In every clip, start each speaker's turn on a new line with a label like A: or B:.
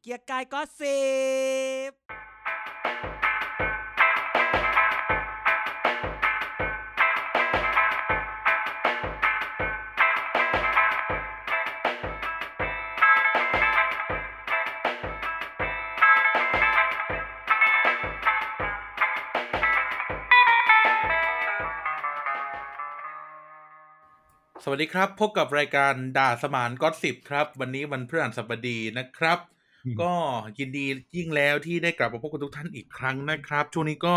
A: เกียร์กายก็สิบ
B: สวัสดีครับ พบกับรายการด่าสมานก็สิบครับ วันนี้วันพฤหัสบดีนะครับ
C: อืม
B: ก็ยินดียิ่งแล้วที่ได้กลับมาพบกับทุกท่านอีกครั้งนะครับ ช่วงนี้ก็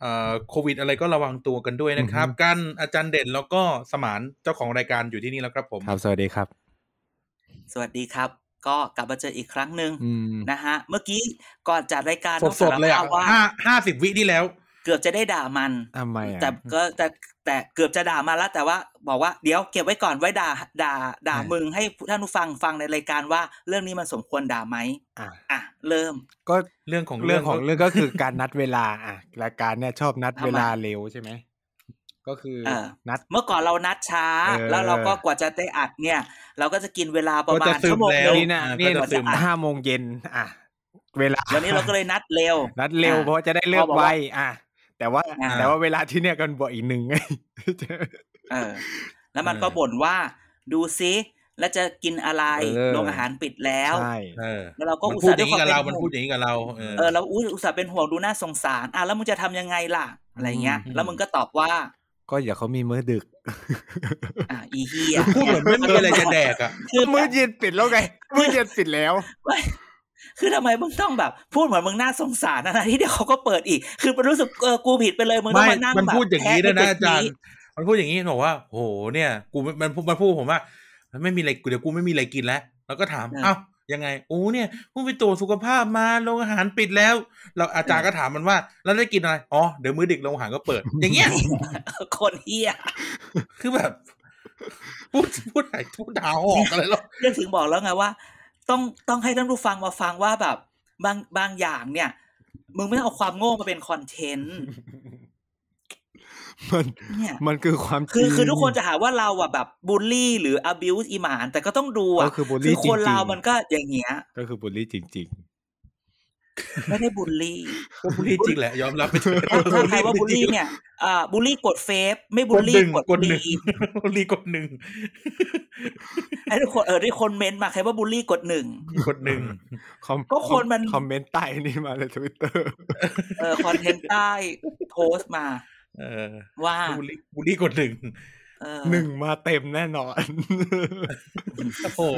B: เอ่อโควิดอะไรก็ระวังตัวกันด้วยนะครับ กันอาจารย์เด่นแล้วก็สมานเจ้าของรายการอยู่ที่นี่แล้วครับผม
C: ครับ สวัสดีครับ
D: สวัสดีครับ ก็กลับมาเจออีกครั้งหนึ่ง
C: อืม
D: นะฮะ เมื่อกี้ก่อนจัดรายการ
C: สดๆ
D: น้งาร
C: เลยอะ
D: ภาพว่า
B: ห้าห้าสิบวิที่แล้ว
D: เกือบจะได้ด่ามัน
C: ทำไมอ่ะ
D: แต่ก็แต่แต่เกือบจะด่ามาแล้ว แต่ว่าบอกว่าเดี๋ยวเก็บไว้ก่อนไว้ด่าด่าด่า
C: อ่ามึ
D: มึงให้ท่านผู้ฟังฟังในรายการว่าเรื่องนี้มันสมควรด่าไหม
C: อ่ะ
D: อ่ะเริ่ม
C: ก็
B: เรื่องของ
C: เรื่องของเรื่องก็คือการนัดเวลาอ่ะรายการเนี่ยชอบนัดเวลาเร็วใช่ไหมก็คือ
D: เออ
C: นัด
D: เมื่อก่อนเรานัดช้า
C: เออ
D: แล้วเราก็กว่าจะได้อัดเนี่ย เราก็จะกินเวลาประ
B: ก็
D: มา
B: จะ
D: ณ
B: ซึ
D: ชั่
B: ม
D: วโมง
B: แล้
D: เดี
B: ว
D: ยว
C: นี่นะ
B: อ่า
C: นี่
B: ก็จะซึม
D: อ่ะ
C: ห้าโมงเย็นอ่ะเวลา
D: วันนี้เราก็เลยนัดเร็ว
C: นัดเร็ว
D: อ่ะ
C: เพราะจะได้เลือ
D: พ
C: ก
D: อบอก
C: ไว
D: ว่า
C: อ่ะแต่ว่า
D: อ่า
C: แต่ว่าเวลาที่เนี่ยกันบ่อยอีกหนึ่ง ไง
D: เออแล้วมันก็บ่นว่าดูซิแล้วจะกินอะไร
C: เออ
D: โรงอาหารปิดแล้ว
C: ใช่
B: เออ
D: แล้วเราก็
B: มัน
D: อุต
B: พูด
D: ส่า
B: อ
D: ห์ด้ว
B: ย่างนี้
D: ยความ
B: กับเรา
D: เป็นห่
B: มัน
D: ว
B: พูด
D: ง
B: อย่างนี้กับเราเออ
D: เออเราอุยอุตส่าห์เป็นห่วงดูน่าสงสารอ่ะแล้วมึงจะทำยังไงล่ะ อะไรเงี้ย แล้วมึงก็ตอบว่า
C: ก็อย่าเขามีมื้อดึก
D: อ่ะอีเหี้ย
B: พูดเหมือนไม่มีอะไรจะแดกอ่ะ
D: คือ
C: มื้อเย็นปิดแล้วไงมื้อเย็นปิดแล้ว
D: ไม่ คือทำไมมึงต้องแบบ พูดเหมือนมึงน่าสงสารนะที่เดี๋ยวเขาก็เปิดอีก คือมันรู้สึกเออกูผิดไปเลยมึงต้อ
B: ไม่
D: งมานั่ง
B: มัน
D: แบบ
B: พูดอย่างนี้ด้วยนะ
D: แค
B: อาจารย์ มันพูดอย่างนี้บอกว่า โห เนี่ย กูมันมันมันพูดผมว่า มันไม่มีอะไรกูเดี๋ยวกูไม่มีอะไรกินแล้ว แล้วก็ถาม เอ้า ยังไง โอ้ เนี่ยเพิ่งไปตรวจสุขภาพมา โรงอาหารปิดแล้ว เราอาจารย์ก็ถามมันว่า แล้วได้กินอะไร อ๋อ เดี๋ยวมื้อดึกโรงอาหารก็เปิด อย่างเงี้ย
D: คนเหี้ย
B: คือแบบ พูดพูดไหนพูดดาวออกอะไรหรอก
D: เรื่องถึงบอกแล้วไงว่า ต้องต้องให้ท่านผู้ฟังมาฟังว่าแบบบางบางอย่างเนี่ย มึงไม่ต้องเอาความโง่มาเป็นคอนเทนต์
C: มัน
D: เนี่ย
C: มันคือความจริง
D: คือคือทุกคนจะหาว่าเราอ่ะแบบบูลลี่หรือ abuse อีหมาน แต่ก็ต้องดูอ่ะ
C: ก็คือบูล
D: คื
C: ลี่
D: อ
C: จ
D: ค
C: ริง
D: น
C: ๆ
D: เรามันก็อย่างเงี้ย
C: ก็คือบูลลี่จริง
D: ไม่ได้บูลลี่
B: ก็พูดจริงแหละ ยอมรับไปเถอะ
D: ถ้าถ้าใครว่าบูลลี่เนี่ยอ่าบูลลี่กดเฟซไม่บู
B: ก
D: ล
B: ดห
D: ลี่
B: นึ่ง
D: กด
B: กดหนึ่ง
D: ลี
B: กดรีกดหนึ่ง
D: ให้ทุกคนเออที่คนเมนต์มาใครว่าบูลลี่กดหนึ่ง
B: กดหนึ่ง
C: ๆคอม
D: ก็คนมัน
C: คอมเมนต์ใต้นี่มาเลยทวิตเตอร์
D: เออคอนเทนต์ใต้โพสต์มา
B: เออ
D: ว่า
B: บูลลี่บูลลี่กดหนึ่ง
D: เออ
C: หนึ่งมาเต็มแน่นอน
B: โอ้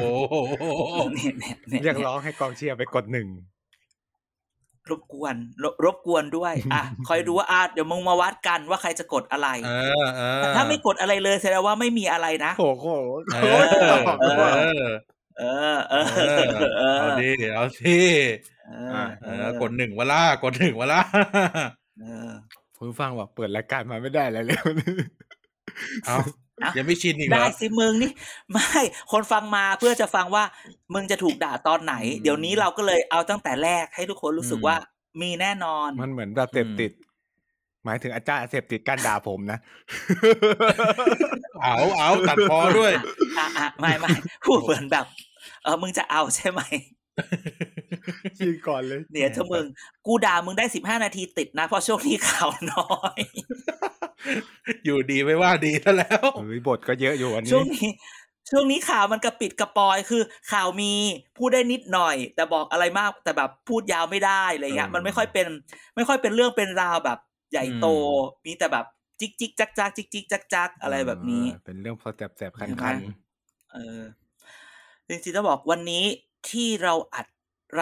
B: โห
D: เนี่ยเนี่ยเนี่ย
C: เรียกร้องให้กองเชียร์ไปกดหนึ่ง
D: รบกวนรบรบกวน ด้วยอ่ะคอยดูว่าอาเดี๋ยวมึงมาวัดกันว่าใครจะกดอะไร
B: เออเออ
D: ถ้าไม่กดอะไรเลยแสดงว่าไม่มีอะไรนะ
C: โหโห
B: เอ
C: โห
B: อ
D: เออ
B: เออ
D: เออเออ
B: เออ
D: เออ
B: เอาดิเอาสิ
D: เอออะ
B: เออกดหนึ่งวะล่ากดหนึ่งวะล่า
D: เออ
C: คุณผู้ฟังบอกเปิดรายการมาไม่ได้อะไร เลย
B: เอา
D: อ่ะ
B: ยังไม่ชินอีกเหร
D: ได้
B: อ
D: สิมึงนี่ ไม่ คนฟังมาเพื่อจะฟังว่า มึงจะถูกด่าตอนไหน
C: อืม
D: เดี๋ยวนี้เราก็เลยเอาตั้งแต่แรกให้ทุกคนรู้สึกว่ามีแน่นอน
C: มันเหมือนแบบเสพติด หมายถึงอาจารย์เสพติดการด่าผม นะ
B: เอาเอาตัดพอด้วย
D: อ่ะ อ่ะไม่ไม่พูดเหมือนแบบ เออมึงจะเอาใช่ไหม
C: ชีก่อนเลย
D: เดี๋ยวถ้ามึง กูด่ามึงได้สิบห้านาทีติดนะ เพราะช่วงนี้ข่าวน้อย
B: อยู่ดีไม่ว่าดีซะแล้ว
C: เฮ้ยบทก็เยอะอยู่วัน
D: ช่ว
C: นี้
D: งนี้ ช่วงนี้ข่าวมันกระปิดกระปอยคือ ข่าวมีพูดได้นิดหน่อย แต่บอกอะไรมากแต่แบบพูดยาวไม่ได้อะไรเงี้ย
C: เออ
D: มันไม่ค่อยเป็น ไม่ค่อยเป็นเรื่องเป็นราวแบบ ใหญ่โต มีแต่แบบจิกจิกจักจักจิกจิกจักจักอะไรแบบนี้
C: เออเป็นเรื่องพอแสบๆ คั
D: เห็นไห
C: น
D: ม เออจริงๆต้องบอกวันนี้ที่เราอัด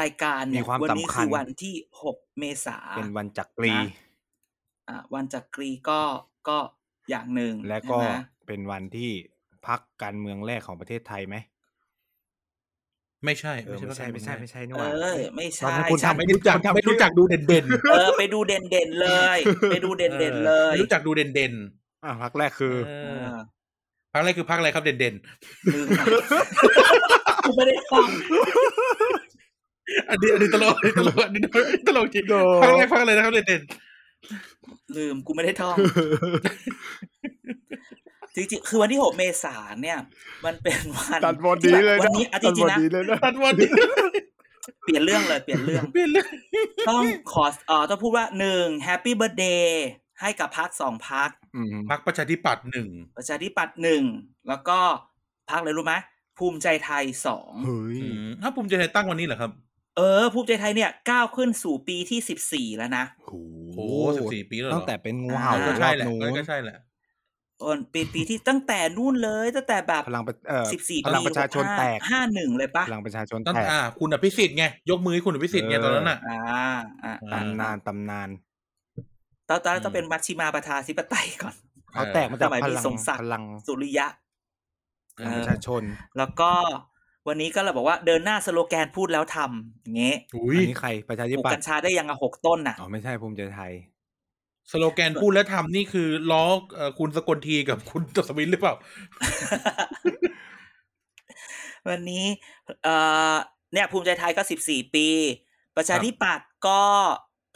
D: รายการ
C: ๆ มี
D: เนี่ย
C: ความ
D: วั
C: สำ
D: นี้
C: คั
D: คื
C: ญ
D: อวันที่หกเมษา
C: เป็นวันจักรี
D: นะ อ่ะวันจักรีก็ก็อย่างหนึ่ง
C: และก็
D: ใช่ไหม
C: เป็นวันที่พักการเมืองแรกของประเทศไทยไหม
B: ไม่ใช่
C: เออไม่ใช่ไม่ใช่ไม่ใช่นี่ห
D: เอ
C: ว่า
D: อ ไม่
C: ตอน
D: ใช่
C: นั้นคุณ
D: ฉัน
C: ทำ
B: ไม่รู้จัก
C: คุณทำ
B: ไม่รู้จักดูเด่นเด่น
D: เออไปดูเด่นเด่นๆเลย ไปดูเด่นเด่นๆเลย
B: รู้จักดูเด่นเด่น
C: อ่ะพักแรกคือ
B: เอ
D: เอ
B: อ
D: อ
B: พักอะไรคือพักอะไรครับเด่นเด่น
D: ลืมอ่ะกูไม่ได้ฟัง
B: ๆอันนี้อันนี้ตลกอันนี้ตลกอันนี้ตลกจริง
C: โด
B: พักอะไรพักอะไรนะครับเด่นเด่น
D: ลืมกูไม่ได้ท่องจริงๆคือวันที่หกเมษาเนี่ย มันเป็นวัน
C: ตัดบทนี้เลย
D: ที่แบบวันนี้
C: ตั
D: อาทิต
C: ด
D: ย์จ
C: บท
D: ริงๆนะ
C: นี้เลยนะ
B: ๆตัดวันนี้
D: เปลี่ยนเรื่องเลยเปลี่ยนเรื่อง
B: เปลี่ยนเรื่อง
D: ต้องขอเอ่อต้องพูดว่าหนึ่งแฮปปี้เบิร์ดเดย์ให้กับพักสองพัก
C: อืม
B: พรรคประชาธิปัตย์หนึ่ง
D: ประชาธิปัตย์หนึ่งแล้วก็พักเลยรู้ไหมภูมิใจไทยสอง
C: เฮ้ย
B: อืมถ้าภูมิใจไทยตั้งวันนี้เหรอครับ
D: เออภูมิใจไทยเนี่ยก้าวขึ้นสู่ปีที่สิบสี่แล้วนะ
C: โอ้
B: โอ้สิบสี่ปีแล้วเหรอ
C: ตั้งแต่เป็นงูเห่า
D: อ่า
B: ก็
C: ร
B: ใช่
C: อบ
B: แหละ
C: นู้น
B: ก็ใช่แหละ
D: เออปีปีที่ตั้งแต่นู่นเลยตั้งแต่แบบ
C: พลังประเอ่อ
D: สิบสี่
C: พลังประชาชนแตก
D: ห้าหนึ่งเลยปะ
C: พลังประชาชน
B: ตั้ง
C: แตก
B: อ่า คุณอภิสิทธิ์ไง ยกมือให้คุณอภิสิทธิ์ไง
C: เออ
B: ตอนนั้นน่ะ
D: อ่าอ่า
B: อ่า
C: ตำนานตำนาน
D: ตอนตอนนั้นต้องเป็นมัชชิมาประชาธิปไตยก่อน
C: เขาแตกมาจาก
D: สมัย
C: พ
D: มี
C: ลัง
D: สมศักดิ์
C: พลัง
D: สุริยะ
C: พลังประชาชน
D: แล้วก็วันนี้ก็เลยบอกว่าเดินหน้าสโลแกนพูดแล้วทำอย่างเงี้ย
B: อุ้
C: อัน
B: ย
C: นี้ใครประชา
D: ป
C: ธิ
D: ลูก
C: ปัต
D: กัญ
C: ย์
D: ชาได้ยังอะหกต้นน่ะ
C: อ๋อไม่ใช่ภูมิใจไทย
B: สโลแกนพูดและทำนี่คือล้อเอ่อคุณสกลทีกับคุณตศวินหรือเปล่า
D: วันนี้เอ่อเนี่ยภูมิใจไทยก็สิบสี่ปี ประชาธิปัตย์ก็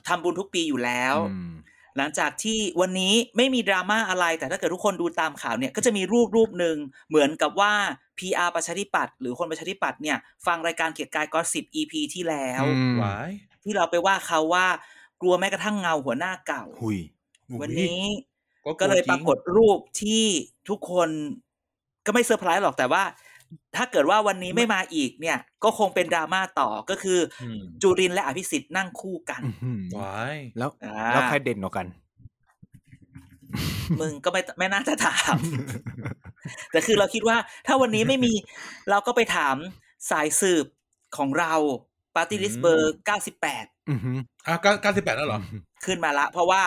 D: ทำบุญทุกปีอยู่แล้ว
C: อืม
D: หลังจากที่วันนี้ไม่มีดราม่าอะไร แต่ถ้าเกิดทุกคนดูตามข่าวเนี่ยก็จะมีรูปรูปหนึ่งเหมือนกับว่า PR ประชาธิปัตย์หรือคนประชาธิปัตย์เนี่ยฟังรายการเกียรติกายก็สิบ EP ที่แล้ว
C: อืม
B: หวาย
D: ที่เราไปว่าเขาว่ากลัวแม้กระทั่งเงาหัวหน้าเก่า
C: หุย
B: อุ๊ย
D: วันนี้
B: ว
D: ก็เลย
B: จง
D: ปรากฏรูปที่ทุกคนก็ไม่เซอร์ไพรส์หรอกแต่ว่า ถ้าเกิดว่าวันนี้ไม่มาอีกเนี่ย ก็คงเป็นดราม่าต่อก็คืออ
B: อืม
D: จุรินทร์และอภิสิทธิ์นั่งคู่กัน
C: อื้อหือ
B: หวาย
C: แล้ว
D: อ่า
C: แล้วใครเด่นกว่ากัน
D: มึงก็ไม่ไม่น่าจะถาม แต่คือเราคิดว่าถ้าวันนี้ไม่มี เราก็ไปถามสายสืบของเราปาร์ตี้ลิสเบอร์98
C: อื้อหือ
B: อ่ะเก้าเก้าสิบแปดแล้วเหรอ
D: ขึ้นมาละ เพราะว่า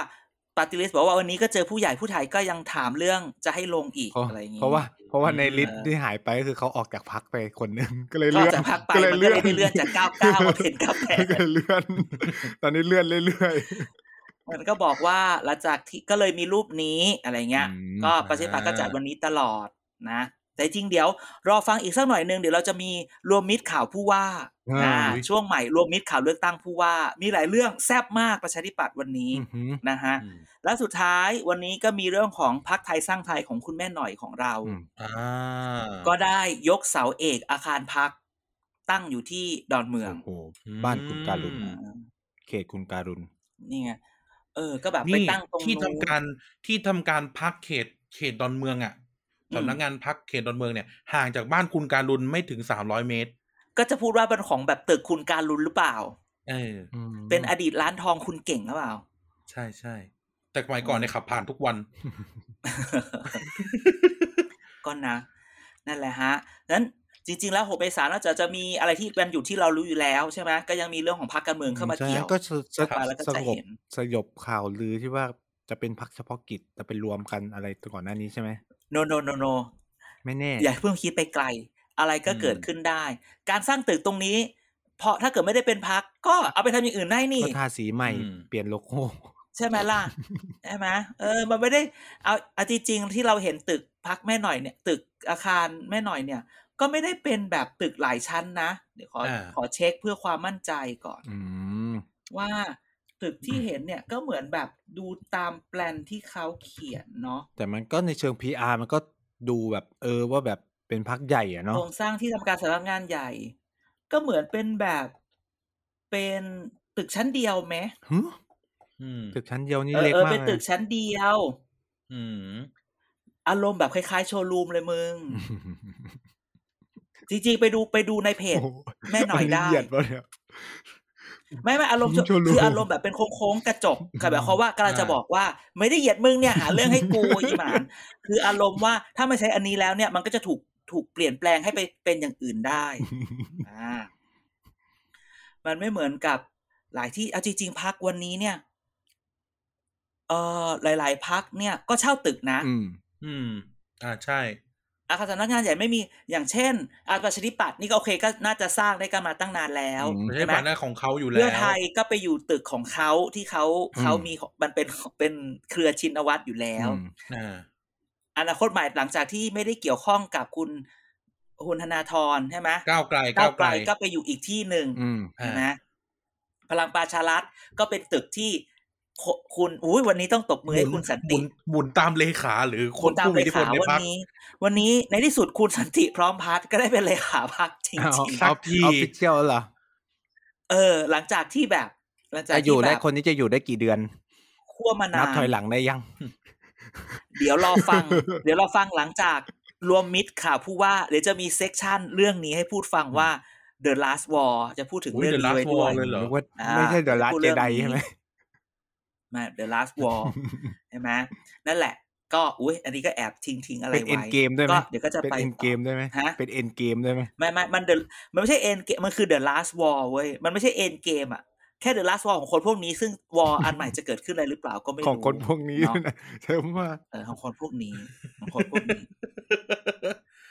D: ปาร์ตี้ลิสบอกว่าวันนี้ก็เจอผู้ใหญ่ผู้ไทยก็ยังถามเรื่องจะให้ลงอีก
C: เพราะ
D: อะไรอย่างงี้
C: เพราะว่า เพราะว่าใน
B: อืม
C: ลิสต์ที่หายไปก็คือเขาออกจากพักไปคนหนึ่ง ก็เลย
D: ก็
C: เลื่อน
D: จะพักไปมันก็
C: เลื่
D: เลยได้เลื่อนจาก 99มาเป็น
C: ก็เลยเลื่อน ตอนนี้เลื่อนเรื่อย
D: 98มันก็บอกว่าหลังจากที่ก็เลยมีรูปนี้อะไรเงี้ย
C: อืม
D: ก็ประชาธิปัตย์ก็จัดวันนี้ตลอดนะ แต่จริงเดี๋ยว รอฟังอีกสักหน่อยหนึ่งเดี๋ยวเราจะมีรวมมิตรข่าวผู้ว่า
C: อ่า
D: อ่าช่วงใหม่รวมมิตรข่าวเลือกตั้งผู้ว่า มีหลายเรื่องแซ่บมากประชาธิปัตย์วัน
C: ๆ
D: นี้
C: อื้อหือ
D: นะฮะ
B: อืม
D: และสุดท้ายวันนี้ก็มีเรื่องของพักไทยสร้างไทยของคุณแม่หน่อยของเรา
C: อืม
B: อ่า
D: ก็ได้ยกเสาเอกอาคารพักตั้งอยู่ที่ดอนเมือง
C: โอ้โห บ้านคุณการุณ
B: อืม
C: เขตคุณการุณ
D: นี่ไงเออ ก็แบบไป
B: นี่
D: ตั้งตรง
B: ที่ทำ
D: นู้น
B: การที่ทำการพักเขตเขตดอนเมืองอ่ะ
D: อืม
B: สำนักงานพักเขตดอนเมืองเนี่ยห่างจากบ้านคุณการุณไม่ถึงสามร้อยเมตร
D: ก็จะพูดว่าเป็นของแบบตึกคุณการลุนหรือเปล่า
B: เออ
D: เป็นอดีตร้านทองคุณเก่งหรือเปล่า
B: ใช่ใช่แต่สมัยก่อนเนี่ยขับผ่านทุกวัน
D: ก็นะ นั่นแหละฮะนั้นจริง ๆ แล้วหกเมษายนนอกจากจะมีอะไรที่เป็นอยู่ที่เรารู้อยู่แล้วใช่ไหมก็ยังมีเรื่องของพรรคการเมืองเข้ามาเกี่ยว
C: ใช่ก็สส
D: เข้ามาแล้วก็
C: ส
D: จะ
C: งบ
D: เห็น
C: สยบข่าวลือที่ว่าจะเป็นพักเฉพาะกิจจะเป็นรวมกันอะไรก่อนหน้านี้ใช่ไหม
D: โนโนโนโน
C: ไม่แน่
D: อย่าเพิ่งคิดไปไกล อะไรก็เกิดขึ้นได้ การสร้างตึกตรงนี้ เพราะถ้าเกิดไม่ได้เป็นพักก็เอาไปทำอย่างอื่นได้นี่
C: ก็ทาสีใหม่
B: อืม
C: เปลี่ยนโลโก้
D: ใช่ไหมล่ะ ใช่ไหมเออ มันไม่ได้เอาเอาจริงๆที่เราเห็นตึกพักแม่หน่อยเนี่ย ตึกอาคารแม่หน่อยเนี่ย ก็ไม่ได้เป็นแบบตึกหลายชั้นนะ เดี๋ยวขอ
B: อ่า
D: ขอเช็คเพื่อความมั่นใจก่อน
C: อืม
D: ว่าตึกที่เห็นเนี่ยก็เหมือนแบบดูตามแปลนที่เขาเขียนเนาะ
C: แต่มันก็ในเชิง PR มันก็ดูแบบ เออว่าแบบเป็นพักใหญ่อะ
D: โค
C: เนาะ
D: รงสร้างที่ทำการสำนักงานใหญ่ ก็เหมือนเป็นแบบเป็นตึกชั้นเดียวไหม
C: หึ
B: อืม
C: ตึกชั้นเดียวนี่
D: เออ
C: เล็ก
D: เออ
C: มาก
D: เป็น
C: เล
D: ตึ
C: ย
D: กชั้นเดียว
B: อืม
D: อารมณ์แบบคล้ายๆโชว์รูมเลยมึง
C: อืม
D: จริงๆไปดูไปดูในเพจ
C: โอ้โห
D: แม่หน่อยได้
C: เหยียดปะเนี่ย
D: ไม่ไม่อารมณ์
C: โชว์รูม
D: คืออารมณ์แบบเป็นโค้งๆกระจกกับแบบเขาว่ากำลังจะบอกว่า ไม่ได้เหยียดมึงเนี่ยหาเรื่องให้กู อีห มานคืออารมณ์ว่าถ้าไม่ใช้อันนี้แล้วเนี่ย มันก็จะถูกถูกเปลี่ยนแปลงให้ไปเป็นอย่างอื่นได้อ่ามันไม่เหมือนกับหลายที่เอาจริงๆพักวันนี้เนี่ยเออหลาย ๆพักเนี่ยก็เช่าตึกนะ
C: อืม
B: อืม อ่าใช่
D: อาคารสำนักงานใหญ่ไม่มีอย่างเช่น อาประชาธิปัตย์นี่ก็โอเคก็น่าจะสร้างได้กันมาตั้งนานแล้ว
C: อืม
B: ไม่ใช่
D: ใช่ไหม
B: ฝันหน้าของเขาอยู่แล้ว
D: เพื่อไทยก็ไปอยู่ตึกของเขาที่เขา
C: อืม
D: เขามีของมันเป็นเป็นเครือชินวัตรอยู่แล้ว
C: อืม
B: อ่า
D: อนาคตใหม่หลังจากที่ไม่ได้เกี่ยวข้องกับคุณคุณธนาธรใช่ไหม
B: ก้าวไกลก้าวไกล
D: ก็ไปอยู่อีกที่หนึ่ง
C: อืม
B: อ่า
D: นะพลังประชารัฐก็เป็นตึกที่คุคุณอุ้ยวันนี้ต้องตบมือให้คุณสัน
B: หมุ
D: ติ
B: นหมุนตามเลขาหรือคน
D: ตาม
B: ผู้มีอิท
D: เล
B: ธิพ
D: ขา
B: ลใน
D: วัน
B: พัก
D: นี้ วันนี้ในที่สุดคุณสันติพร้อมพัฒน์ก็ได้เป็นเลขาพักจริง
C: เอา
B: สั
D: ๆ
C: เอา
B: กที
C: ออฟฟิเชียลเหรอ
D: เออ หลังจากที่แบบ หลังจาก
C: จะอยู่
D: ที่แบ
C: ได้
D: บ
C: คนนี้จะอยู่ได้กี่เดือน
D: คั่วมานาน
C: นับถอยหลังได้ยัง
D: เดี๋ยวรอฟัง เดี๋ยวรอฟังหลังจากรวมมิตรข่าวผู้ว่า เดี๋ยวจะมีเซกชันเรื่องนี้ให้พูดฟังว่า The Last War จะพูดถึง
B: อุ๊ย
D: เรื่อง
B: The
D: นี้
B: Last
D: ไว้
B: War เล
D: ด้วย
B: ยเหรอ
C: นึกว่า
D: อ่า
C: ไม่ใช่เดอะลัส
D: พูด
C: เจ
D: เรื่อง
C: ได
D: นี้
C: ใช่ไหม
D: มา The Last War ใช่ไหมนั่นแหละ ก็อุ้ยอันนี้ก็แอบทิ้งทิ้งๆอะไร
C: เป็นเอ็
D: ไว้
C: นเกมด้วยไหม
D: ก็เดี๋ยวก็จะ
C: เป็น
D: ไป
C: เอ็นเกมด้วยไหม
D: ฮะ
C: เป็นเอ็นเกมด้วยไหม
D: ไม่ไม่มัน The- มันไม่ใช่เอ็นเกมมันคือ The Last War เว้ย มันไม่ใช่เอ็นเกมอ่ะ แค่ The Last War ของคนพวกนี้ ซึ่ง War อันใหม่จะเกิดขึ้นอะไรหรือเปล่าก็ไม่รู้
C: ของคนพวกนี้
D: เอะ
C: นะ เชื่อว่า
D: เออของคนพวกนี้ ของคนพวกนี้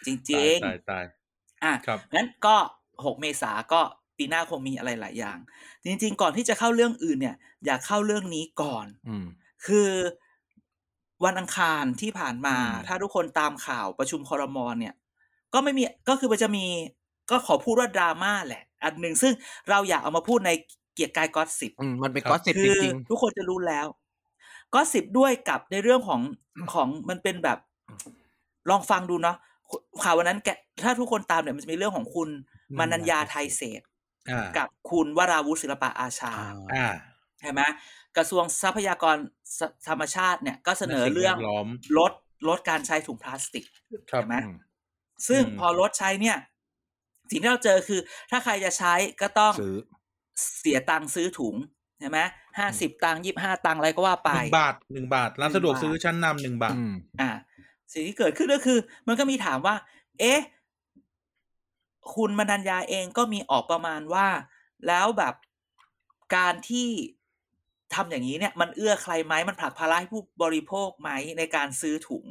D: จริง
B: ตายตาย
D: ๆ อ่ะ
B: ครับ
D: งั้นก็ 6 เมษาก็ปีหน้าคงมีอะไรหลายอย่าง จริง ๆ ก่อนที่จะเข้าเรื่องอื่นเนี่ย อยากเข้าเรื่องนี้ก่อน
C: อืม
D: คือวันอังคารที่ผ่านมา
B: อืม
D: ถ้าทุกคนตามข่าวประชุมคอรมอเนี่ย ก็ไม่มีก็คือมันจะมีก็ขอพูดว่าดราม่าแหละ อันหนึ่งซึ่งเราอยากเอามาพูดในเกียรติกายก็อตสิบ
C: อืม มันเป็น
B: ครับ
C: ก็สิบ
D: คื
C: จ
D: อ
C: ริง
D: ทุกคนจะรู้แล้วก็สิบด้วยกับในเรื่องของของมันเป็นแบบ ลองฟังดูเนาะข่าววันนั้นแกถ้าทุกคนตามเนี่ยมันจะมีเรื่องของคุณ
C: มั
D: มา
C: นัญญา
D: นัญญาไทยเศรษฐ์
B: อ่า
D: กับคุณวราวุธศิลปะอาชา
C: ๆอ่า
B: อ่า
D: ใช่ไหมกระทรวงทรัพยากรสธรรมชาติเนี่ยก็เสนอเรื่อง
B: และสิ่แวดล้อม
D: ลดลดการใช้ถุงพลาสติก
B: ครับ
D: เห็นไหม
C: อืม
D: ซึ่ง
B: อืม
D: พอลดใช้เนี่ย สิ่งที่เราเจอคือ ถ้าใครจะใช้ก็ต้อง
C: ซื้อ
D: เสียตังค์ซื้อถุงใช่ไหมห้าสิบตังค์ยี่ห้าตังค์อะไรก็ว่าไป
B: หนึ่งบาทหนึ่งบาทร้านสะดวกซื้อชั้นนำหนึ่งบาท
C: อืม
D: อ่า สิ่งที่เกิดขึ้นก็คือ มันก็มีถามว่า เอ๊ะ คุณมนัญญาเองก็มีออกประมาณว่า แล้วแบบการที่ทำอย่างนี้เนี่ย มันเอื้อใครไหมมันผลักภาระให้ผู้บริโภคไหมในการซื้อถุง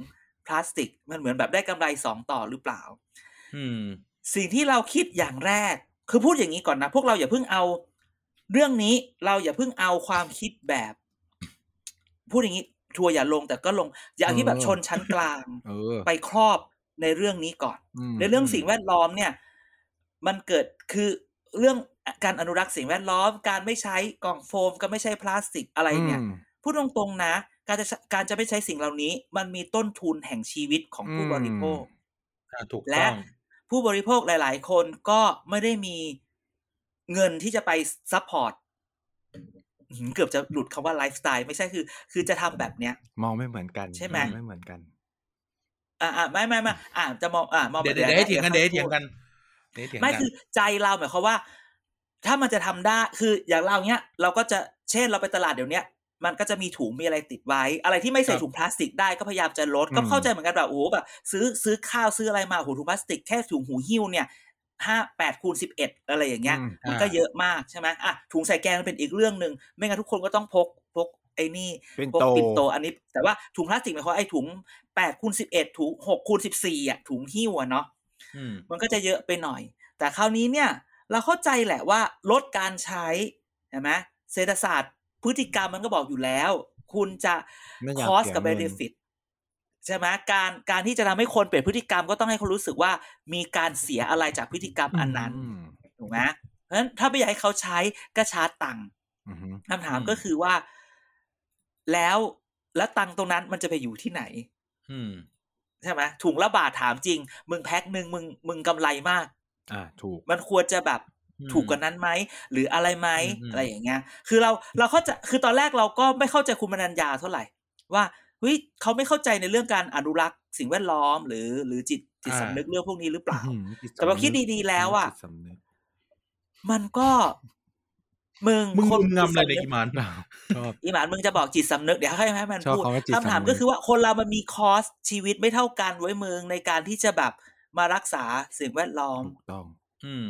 D: พลาสติก มันเหมือนแบบได้กำไรสองต่อหรือเปล่า
B: อืม
D: สิ่งที่เราคิดอย่างแรก คือพูดอย่างนี้ก่อนนะ พวกเราอย่าเพิ่งเอา เรื่องนี้เราอย่าเพิ่งเอาความคิดแบบ พูดอย่างนี้ทัวร์อย่าลงแต่ก็ลง อย่าเอาที่แบบ
C: เออ
D: ชนชั้นกลาง
C: เออ
D: ไปครอบในเรื่องนี้ก่อน
C: ม
D: ในเรื่องสิ่งแวดล้อมเนี่ย มันเกิดคือเรื่องการอนุรักษ์สิ่งแวดล้อม การไม่ใช้กล่องโฟม ก็ไม่ใช้พลาสติกอะไรเนี่ย
C: อืม
D: พูดตรงๆนะ การจะการจะไม่ใช้สิ่งเหล่านี้ มันมีต้นทุนแห่งชีวิตของผู้
C: อืม
D: บริโภค
B: อ่าถูก
D: และ
B: ต้อง
D: ผู้บริโภคหลาย ๆ คนก็ไม่ได้มีเงินที่จะไปซัพพอร์ตอื้อหือเกือบจะหลุดคำว่าไลฟ์สไตล์ไม่ใช่คือ คือจะทำแบบเนี้ย
C: มองไม่เหมือนกัน
D: ใช่ไหม
C: องไม่เหมือนกัน
D: อ่าอ่าไม่ไม่ไม่อ่าจะมองอ่ามอง
B: เดี๋ยว
D: แบบ
B: เดี๋ยวให้เถียงกันเดี๋ยวให้
D: ค่อพูด
B: เถียงกันเดี๋ยวให้เถียงกั
D: ไม่
B: น
D: คือใจเราหมายความว่า ถ้ามันจะทำได้คืออย่างเราเนี้ย เราก็จะเช่นเราไปตลาดเดี๋ยวเนี้ย มันก็จะมีถุงมีอะไรติดไว้ อะไรที่ไม่ใส่
B: ครับ
D: ถุงพลาสติกได้ก็พยายามจะลด
C: อืม
D: ก็เข้าใจเหมือนกันแบบโอ้โหแบบซื้อซื้อข้าวซื้ออะไรมาโอ้โหถุงพลาสติกแค่ถุงหูหิ้วเนี่ยห้าแปดคูณสิบเอ็ดอะไรอย่างเงี้ย
C: อืม
D: มันก็เยอะมากใช่ไหมอ่ะถุงใส่แกงมันเป็นอีกเรื่องหนึ่งไม่งั้นทุกคนก็ต้องพกพกไอ้นี่
C: เป็น
D: พวก
C: โต
D: ปิ่นโตอันนี้ แต่ว่าถุงพลาสติกหมายความว่าไอ้ถุงแปดคูณสิบเอ็ดถุงหกคูณสิบสี่อ่ะถุงหิ้วอ่ะเนาะ
B: อืม
D: มันก็จะเยอะไปหน่อย แต่คราวนี้เนี่ย เราเข้าใจแหละว่าลดการใช้ใช่ไหมเศรษฐศาสตร์ พฤติกรรมมันก็บอกอยู่แล้ว คุณจะ
C: ไม่อยาก
D: cost กับ
C: เสียเงิน
D: benefit ใช่ไหมการการที่จะทำให้คนเปลี่ยนพฤติกรรมก็ต้องให้เขารู้สึกว่ามีการเสียอะไรจากพฤติกรรมอันนั้น
C: ม
D: ถูกไหมเพราะฉะนั้นถ้าไม่อยากให้เขาใช้ก็ชาร์จตังค์
C: อือหือ
D: คำถาม
B: อืม
D: ก็คือว่า แล้วแล้วตังค์ตรงนั้นมันจะไปอยู่ที่ไหน
B: อืม
D: ใช่ไหมถุงละบาทถามจริง มึงแพ็คหนึ่งมึงมึงกำไรมาก
C: อ่าถูก
D: มันควรจะแบบถูกกว่านั้นไหม หรืออะไรไหม
B: อืมอืม
D: อะไรอย่างเงี้ย คือเราเราเข้าใจคือตอนแรกเราก็ไม่เข้าใจคุณมนัญญาเท่าไหร่ ว่าเฮ้ยเขาไม่เข้าใจในเรื่องการอนุรักษ์สิ่งแวดล้อมหรือหรือจิตจิตสำนึกเรื่องพวกนี้หรือเปล่า
C: อื้อหือจิตสำนึก
D: แต่เราคิดดีๆแล้วอะ
C: จิตสำนึก
D: มันก็มึง
B: มึง
D: ค
B: งุ
D: น
B: มงำอะไรในย
D: จิตสำนึก
B: อีหมัน
C: ชอบ
D: อีหมานมึงจะบอกจิตสำนึกเดี๋ยวให้ให้มัน
C: ชอบ
D: พูด
C: คำว่าจิตสำนึก
D: คำถามก็คือว่าคนเรามันมีคอสชีวิตไม่เท่ากันไว้ยมึงในการที่จะแบบมารักษาสิ่งแวดล้อม
C: ถูกต้อง
B: อืม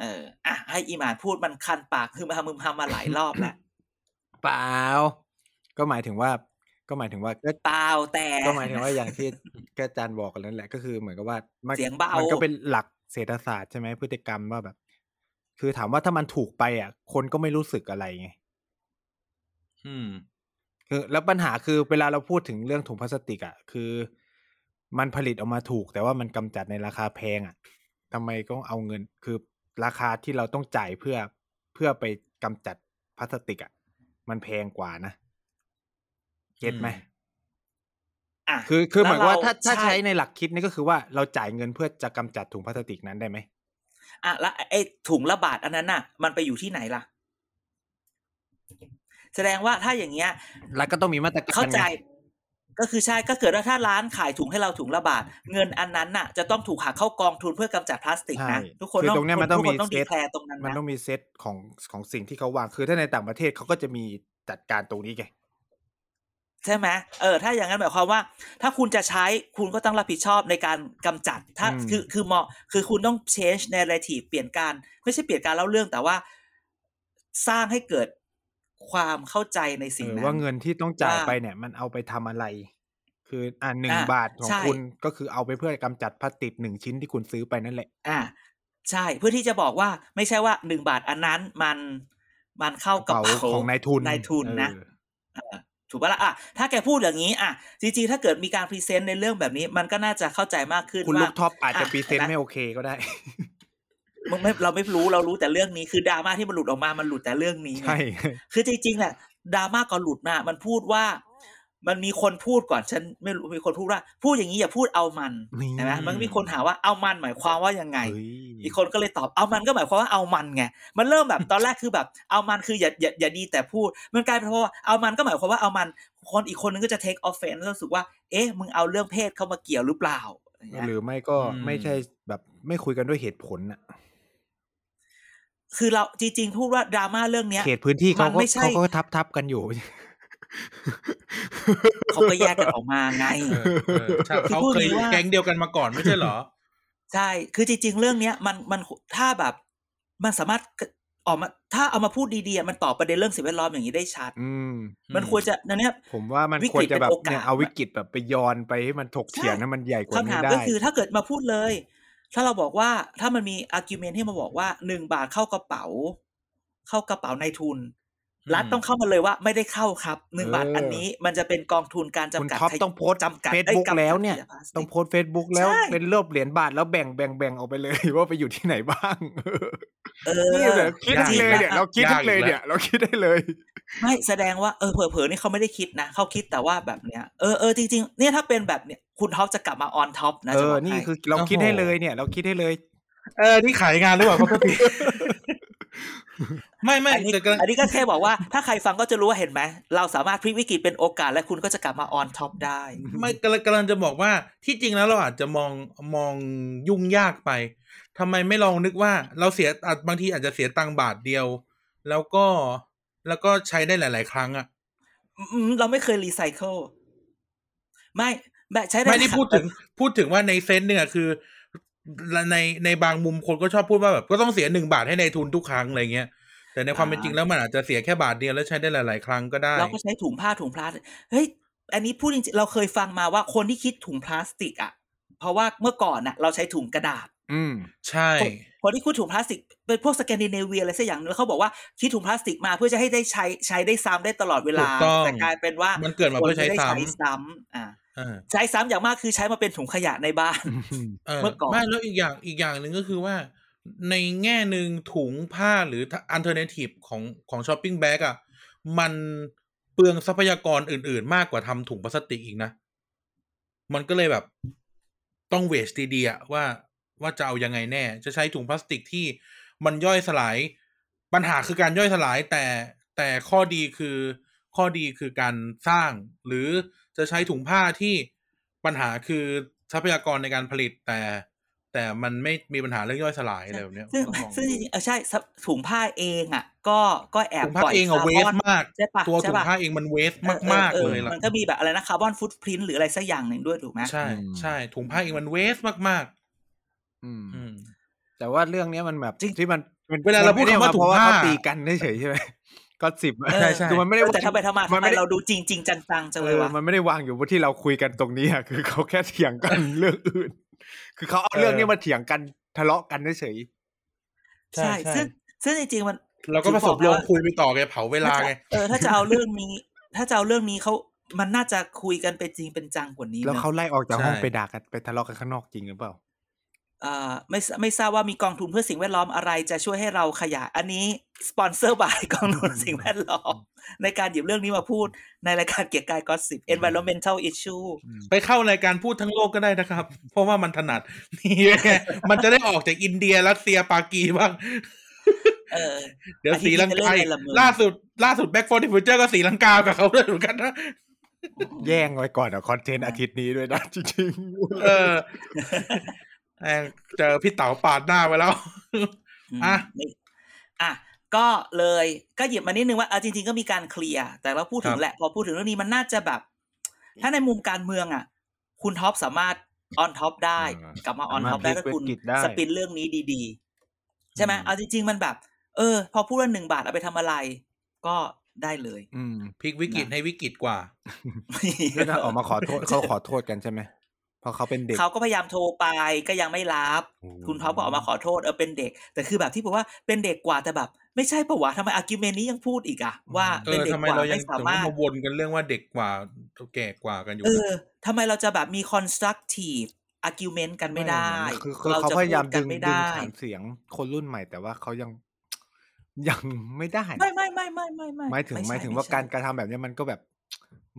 D: เอออ่ะให้อีหมานพูดมันคันปากคือมามึงทำมาหลายรอบแล้ว
C: เปล่า ก็หมายถึงว่า ก็หมายถึงว่าก็
D: เปล่าแต่
C: ก็หมายถึงว่าอย่างที่ แกอาจารย์บอกกันนั่นแหละก็คือเหมือนกับว่ามัน
D: เสียงเบามั
C: นก็เป็นหลักเศรษฐศาสตร์ใช่ไหมพฤติกรรมว่าแบบ คือถามว่าถ้ามันถูกไปอ่ะ คนก็ไม่รู้สึกอะไรไง
B: อืม
C: คือแล้วปัญหาคือเวลาเราพูดถึงเรื่องถุงพลาสติกอ่ะคือ มันผลิตออกมาถูก แต่ว่ามันกำจัดในราคาแพงอ่ะทำไมก็เอาเงิน คือราคาที่เราต้องจ่ายเพื่อเพื่อไปกำจัดพลาสติกอ่ะมันแพงกว่านะเก็ตไหม
B: อืม
D: อ่ะ
C: คือคือห
D: แล้
C: มายความว่า
D: เร
C: ถ้าถ้าใช้ในหลักคิดนี่ก็คือว่าเราจ่ายเงินเพื่อจะกำจัดถุงพลาสติกนั้นได้ไหม
D: อ่ะแล้วไอ้ถุงละบาทอันนั้นน่ะ มันไปอยู่ที่ไหนล่ะ แสดงว่าถ้าอย่างเงี้ย
C: รัฐก็ต้องมีมาตรการ
D: เข้าใจ
C: ไง
D: ก็คือใช่ก็เกิดว่าถ้าร้านขายถุงให้เราถุงละบาท เงินอันนั้นน่ะ จะต้องถูกหักเข้ากองทุนเพื่อกำจัดพลาสติก
C: ใช่
D: นะทุกคน
C: คือ
D: ต้อง
C: ตรงเนี้ยมันต้อง
D: ทุกค
C: มี
D: ต้อง
C: เซ
D: ดี
C: ต
D: แคลร์ตรงนั้น
C: มัน
D: นะ
C: ต้องมีเซตของของสิ่งที่เขาวางคือถ้าในต่างประเทศเขาก็จะมีจัดการตรงนี้ไง
D: ใช่ไหมเออถ้าอย่างนั้นหมายความว่า ถ้าคุณจะใช้คุณก็ต้องรับผิดชอบในการกำจัด ถ้า
C: อืม
D: คือคือเหมาะคือคุณต้อง change narrative เปลี่ยนการ ไม่ใช่เปลี่ยนการเล่าเรื่องแต่ว่า สร้างให้เกิดความเข้าใจในสิ่ง
C: เออ
D: นั้น
C: ว่าเงินที่ต้องจ่าย
D: ว่า
C: ไปเนี่ย มันเอาไปทำอะไร คืออ่าหนึ่ง
D: อ่ะ
C: บาทของ
D: ใช่
C: คุณก็คือเอาไปเพื่อกำจัดพลาสติกหนึ่งชิ้นที่คุณซื้อไปนั่นแหละ
D: อ่าใช่เพื่อที่จะบอกว่าไม่ใช่ว่าหนึ่งบาทอันนั้นมันมันเข้ากระเป๋า
C: ของนายทุน
D: นายทุนนะ
C: เออ
D: เออถูกปะล่ะอ่ะถ้าแกพูดอย่างนี้ อ่ะ จริงๆ ถ้าเกิดมีการพรีเซนต์ในเรื่องแบบนี้ มันก็น่าจะเข้าใจมากขึ้น
C: คุณลู
D: ว่าก
C: ท็อปอาจจะ
D: ะ
C: พรีเซน
D: ห็
C: ต์
D: ห
C: ไม่โอเคก็ได้
D: มึงไม่เราไม่รู้เรารู้แต่เรื่องนี้คือดราม่าที่มันหลุดออกมามันหลุดแต่เรื่องนี้ไง
C: ใช่
D: คือจริงๆแหละดราม่าก่อนหลุดมา มันพูดว่า มันมีคนพูดก่อนฉันไม่รู้มีคนพูดว่า พูดอย่างนี้อย่าพูดเอามัน
C: นี่
D: ใช่ไหมมันก็มีคนถามว่าเอามันหมายความว่ายังไง
C: เฮ้ย
D: อีกคนก็เลยตอบเอามันก็หมายความว่าเอามันไงมันเริ่มแบบ ตอนแรกคือแบบเอามันคืออย่าอย่าอย่าดีแต่พูด มันกลายเป็นเพราะว่าเอามันก็หมายความว่าเอามันคนอีกคนนึงก็จะ take offense แล้วรู้สึกว่า เอ๊ะมึงเอาเรื่องเพศเข้ามาเกี่ยวหรือเปล่าอะไรเงี้ย
C: หรือไม่ก็
B: อืม
C: ไม่ใช่แบบไม่คุยกันด้วยเหตุผลอะ
D: คือเราจริง ๆ พูดว่าดราม่าเรื่องเนี้ย
C: เขตพื้นที่เขา
D: มัน
C: ก็
D: ไม่ใช่
C: เขาก็ทับทับๆกันอยู่
D: เขาก็แยกกันออกมาไง
B: เออเออใช่เขาเคยอยู่แก๊งเดียวกันมาก่อนไม่ใช่เหรอ
D: ใช่ คือจริง ๆ เรื่องเนี้ยมันมันถ้าแบบมันสามารถออกมาถ้าเอามาพูดดีๆอะมันตอบประเด็นเรื่องสิ่งแวดล้อมอย่างนี้ได้ชัด
C: อืม
D: มันควรจะนั่นเนี้ย
C: ผมว่ามัน
D: วิก
C: ควร
D: ฤต
C: จะ
D: เป็น
C: แบบ
D: โอกาส
C: เนี่ยเอา
D: อะ
C: วิกฤตแบบไปย้อนไปให้มันถกเถียง
D: ใช่
C: นะมันใหญ่กว่า
D: คำ
C: นี้
D: ถาม
C: ได้
D: ก็คือถ้าเกิดมาพูดเลย ถ้าเราบอกว่าถ้ามันมีอาร์กิวเมนที่มาบอกว่าหนึ่งบาทเข้ากระเป๋า เข้ากระเป๋าในายทุน รัฐต้องเข้ามาเลยว่าไม่ได้เข้าครับหนึ่ง
C: เออ
D: บาทอันนี้มันจะเป็นกองทุนการจำ
C: คุณ
D: กัด
C: ท็อปต้องโพส
D: จำกัด
C: เฟซ
D: ได้
C: บุ๊ก
D: กำจัด
C: แล้วเนี่ย
D: ขะพลาสติก
C: ต้องโพสเฟซบุ๊กแล้ว
D: ใช่
C: เป็นเรอบเหรียญบาทแล้วแบ่งแบ่งแบ่งออกไปเลย ว่าไปอยู่ที่ไหนบ้าง
D: เออ
C: นี่เหรอคิด
B: ได้
C: ได้เลยเนี่ย
D: จริง
C: เรา
D: นะ
C: คิดได้เลย
B: ได้อีกแล้ว
C: เนี่ยเราคิดได้เลย
D: ไม่แสดงว่าเออเผลอๆนี่เขาไม่ได้คิดนะเขาคิดแต่ว่าแบบเนี้ยเออเออจริงๆเนี่ยถ้าเป็นแบบเนี้ยคุณท็อปจะกลับมาออนท็อปนะ
C: เอ
D: จะ
C: อ
D: บอก
C: นี่
D: ให้
C: คือเราคิดให้เลยเนี่ย เราคิดให้เลย
B: เออนี่ขายงานหรือเปล่า เขาติไม่ไม่
D: อันนี้
B: แต่ก็
D: อันนี้ก็แค่บอกว่าถ้าใครฟังก็จะรู้ว่าเห็นไหม เราสามารถพลิกวิกฤตเป็นโอกาสและคุณก็จะกลับมาออนท็อปได้
B: ไม่กำลังกำลังจะบอกว่าที่จริงแล้วเราอาจจะมองมองยุ่งยากไปทำไมไม่ลองนึกว่า เราเสียอาจบางทีอาจจะเสียตังค์บาทเดียว แล้วก็แล้วก็ใช้ได้หลาย ๆ ครั้งอ่ะ
D: อืมเราไม่เคยรีไซเคิลไม่แบบใช้
B: ไม่ได้
D: ค่ะ
B: พูดถึงพูดถึงว่าในเซนต์เนี่ยคือในในบางมุมคนก็ชอบพูดว่าแบบก็ต้องเสียหนึ่งบาทให้ในายทุนทุกครั้งอะไรเงี้ยแต่ในความเป็นจริงแล้วมันอาจจะเสียแค่บาทเดียวแล้วใช้ได้หลาย ๆ ครั้งก็ได้
D: เราก็ใช้ถุงผ้าถุงพลาสติกเฮ้ยอันนี้พูดจริงๆเราเคยฟังมาว่าคนที่คิดถุงพลาสติกอ่ะ เพราะว่าเมื่อก่อนน่ะ เราใช้ถุงกระดาษ
C: อืม
B: ใช่
D: คนคนที่คิดถุงพลาสติกเป็นพวกสแกนดิเนเวียอะไรสักอย่างหนึงแล้วเขาบอกว่าคิดถุงพลาสติกมาเพื่อจะให้ได้ใช้ใช้ได้ซ้ำได้ตลอดเวลา
B: ถูกต้อง
D: แต่กลายเป็นว่า
B: มันเกิดมาเพื่อใช้
D: คนไม่ได้
B: ซ้
D: ซ้ำอ่า
B: ำเออ
D: ใช้ซ้ำอย่างมากคือใช้มาเป็นถุงขยะในบ้าน
B: เออ
D: เมื่อก่อน
B: ไม่แล้วอีกอย่างอีกอย่างหนึ่งก็คือว่า ในแง่หนึ่งถุงผ้าหรืออันเทอร์เนทีฟของของช้อปปิ้งแบ็กอ่ะมันเปลืองทรัพยากรอื่น ๆ มากกว่าทำถุงพลาสติกอีกนะ มันก็เลยแบบต้องเวสดีๆอะว่าว่าจะเอายังไงแน่ จะใช้ถุงพลาสติกที่มันย่อยสลาย ปัญหาคือการย่อยสลายแต่แต่ข้อดีคือข้อดีคือการสร้าง หรือจะใช้ถุงผ้าที่ปัญหาคือทรัพยากรในการผลิตแต่ แต่มันไม่มีปัญหาเรื่องย่อยสลายอะไรแบบเนี้ย
D: ซึ่ง
B: ต้องลอง
D: ซึ่งจริงๆเออใช่ซับถุงผ้าเองอ่ะ ก็ก็แอบ
B: ถุงผ้า
D: ปล่อย
B: เองอะ
D: คา
B: เว
D: ร์
B: ส
D: บอน
B: มาก
D: ใช่ปะ
B: ตัวถุ
D: ใช่
B: ง
D: ปะ
B: ผ้าเองมันเวส
D: ออออ
B: มากๆเลยล่ะ
D: มันก็มีแบบอะไรนะคาร์บอนฟุตพิ้นหรืออะไรสักอย่างหนึ่งด้วยถูกไหม
B: ใช่ใช่ถุงผ้าเองมันเวสมาก
C: อืม
B: ๆ อืม
C: แต่ว่าเรื่องเนี้ยมันแบบที่มันมัน
B: เวลาเราพูด
C: ไม่
B: คำว่า
C: ไเพระ
B: ถุงผ้า
C: เขตีกันเฉยๆใช่ไหมก็สิบ
D: เออ
B: ใช่ใช่
C: คือมันไม่ได้
D: เออแต่ทำไปทำมาทำ
C: น
D: ไม
C: ด้
D: เราดูจริงจริงๆจังๆจังเล
C: เอยอ
D: วะ
C: มันไม่ได้วางอยู่บนที่เราคุยกันตรงนี้อะคือเขาแค่เถียงกัน เรื่องอื่น คือเขาเอาเรื่องนี้มาเถียงกันทะเลาะกันเฉย
B: ใช่
D: ใช่
B: ใช่
D: ซึ่งซึ่งจริงๆมัน
B: เราก็ผสมโลงคุยไปต่อไงเผาเวลาไง
D: เออถ้าจะเอาเรื่องนี้ ถ้าจะเอาเรื่องนี้เขามันน่าจะคุยกันเป็นจริงเป็นจังกว่า
C: ๆ
D: นี้นะ
C: แล้วเขาไล่ออกจาก
B: ใช่
C: ห้องไปด่ากันไปทะเลาะกันข้างนอกจริงหรือเปล่า
D: เอ่อไม่ไม่ทราบว่ามีกองทุนเพื่อสิ่งแวดล้อมอะไรจะช่วยให้เราขยายอันนี้สปอนเซอร์บายกองทุนสิ่งแวดล้อม ในการหยิบเรื่องนี้มาพูดในรายการเกียร์กายก็สิบ environmental issue
B: ไปเข้ารายการพูดทั้งโลกก็ได้นะครับ เพราะว่ามันถนัด นี่ไงมันจะได้ออกจากอินเดียรัสเซียปากีบ้าง
D: เออ
B: เดี๋ยวสีลังกา
D: อาทิตย์นี้จะเล่นอะไรละมึง
B: ล่าสุด ล่าสุดแบ็กฟอร์ดิฟิเจอร์ก็สีลังกากับเขาด้วยเหมือนกันนะ
C: แย่งไว้ก่อนอะคอนเทนต์อาทิตย์นี้ด้วยนะจ ริง
B: เออแม่งเจอพี่เต๋าปาดหน้าไปแล้ว
D: ม
B: อ่ะ
D: ไม่อ่ะ ก็เลยก็หยิบมานิดนึงว่าเอาจริง ๆ ก็มีการเคลียร์ แต่เราพูดถึงแหละ พอพูดถึงเรื่องนี้มันน่าจะแบบ ถ้าในมุมการเมืองอ่ะ คุณท็อปสามารถออนท็อปได้ กลับมาออนท็อปได้ถ้าคุณสปินเรื่องนี้ดีๆ ใช่ไหมเอาจริง ๆ มันแบบ เออ พอพูดว่าหนึ่งบาทเอาไปทำอะไร ก็ได้เลย
C: ๆอืม
B: พลิกวิกฤตให้วิกฤตกว่า
C: ก็น่าออกมาขอโทษ เขาขอโทษกันใช่ไหมเพราะเขาเป็นเด็ก
D: เขาก็พยายามโทรไปก็ยังไม่รับ
C: โอ้
D: คุณท็อปก็ออกมาขอโทษเออเป็นเด็ก แต่คือแบบที่บอกว่าเป็นเด็กกว่าแต่แบบ ไม่ใช่ปะวะทำไมอากิวเมนนี้ยังพูดอีกอะว่า
B: เอ
D: เป็น
B: อ
D: เด็ก
B: ทำไม
D: กว่า
B: เรายัง
D: ไม่สา
B: ถึง
D: มารถ
B: มาวนกันเรื่องว่าเด็กกว่าแก่กว่ากันอยู่
D: เออทำไมเราจะแบบมี constructive argument กันไม่ได้
C: คือคือ
D: เรา
C: เขา
D: จะ
C: พยายาม
D: พูดกั
C: ดึ
D: น
C: ง
D: ไม่
C: ดึง
D: ได้
C: ฐานเสียงคนรุ่นใหม่แต่ว่าเขายัง ยังไม่ได้นะ
D: ไม่ไม่ไม่ไม่ไม่ไม่
C: หมายถึง
D: ไใช่
C: หมายถึง
D: ไใช่
C: ว่าการกระทำแบบเนี้ยมันก็แบบ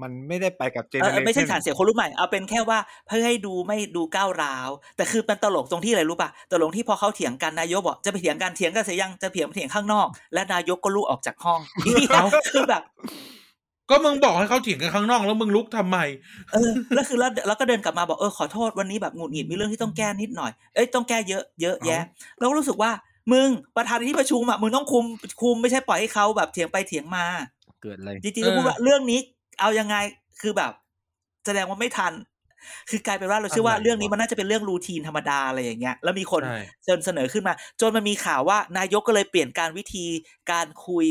C: มันไม่ได้ไปกับเจ
D: เอ
C: เน
D: อ
C: เร
D: เอ
C: ชั่
D: อน ไม่ใช่ฐานเสียงคนรุ่นใหม่เอาเป็นแค่ว่าเพื่อให้ดูไม่ดูก้าวร้าว แต่คือมันตลกตรงที่อะไรรู้ป่ะตลกที่พอเขาเถียงกันนายกบอกจะไปเถียงกันเถียงกันเสียยังจะเถียงเถียงข้างนอก และนายกก็ลุกออกจากห้อง คือแบบ
B: ก็มึงบอกให้เขาเถียงกันข้างนอกแล้วมึงลุกทำไม
D: เออแล้วคือแล้วแล้วก็เดินกลับมาบอกเออขอโทษวันนี้แบบหงุดหงิดมีเรื่องที่ต้องแก้นิดหน่อยเอ้ยต้องแก้เยอะเยอะแยะเราก็รู้สึกว่ามึงประธานในที่ประชุมอ่ะมึงต้องคุมคุมไม่ใช่ปล่อยให้เขาแบบเถียงไปเถียงมา
C: เกิดอะไร
D: จริงๆแล้ว
B: เออ
D: พูดว่าเรื่องนี้เอายังไงคือแบบ แสดงว่าไม่ทัน คือกลายเป็นว่าเราเชื่อว่า
B: อะไรวะ
D: เรื่องนี้มันน่าจะเป็นเรื่องรูทีนธรรมดาอะไรอย่างเงี้ยแล้วมีคน
B: ใช่
D: เชิญเสนอขึ้นมา จนมันมีข่าวว่านายกก็เลยเปลี่ยนการวิธีการคุย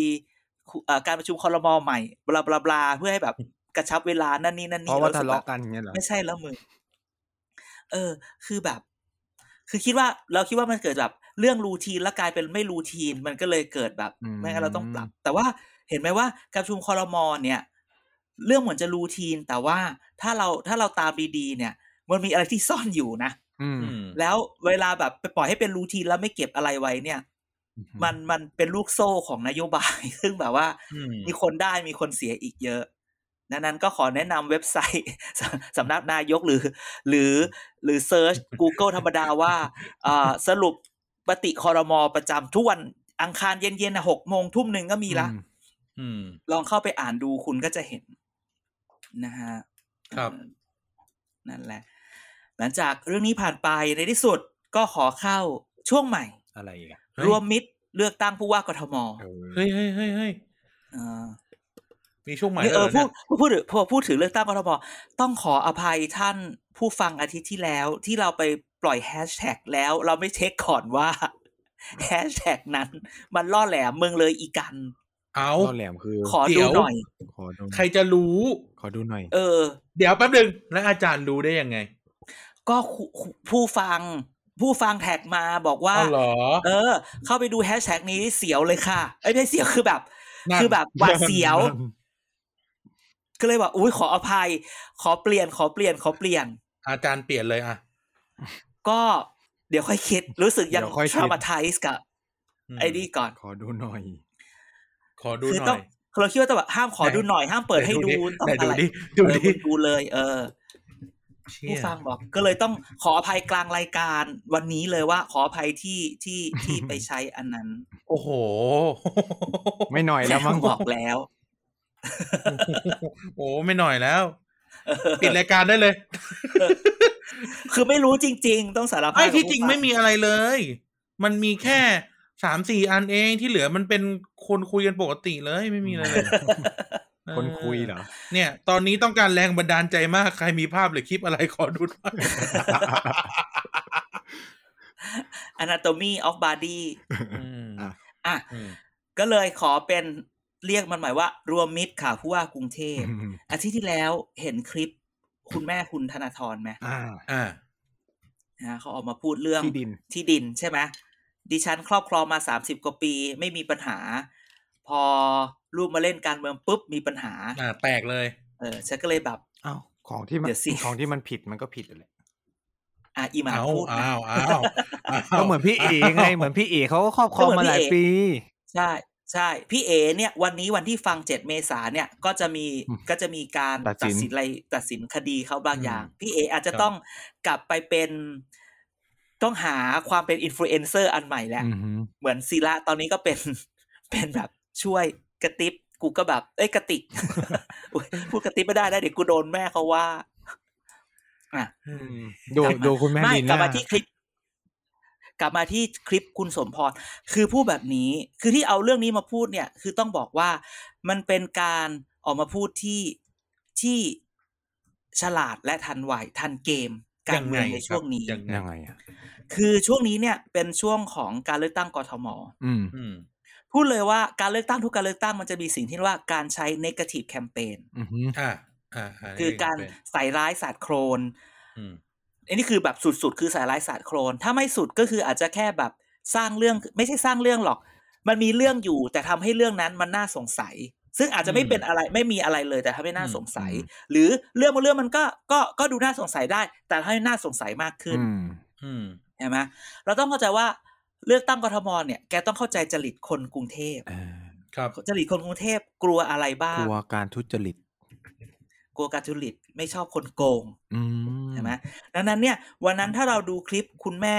D: คุเอ่อการประชุมคอรมอใหม่บลาบลาบลาเพื่อให้แบบกระชับเวลานั่นนี่นั่น
C: เพ
D: นี่
C: ราะว่า
D: สึ
C: ทะ
D: กแบบ
C: เลาะกันอย่างเงี้ยเหรอ
D: ไม่ใช่แล้วมึง เออ คือแบบ คือคิดว่าเราคิดว่ามันเกิดแบบเรื่องรูทีนแล้วกลายเป็นไม่รูทีน มันก็เลยเกิดแบบไม่งั้นเราต้องปรับ แต่ว่าเห็นไหมว่าการประชุมคอรมอเนี่ย เรื่องเหมือนจะรูทีน แต่ว่าถ้าเราถ้าเราตามดีๆเนี่ย มันมีอะไรที่ซ่อนอยู่นะ
C: อืม
B: อืม
D: แล้วเวลาแบบไปปล่อยให้เป็นรูทีนแล้วไม่เก็บอะไรไว้เนี่ย มันมันเป็นลูกโซ่ของนโยบาย ซึ่งแบบว่า
B: อืม
D: มีคนได้มีคนเสียอีกเยอะ ดังนั้นก็ขอแนะนำเว็บไซต์ สสำนักนายกหรือ หรือหรือเซิร์ช Google ธรรมดาว่าเอ่อสรุปปฏิคอรมอประจำทุกวันอังคารเย็นๆหกโมงทุ่มหนึ่งก็มีละ
C: อืม
B: อืม
D: ลองเข้าไปอ่านดูคุณก็จะเห็นนะฮะ
B: ครับ
D: เอ่อนั่นแหละ หลังจากเรื่องนี้ผ่านไปในที่สุดก็ขอเข้าช่วงใหม่
C: อะไรอีกอะ
D: รวมมิตรเลือกตั้งผู้ว่ากทม
C: เออ
B: เฮ้ยเฮ้ยเฮ้ยเฮ้ย
D: เออ
B: มีช่วงใหม่
D: เอ
B: เอ
D: อ
B: อ
D: พู
B: พู
D: ด
B: ด
D: พูดถึงพอพูดถึงเลือกตั้งกทมต้องขออภัยท่านผู้ฟังอาทิตย์ที่แล้วที่เราไปปล่อยแฮชแท็กแล้วเราไม่เช็คก่อนว่า แฮชแท็กนั้น มันล่อแหลมเมืองเลยอีกัน
B: เอา
C: ข้อแหลมคือ
D: ขอ
B: เดี๋
D: ดู
B: ยว
D: หน่อย
C: ขอดู
B: ใครจะรู้
C: ขอดูหน่อย
D: เออ
B: เดี๋ยวแป๊บหนึ่งแล้วอาจารย์รู้ได้ยังไง
D: ก็คุผู้ฟัง ผู้ฟังแท็กมาบอกว่า
B: เอาเหรอ
D: เออ เข้าไปดูแฮชแท็กนี้เสียวเลยค่ะไอ้ยไม่เสียวคือแบบ
B: นั่น
D: คือแบบหวาดเสียว ก็เลยว่าอุ้ยขออภัย ขอเปลี่ยนขอเปลี่ยนขอเปลี่ยน
B: อาจารย์เปลี่ยนเลยอ่ะ
D: ก็เดี๋ยวค่อยคิดรู้สึกยัง
C: เดี๋ยวค่อยคิด
D: traumatize กับ
B: ม
D: ไอ้นี่ก่อน
C: ขอดูหน่อย
B: ขอดู
D: คือ
B: หน่
D: ต้อง
B: อย
D: เราคิดว่าแต่แบบห้ามขอ
B: ไหน
D: ดูหน่อยห้ามเปิดให้ดูต้อง
B: ไหน
D: อะ
B: ดู
D: ไร
B: ดิ
D: เอ
B: ดู
D: อ
B: ดิ
D: คุณดูเลย เออ
B: เชี่ย
D: ผู้ฟังบอก ก็เลยต้องขออภัยกลางรายการวันนี้เลยว่า ขออภัยที่ที่ที่ไปใช้อันนั้น
B: โอ้โห
C: ไม่หน่อยแล้วมั้ง
D: บอกแล้ว
B: โอ้ไม่หน่อยแล้ว
D: เออ
B: ปิดรายการได้เลย
D: คือไม่รู้จริง ๆ ต้องสารภาพ
B: ไอ้
D: กับ
B: ที่
D: ผู้
B: จริง
D: ฟั
B: ไม่มีอะไรเลย มันมีแค่สามสี่อันเองที่เหลือมันเป็นคนคุยกันปกติเลยไม่มีอะไร เลย
C: คนคุยเหรอ
B: เนี่ย ตอนนี้ต้องการแรงบันดาลใจมากใครมีภาพหรือคลิปอะไรขอดูหน่อย
D: อ anatomy of body
C: อ่ะ
D: อ่ะก็เลยขอเป็นเรียกมันหมายว่า รวมมิตรค่ะผู้ว่ากรุงเทพ อาทิตย์ที่แล้วเห็นคลิปคุณแม่คุณธนาธรไหม
C: อ่า
B: อ่า
D: นะเขาออกมาพูดเรื่อง
C: ที่ดิน
D: ที่ดินใช่ไหมดิฉันครอบครองมาสามสิบกว่าปี ไม่มีปัญหา พอลูกมาเล่นการเมืองปุ๊บมีปัญหา
B: อ่า แตกเลย
D: เออฉันก็เลยแบบ
C: อ้าว ของที่มัน
D: เดี๋ยวสิ
C: ของที่มันผิดมันก็ผิดแหละ
D: อ่ะอีหมา
B: อ้าว
D: พูดนะ
B: อ้าวอ้าวาว
C: ก็เหมือนพี่เอ๋ไงเหมือนพี่เอ๋เขาก็ครอบครองมาหลายปี
D: ใช่ใช่พี่เอเนี่ยวันนี้วันที่ฟัง 7 เมษาเนี่ยก็จะมี
C: อืม
D: ก็จะมีการ
C: ตัดสิน
D: อะไรตัดสินคดีเขาบางอย่าง
B: อืม
D: พี่เออาจจะ
B: ครับ
D: ต้องกลับไปเป็นต้องหาความเป็นอินฟลูเอนเซอร์อันใหม่แล้ว
C: อือหือ
D: เหมือนศิละตอนนี้ก็เป็น เป็นแบบช่วยกระติบกูก็แบบ เอ้ยกระติก อุ๊ยพูดกระติบไม่ได้นะเดี๋ยวกูโดนแม่เขาว่า
C: ดู
D: กลับมา
C: ดูคุณแม่
D: ไม่
C: ลิน
D: กลับมา
C: น่ะ
D: ที่คลิป กลับมาที่คลิปคุณสมพรคือพูดแบบนี้คือที่เอาเรื่องนี้มาพูดเนี่ย คือต้องบอกว่ามันเป็นการออกมาพูดที่ที่ฉลาดและทันไหวทันเกมการเมืองในช่วงนี้
B: ยังไง
C: ยังไงอ่ะ
D: คือช่วงนี้เนี่ยเป็นช่วงของการเลือกตั้งกทม
C: อืม
B: อืม
D: พูดเลยว่าการเลือกตั้งทุกการเลือกตั้งมันจะมีสิ่งที่เรียกว่าการใช้ negative campaign
C: อือหือ
B: อ่าอ่าานนี้
D: คือการ
B: เป็น
D: ใส่ร้ายสาดโครน
B: อืม
D: อันนี้คือแบบสุดๆ คือสายร้ายสาดโครน ถ้าไม่สุดก็คืออาจจะแค่แบบสร้างเรื่องไม่ใช่สร้างเรื่องหรอก มันมีเรื่องอยู่แต่ทำให้เรื่องนั้นมันน่าสงสัย ซึ่งอาจจะไม่
B: อืม
D: เป็นอะไรไม่มีอะไรเลยแต่ทำให้น่า
B: อืม
D: สงสัย หรือเรื่องบางเรื่องมันก็ก็ก็ดูน่าสงสัยได้ แต่ทำให้น่าสงสัยมากขึ้น
C: อืม
B: อืม
D: ใช่ไหมเราต้องเข้าใจว่าเลือกตั้งกทมเนี่ยแกต้องเข้าใจจริตคนกรุงเทพ
C: เออ
B: ครับ
D: จริตคนกรุงเทพกลัวอะไรบ้าก ง
C: ลัวการทุจริต
D: กลัวการทุจริตไม่ชอบคนโกง
C: อืม
D: ใช่ไหมดังนั้นเนี่ยวันนั้นถ้าเราดูคลิปคุณแม่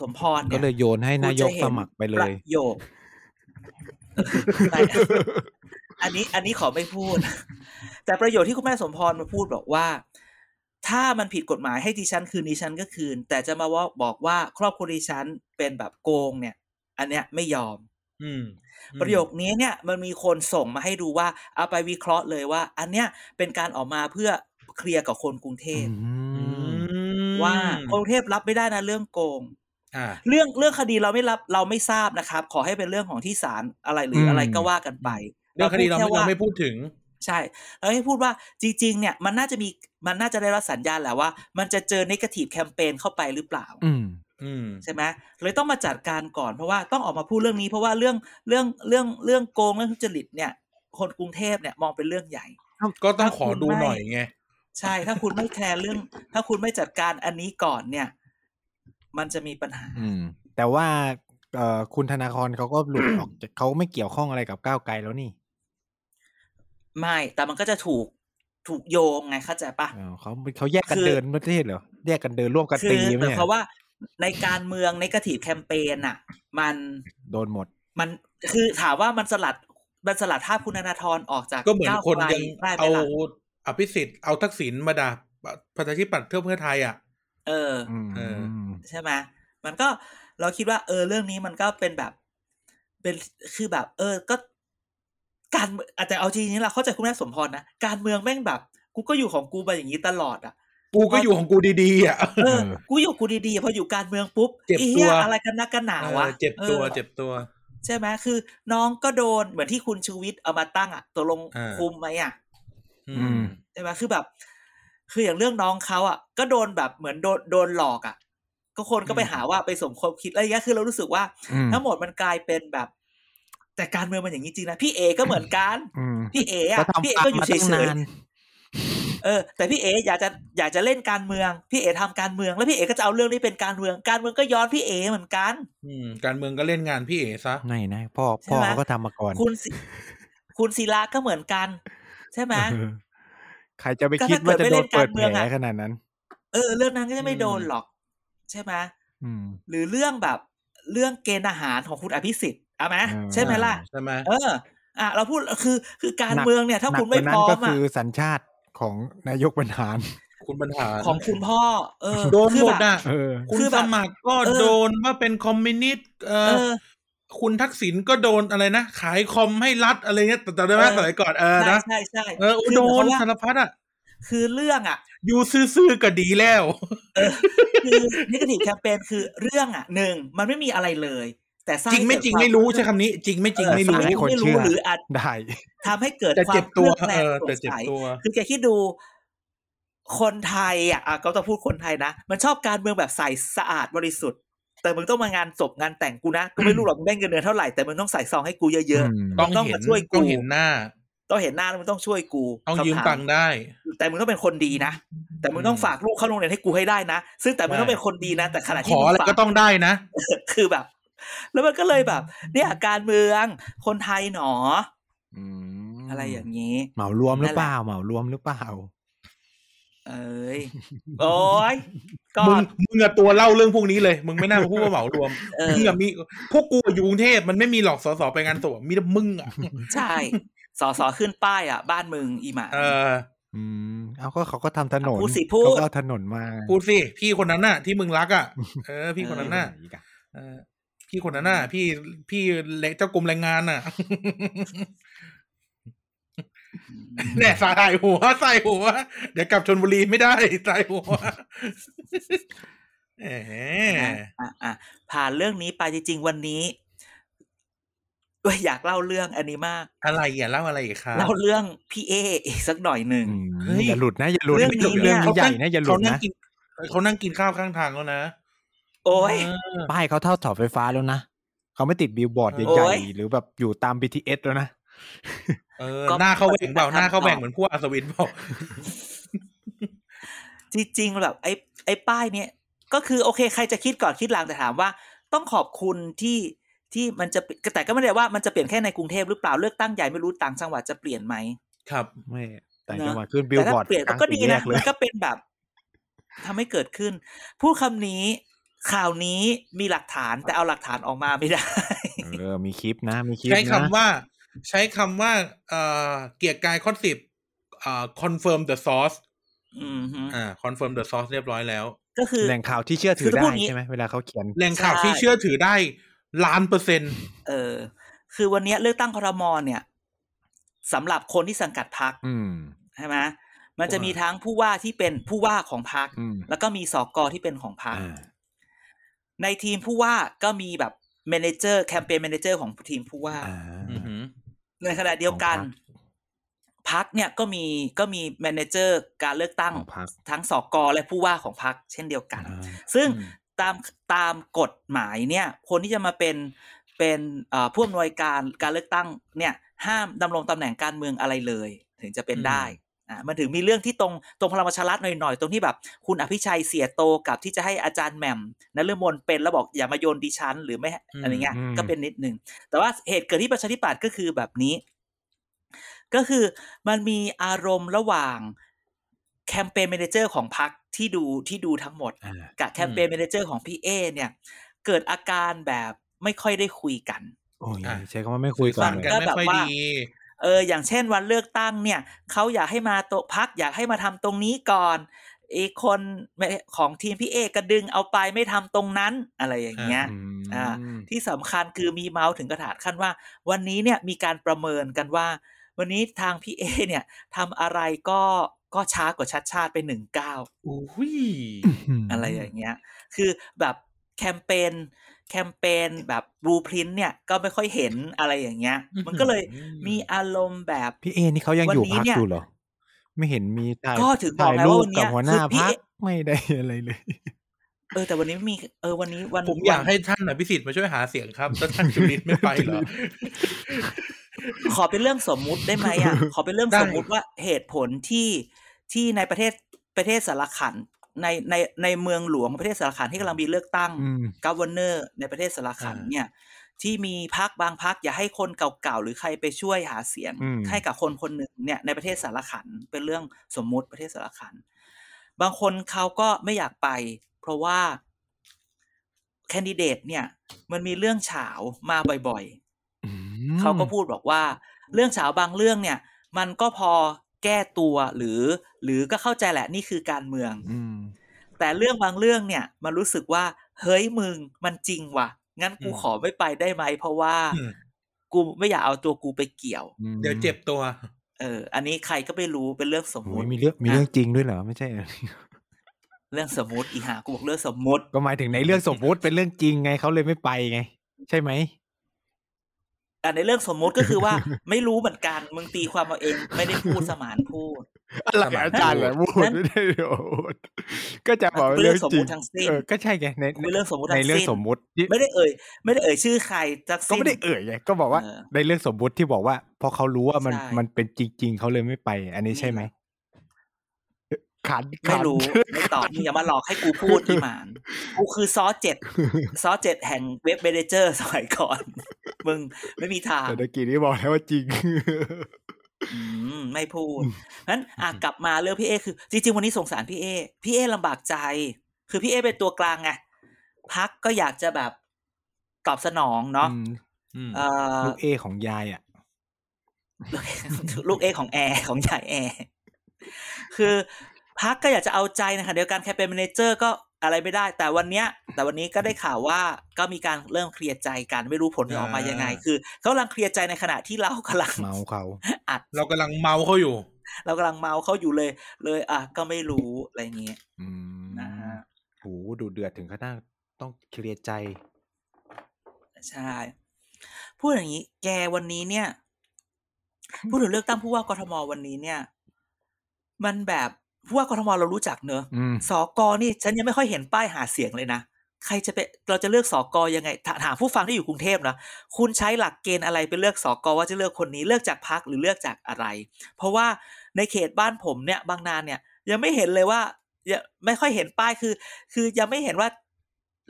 D: สมพร
C: ก็
D: เนี่
C: เลยโยนให้นายกสมัครไปเล
D: ประ
C: ย
D: โยค อันนี้อันนี้ขอไม่พูด แต่ประโยชน์ที่คุณแม่สมพรมาพูดบอกว่า ถ้ามันผิดกฎหมายให้ดิฉันคืนดิฉันก็คืน แต่จะมาว่าบอกว่าครอบครัวดิฉันเป็นแบบโกงเนี่ย อันเนี้ยไม่ยอม
B: อืมอืม
D: ประโยคนี้เนี่ยมันมีคนส่งมาให้ดูว่าเอาไปวิเคราะห์เลยว่า อันเนี้ยเป็นการออกมาเพื่อเคลียร์กับคนกรุงเท
C: อื
D: พ
B: อื
C: ม
B: ม
D: ว่าคนกรุงเทพรับไม่ได้นะเรื่องโกง
B: อ่า
D: เรื่องเรื่องคดีเราไม่รับเราไม่ทราบนะครับ ขอให้เป็นเรื่องของที่ศาลอะไรหรือ
C: ม
D: อะไรก็ว่ากันไป
B: เรื่องคดีเราไม่
D: พูแว่
B: เราไม่พูดถึง
D: ใช่เราให้พูดว่าจริง ๆ เนี่ยมันน่าจะมีมันน่าจะได้รับสัญญาณแหละว่า มันจะเจอ negative campaign เข้าไปหรือเปล่า
C: อืม
B: อืม
D: ใช่ไหมเลยต้องมาจัดการก่อนเพราะว่าต้องออกมาพูดเรื่องนี้ เพราะว่าเรื่องเรื่องเรื่องเรื่องโกงเรื่องทุจริตเนี่ย คนกรุงเทพเนี่ยมองเป็นเรื่องใหญ่
B: ก็ต้องขอ
D: ถ้าคุณ
B: ดู
D: ไม่
B: หน่อยไง
D: ใช่ ถ้าคุณไม่แคร์เรื่อง ถ้าคุณไม่จัดการอันนี้ก่อนเนี่ย มันจะมีปัญหา
C: อืม แต่ว่าเอ่อคุณธนาครเขาก็หลุด ออกจากเขาไม่เกี่ยวข้องอะไรกับก้าวไกลแล้วนี่
D: ไม่ แต่มันก็จะถูกถูกโยงไงเข้าใจปะ
C: เออเขาเขาแยกกัน
D: คือ
C: เดินประเทศเหรอแยกกันเดินร่วมกัน
D: คื
C: ตีไหม
D: อหมาย
C: เนี่ย
D: ความว่าในการเมืองในกระถีบแคมเปญอ่ะ มัน
C: โดนหมด
D: มันคือถามว่ามันสลัดมันสลัดภาพคุณธนาธรออกจาก
B: ก็เหมือน
D: าว
B: คน
D: ไกล
B: ยัง
D: ได้ไหม
B: เอา
D: ล่ะ
B: อภิสิทธิ์เอาทักษิณมาด่าประชาธิปัตย์เพื่อเพื่อไทยอ่ะ
D: เออ
C: อืม
B: เออ
D: ใช่ไหมมันก็เราคิดว่า เออ เรื่องนี้มันก็เป็นแบบ เป็นคือแบบ เออ ก็การเมืองอ่ะแต่เอาจริงๆนี้เราเข้าใจคุณแม่สมพรนะการเมืองแม่งแบบ กูก็อยู่ของกูมาอย่างนี้ตลอดอ่ะ
B: กูก็อยู่ของกูดีๆอ่ะ
D: เออ กูอยู่กูดีๆพออยู่การเมืองปุ๊บ
B: เจ็บ
D: ไอ้เหี้ย
B: ตัว
D: อะไรกันนักกันหนาวะ
B: เออเจ็บตัว
D: ออ
B: เจ็บตัว
D: ใช่ไหมคือ น้องก็โดนเหมือนที่คุณชูวิทย์เอามาตั้งอ่ะตกลง
B: อ่า
D: คุมไหมอ่ะ
B: อื
C: อื
B: ม
C: ม
D: ใช่ไหมคือแบบ คืออย่างเรื่องน้องเขาอ่ะ ก็โดนแบบเหมือนโดนโดนหลอกอ่ะ ก็คนก็ไป
B: อืม
D: หาว่าไปสมคบคิดอะไรเงี้ยคือเรารู้สึกว่า
C: อืม
D: ทั้งหมดมันกลายเป็นแบบ แต่การเมืองมันอย่างนี้จริงนะพี่เอก็เหมือนกัน
C: อืม
D: พี่เอ
C: เขา
D: อ่ะพี่
C: ทำ
D: เอ
C: ตาม
D: ก็อยู่
C: มา
D: เฉ
C: ตั้งนาย น
D: ๆเออแต่พี่เออยากจะอยากจะเล่นการเมืองพี่เอทำการเมืองแล้วพี่เอก็จะเอาเรื่องนี้เป็นการเมืองการเมืองก็ย้อนพี่เอเหมือนกัน
B: อืม การเมืองก็เล่นงานพี่เอซะ
C: ไม่นะพ่อ
D: ใช่
C: พ่อ
D: ไหม
C: เขาก็ทำมาก่อน
D: คุณศิคุณศิลาก็เหมือนกัน ใช่ไหม
C: เออใครจะไป
D: ก็
C: คิด
D: ถ้า
C: ว่าจะโดน
D: เกิ
C: เปิ
D: ด
C: ด
D: ไม่
C: แผ
D: เล่น
C: ล
D: การเมืองอะ
C: ขนาดนั้น
D: เออเรื่องนั้นก็จะไม่
B: อืม
D: โดนหรอก ใช่ไหม
C: อืม
D: หรือเรื่องแบบ เรื่องเกณฑ์อาหารของคุณอภิสิทธิ์เอาไหม
C: เออ
D: ใช่ไหมล่ะ
B: ใช่ไหม
D: เออ อ่ะเราพูดคือคือการ
C: หนัก
D: เมืองเนี่ย ถ้า
C: หนั
D: คุณไม่
C: กว่
D: พร้อ
C: นั้นก็
D: ม
C: คื
D: อ่ะ
C: อสัญชาติของนายกบรรหาร
B: คุณบรรหาร
D: ของคุณพ่อ เออ
B: โดน
D: คือ
B: หม
D: แบ
B: ด
D: บ
B: อ่ะ
C: เออ
B: คุณ
D: คือแบ
B: ส
D: บ
B: มัครก็
D: เออ
B: โดนว่าเป็นคอมมิวนิสต์เอ
D: เอ
B: อ
D: อ
B: คุณทักษิณก็โดนอะไรนะ ขายคอมให้รัฐอะไรเงี้ยแต่จำได้ไหม
D: เออ
B: สมัยก่อนเออ
D: ใช่
B: นะ
D: ใช่ใช่
B: เออโอ้
D: คื
B: โดน
D: หมาย
B: สาว
D: คาม
B: ร
D: ว่า
B: พัดอ่ะ
D: คือเรื่องอ่ะ
B: อยู่ซื่อๆก็ดีแล้ว
D: คือนิกติแคมเปญคือเรื่องอ่ะหนึ่งมันไม่มีอะไรเลย แต่สร้าง
B: จริงไม่จริงไม่รู้ใช้คำนี้ จริงไม่จริง
D: เออ
B: ไม่รู้
D: สา
C: ให้
D: ย
C: คน
D: ไม่
C: เชื่
D: รู้
C: อ
D: หรืออาจ
C: ได้
D: ทำให้เกิด
B: แต่
D: ความ
B: เจ็บตัว
D: คลือบแคลง
B: เออ
D: สง
B: แต่เจ็บ
D: สัย
B: ตัว
D: คือแกคิดดู คนไทยอ่ะอ่ะก็ต้องพูดคนไทยนะ มันชอบการเมืองแบบใส่สะอาดบริสุทธิ์ แต่มึงต้องมางานศพงานแต่งกูนะ กูไม่รู้หรอกมึงได้เงินเดือนเท่าไหร่ แต่มึงต้องใส่ซองให้กูเยอะ
C: อืม
D: ๆ
B: ต้อง
D: มึต้อง
B: เห็น
D: มาช่วย
B: ต้
D: กู
B: องเห็นหน้า
D: ต้องเห็นหน้าแล้วมึงต้องช่วยกู
B: ต้องยืม
D: คำถา
B: ตังค์ได้
D: แต่มึงต้องเป็นคนดีนะ แต่มึงต้องฝากลูกเข้าโรงเรียนให้กูให้ได้นะ ซึ่งแต่มึงต้องเป็นคนดีนะ แต่ขณะ
B: ข
D: ที่
B: อ
D: มึง
B: อะไร
D: ฝาก
B: ก็ต้องได้นะ
D: คือแบบ แล้วมันก็เลยแบบ เนี่ยการเมืองคนไทยหนอ
C: ม
D: อะไรอย่างนี้
C: เหมารวมหรือเปล่า เหมารวมหรือเปล่า
D: เอ้ย โอ้ยก็
B: มึงมึงอะตัวเล่าเรื่องพวกนี้เลย มึงไม่น่ามาพูดว่าเหมารวม
D: เออ
B: มึงอะมีพวกกูอยู่กรุงเทพมันไม่มีหลอกสสไปงานศพอะมีแต่มึง อะ
D: ใช่สอสอขึ้นป้ายอ่ะ บ้านมึงอีหมา
B: เออ
C: อืมเอาก็เขาก็ทำถนน
D: พูดสิพูด
C: เขาก็เอาถนนมา
B: พูดสิพี่คนนั้นน่ะ ที่มึงรักอ่ะเออ พี่คนนั้นน่ะ
C: อีกอะ
B: เออพี่คนนั้นน่ะ พี่พี่เลเจ้ากรมแรงงานน่ะ เนี่ยสายหัวสายหัว เดี๋ยวกลับชนบุรีไม่ได้สายหัว เออ
D: อ่ะอ่ะผ่านเรื่องนี้ไปจริงๆวันนี้เว้ยอยากเล่าเรื่องอันนี้มาก
B: อะไรอย่าเล่าอะไรอีกครับ
D: เล่าเรื่องพี่เออีกสักหน่อยหนึ่ง
C: อืม
B: เฮ้ย
C: อย่าหลุดนะอย่าหลุด
D: เรื่อง
C: ไม่หลุดเรื่องนี้ใหญ่นะอย่าหลุ
B: เขา
C: ด
B: นั่ง
C: นะ
B: กินเขานั่งกินข้าวข้างทางแล้วนะ
D: โอ้ย
B: เออ
C: ป้ายเขาเท่าเสาไฟฟ้าแล้วนะเขาไม่ติดบิลบอร์ด
B: โอ้ย
C: ใหญ่ๆหรือแบบอยู่ตาม BTS แล้วนะ
B: เออ
D: ก็
B: หน้าเขาแหว่งเปล่า
D: ก็
B: หน้าเขาแหว่งเหมือนพวกอัศวินเปล่า
D: จริงๆแบบไอ้ไอ้ป้ายเนี่ย ก็คือโอเค ใครจะคิดก่อนคิดหลังแต่ถามว่า ต้องขอบคุณที่ที่มันจะแต่ก็ไม่ได้ว่ามันจะเปลี่ยนแค่ในกรุงเทพหรือเปล่าเลือกตั้งใหญ่ไม่รู้ต่างจังหวัดจะเปลี่ยนไหม
B: ครับ
C: ไม่แต่
D: นะ
C: จังหวะขึ้นบิล
D: แต่ถ้า
C: บอร์ด
D: เปลี่ยน
C: กลาง
D: ก็
C: สี่
D: ดี
C: แย
D: นะ
C: กเล
D: มั
C: ย
D: นก็เป็นแบบทำให้เกิดขึ้น พูดคำนี้ ข่าวนี้มีหลักฐานแต่เอาหลักฐานออกมาไม่ได้
C: เออมีคลิปนะ มีคลิป
B: ใช้คำ
C: นะ
B: ว่า ใช้คำว่าเอ่อเกียรติกายข้อสิบอ่า confirm the source
D: อืมฮึ
B: อ่า confirm the source เรียบร้อยแล้ว
D: ก็คือ
C: แหล่งข่าวที่เชื่อถื
D: คือ อถ้า
C: ได้
D: พูดงี้
C: ใช่ไหมเวลาเขาเขียน
B: แหล่งข่าวที่เชื่อถือได้ล้านเปอร์เซ็นต์
D: เออ คือวันเนี้ยเลือกตั้งครมเนี่ยสำหรับคนที่สังกัดพัก
C: อืม
D: ใช่ไหมมันจะมีทั้งผู้ว่าที่เป็นผู้ว่าของพัก
C: อืม
D: แล้วก็มีสอกอที่เป็นของพรรค
C: อ่า
D: ในทีมผู้ว่าก็มีแบบเมเนเจอร์แคมเปญเมเนเจอร์ของทีมผู้ว่า
C: อ่า
D: ในขณะเดียวกัน
C: ของพรรค
D: พรรคเนี่ยก็มีก็มีเมเนเจอร์การเลือกตั้ง
C: ของพรรค
D: ทั้งสอกอและผู้ว่าของพรรคเช่นเดียวกัน
C: อ่า
D: ซึ่งตามตามกฎหมายเนี่ย คนที่จะมาเป็นเป็นเอ่อผู้อำนวยการการเลือกตั้งเนี่ย ห้ามดำรงตำแหน่งการเมืองอะไรเลย ถึงจะเป็นได้อ่ะมันถึงมีเรื่องที่ตรงตรงพลังประชารัฐหน่อยๆ ตรงที่แบบ คุณอภิชัยเสียโตกับที่จะให้อาจารย์แหม่มนฤมลเป็นแล้วบอกอย่ามาโยนดิฉัน หรือไม่อะไรเงี้ยก็เป็นนิดนึง แต่ว่าเหตุเกิดที่ประชาธิปัตย์ก็คือแบบนี้ ก็คือมันมีอารมณ์ระหว่างแคมเปญเมเนเจอร์ของพรรคที่ดูที่ดูทั้งหมด
C: อ่า
D: กับแคมเปญเมเนเจอร์ของพี่เอเนี่ย เกิดอาการแบบไม่ค่อยได้คุยกัน
C: โอ้ยใช้คำว่าไม่คุยก่อ
B: ฟั
C: น
B: ง
C: เลย
B: กันไม่ค่อยดี
D: เอออย่างเช่นวันเลือกตั้งเนี่ยเขาอยากให้มาโตะพักอยากให้มาทำตรงนี้ก่อนไอีกคนของทีมพี่เอก็ดึงเอาไปไม่ทำตรงนั้นอะไรอย่างเงี้ย อ่า ที่สำคัญคือมีเมาส์ถึงกระถาดขั้นว่า วันนี้เนี่ยมีการประเมินกันว่า วันนี้ทางพี่เอเนี่ยทำอะไรก็ก็ช้ากว่าชัดชาติไปหนึ่งเก้าว
B: อุ้ย
D: อะไรอย่างเงี้ย คือแบบแคมเปญแคมเปญแบบบลูพรินเนี่ยก็ไม่ค่อยเห็นอะไรอย่างเงี้ย
B: อื้อหือ
D: มันก็เลยมีอารมณ์แบบ
C: พี่เอนี่เขายังอยู่
D: วันนี้
C: พัก
D: เนี่ย
C: อยู่เหรอ ไม่เห็นมีถ่าย
D: ก็ถึงบอ
C: ถ่าก ย
D: ไง
C: รู
D: ว่า
C: ป
D: วัน
C: กั
D: เนี้
C: บหัวหน้า
D: ยคือพี่
C: พัก
D: เอ๊ะ
C: ไม่ได้อะไรเลย
D: เออแต่วันนี้ไม่มีเออวันนี้วัน
B: ผมอยากให้ท่านอภิสิทธิ์มาช่วยหาเสียงครับแล้วท่านจุลินไม่ไปเหรอ
D: ขอเป็นเรื่องสมมุติได้ไหมอ่ะ ขอเป็นเรื่อง
B: ได้
D: สมมุติว่าเหตุผลที่ที่ในประเทศประเทศสารคันในในในเมืองหลวงของประเทศสารคันที่กำลังมีเลือกตั้ง
C: อืม
D: ก o ว e r เนอร์ในประเทศสารคัน
B: อ่า
D: เนี่ย ที่มีพักบางพักอย่าให้คนเก่าๆ หรือใครไปช่วยหาเสียง
C: อืม
D: ให้กับคนคนหนึ่งเนี่ยในประเทศสารคันเป็นเรื่องสมมุติประเทศสารคัน บางคนเขาก็ไม่อยากไป เพราะว่าแคนดิเดตเนี่ย มันมีเรื่องเฉาวมาบ่อย ๆ
C: อืม
D: เขาก็พูดบอกว่า เรื่องเฉาบางเรื่องเนี่ย มันก็พอแก้ตัวหรือ หรือก็เข้าใจแหละนี่คือการเมือง
C: อืม
D: แต่เรื่องบางเรื่องเนี่ย มันรู้สึกว่า เฮ้ยมึงมันจริงว่ะ งั้นกู
B: อืม
D: ขอไม่ไปได้ไหม เพราะว่า
B: อืม
D: กูไม่อยากเอาตัวกูไปเกี่ยว
B: เดี๋ยวเจ็บตัว
D: เออ อันนี้ใครก็ไม่รู้เป็นเรื่องสม
C: โอ้
D: มุ
C: ย
D: ติ
C: มีเรื่องมีเรื่องจริงด้วยเหรอไม่ใช่
D: เรื่องสมมติอีหากูบอกเรื่องสมมติ
C: ก็หมายถึงในเรื่องสมมุติเป็นเรื่องจริงไงเขาเลยไม่ไปไง ใช่ไหม
D: แต่ในเรื่องสมมติก็คือว่า ไม่รู้เหมือนกันมึงตีความเอาเองไม่ได้พูดสมานพูด
C: อะไรอาจารย์เหรอพูด
D: นั้น
C: ไม่ได้โอ้ยก็จะบอกว่า
D: เป็นเรื่
C: เรื่อ
D: อง งสม
C: จ
D: มุ
C: ริ
D: ติ
C: ง
D: ทั้งสิ้น
C: เออก็ใช่ไงใน
D: เป็นเรื่องสมมติ
C: ใน
D: ทั้ง
C: เรื่อง
D: สิ้น
C: สมมุติที่
D: ไม่ได้เอ่ย ไม่ได้เอ่ยชื่อใครจัก
C: ก็
D: สิ้น
C: ไม่ได้เอ่ยไงก็บอกว่า
D: เออ
C: ในเรื่องสมมุติที่บอกว่า พอเขารู้ว่ามัน
D: ใช่
C: มันเป็นจริง ๆเขาเลยไม่ไป อันนี้ใช่ไหม ขัน
D: ไม่
C: ขัน
D: รู้ ไม่ตอบมึงอย่ามาหลอกให้กูพูดที่หมานกูคือซอเจ็ดซอเจ็ดแห่งเว็บเบเดเจอร์สมัยก่อน มึงไม่มีทาง
C: แต่ตะกี้นี่บอกแล้วว่าจริง
D: อืมไม่พู ดนั้นอ่ะกลับมาเรื่องพี่เอคือ จริงๆ วันนี้สงสารพี่เอ พี่เอลำบากใจ คือพี่เอเป็นตัวกลางไงพักก็อยากจะแบบตอบสนองเนาะ
C: อืม
B: อืม
D: เออ
C: ลูกเอของยายอ่ะ
D: ลูกเอ ของแอร์ของใหญ่แอร์คือพักก็อยากจะเอาใจนะคะเดียวกันแคปเปญเมนเจอร์ก็อะไรไม่ได้ แต่วันเนี้ย แต่วันนี้ก็ได้ข่าวว่าก็มีการเริ่มเคลียร์ใจกันไม่รู้ผลจะออกมายังไง คือเขากำลังเคลียร์ใจในขณะที่เรากำลัง
C: เมาเขา
D: อัด
B: เรากำลังเมาเขาอยู่
D: เรากำลังเมาเขาอยู่เลย เลยอ่ะก็ไม่รู้อะไรอย่างเงี้ย
C: อืม
D: นะฮะ
C: โหดูเดือดถึงขนาดต้องเคลียร์ใจ
D: ใช่ พูดอย่างนี้ แกวันนี้เนี่ย พูดถึงเลือกตั้งผู้ว่ากทมวันนี้เนี่ย มันแบบผู้ว่ากทมเรารู้จักเนอะ
C: อืม
D: สอกอนี่ ฉันยังไม่ค่อยเห็นป้ายหาเสียงเลยนะ ใครจะไปเราจะเลือกสอกอยังไงถถามผู้ฟังที่อยู่กรุงเทพนะคุณใช้หลักเกณฑ์อะไรไปเลือกสอกอว่าจะเลือกคนนี้เลือกจากพักหรือเลือกจากอะไร เพราะว่าในเขตบ้านผมเนี่ย บางนาเนี่ย ยังไม่เห็นเลยว่ายังไม่ค่อยเห็นป้ายคือ คือยังไม่เห็นว่า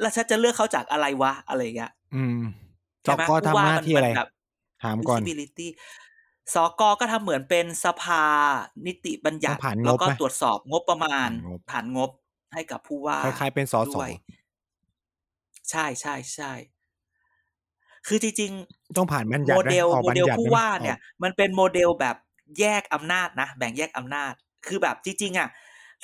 D: แล้วฉันจะเลือกเขาจากอะไรวะอะไรอย่างเงี้ย
C: อืมส
D: ใช่
C: อบ
D: ไหม
C: กอ
D: ผู้ว่
C: ทำหน้า
D: มัน
C: ที่อะไร
D: มันแบบ
C: ถามก่อน
D: visibility สกก็ทำเหมือนเป็นสภา นิติบัญญัติ
C: ต้องผ่านงบ
D: แล้วก็
C: ไหม
D: ตรวจสอบงบประมาณ
C: ผ่านงบ
D: ผ่านงบให้กับผู้ว่า
C: คล้ายๆเป็นสอสอ
D: ด้วยใช่ใช่ใช่ คือจริง ๆ
C: ต้องผ่านบัญญัติ
D: โม
C: ไห
D: เดล
C: ออก
D: โม
C: บัญ
D: เดล
C: ญัติ
D: ผู้
C: ไหม
D: ว่าเนี่ย
C: ออก
D: มันเป็นโมเดลแบบแยกอำนาจนะแบ่งแยกอำนาจ คือแบบจริงๆอ่ะ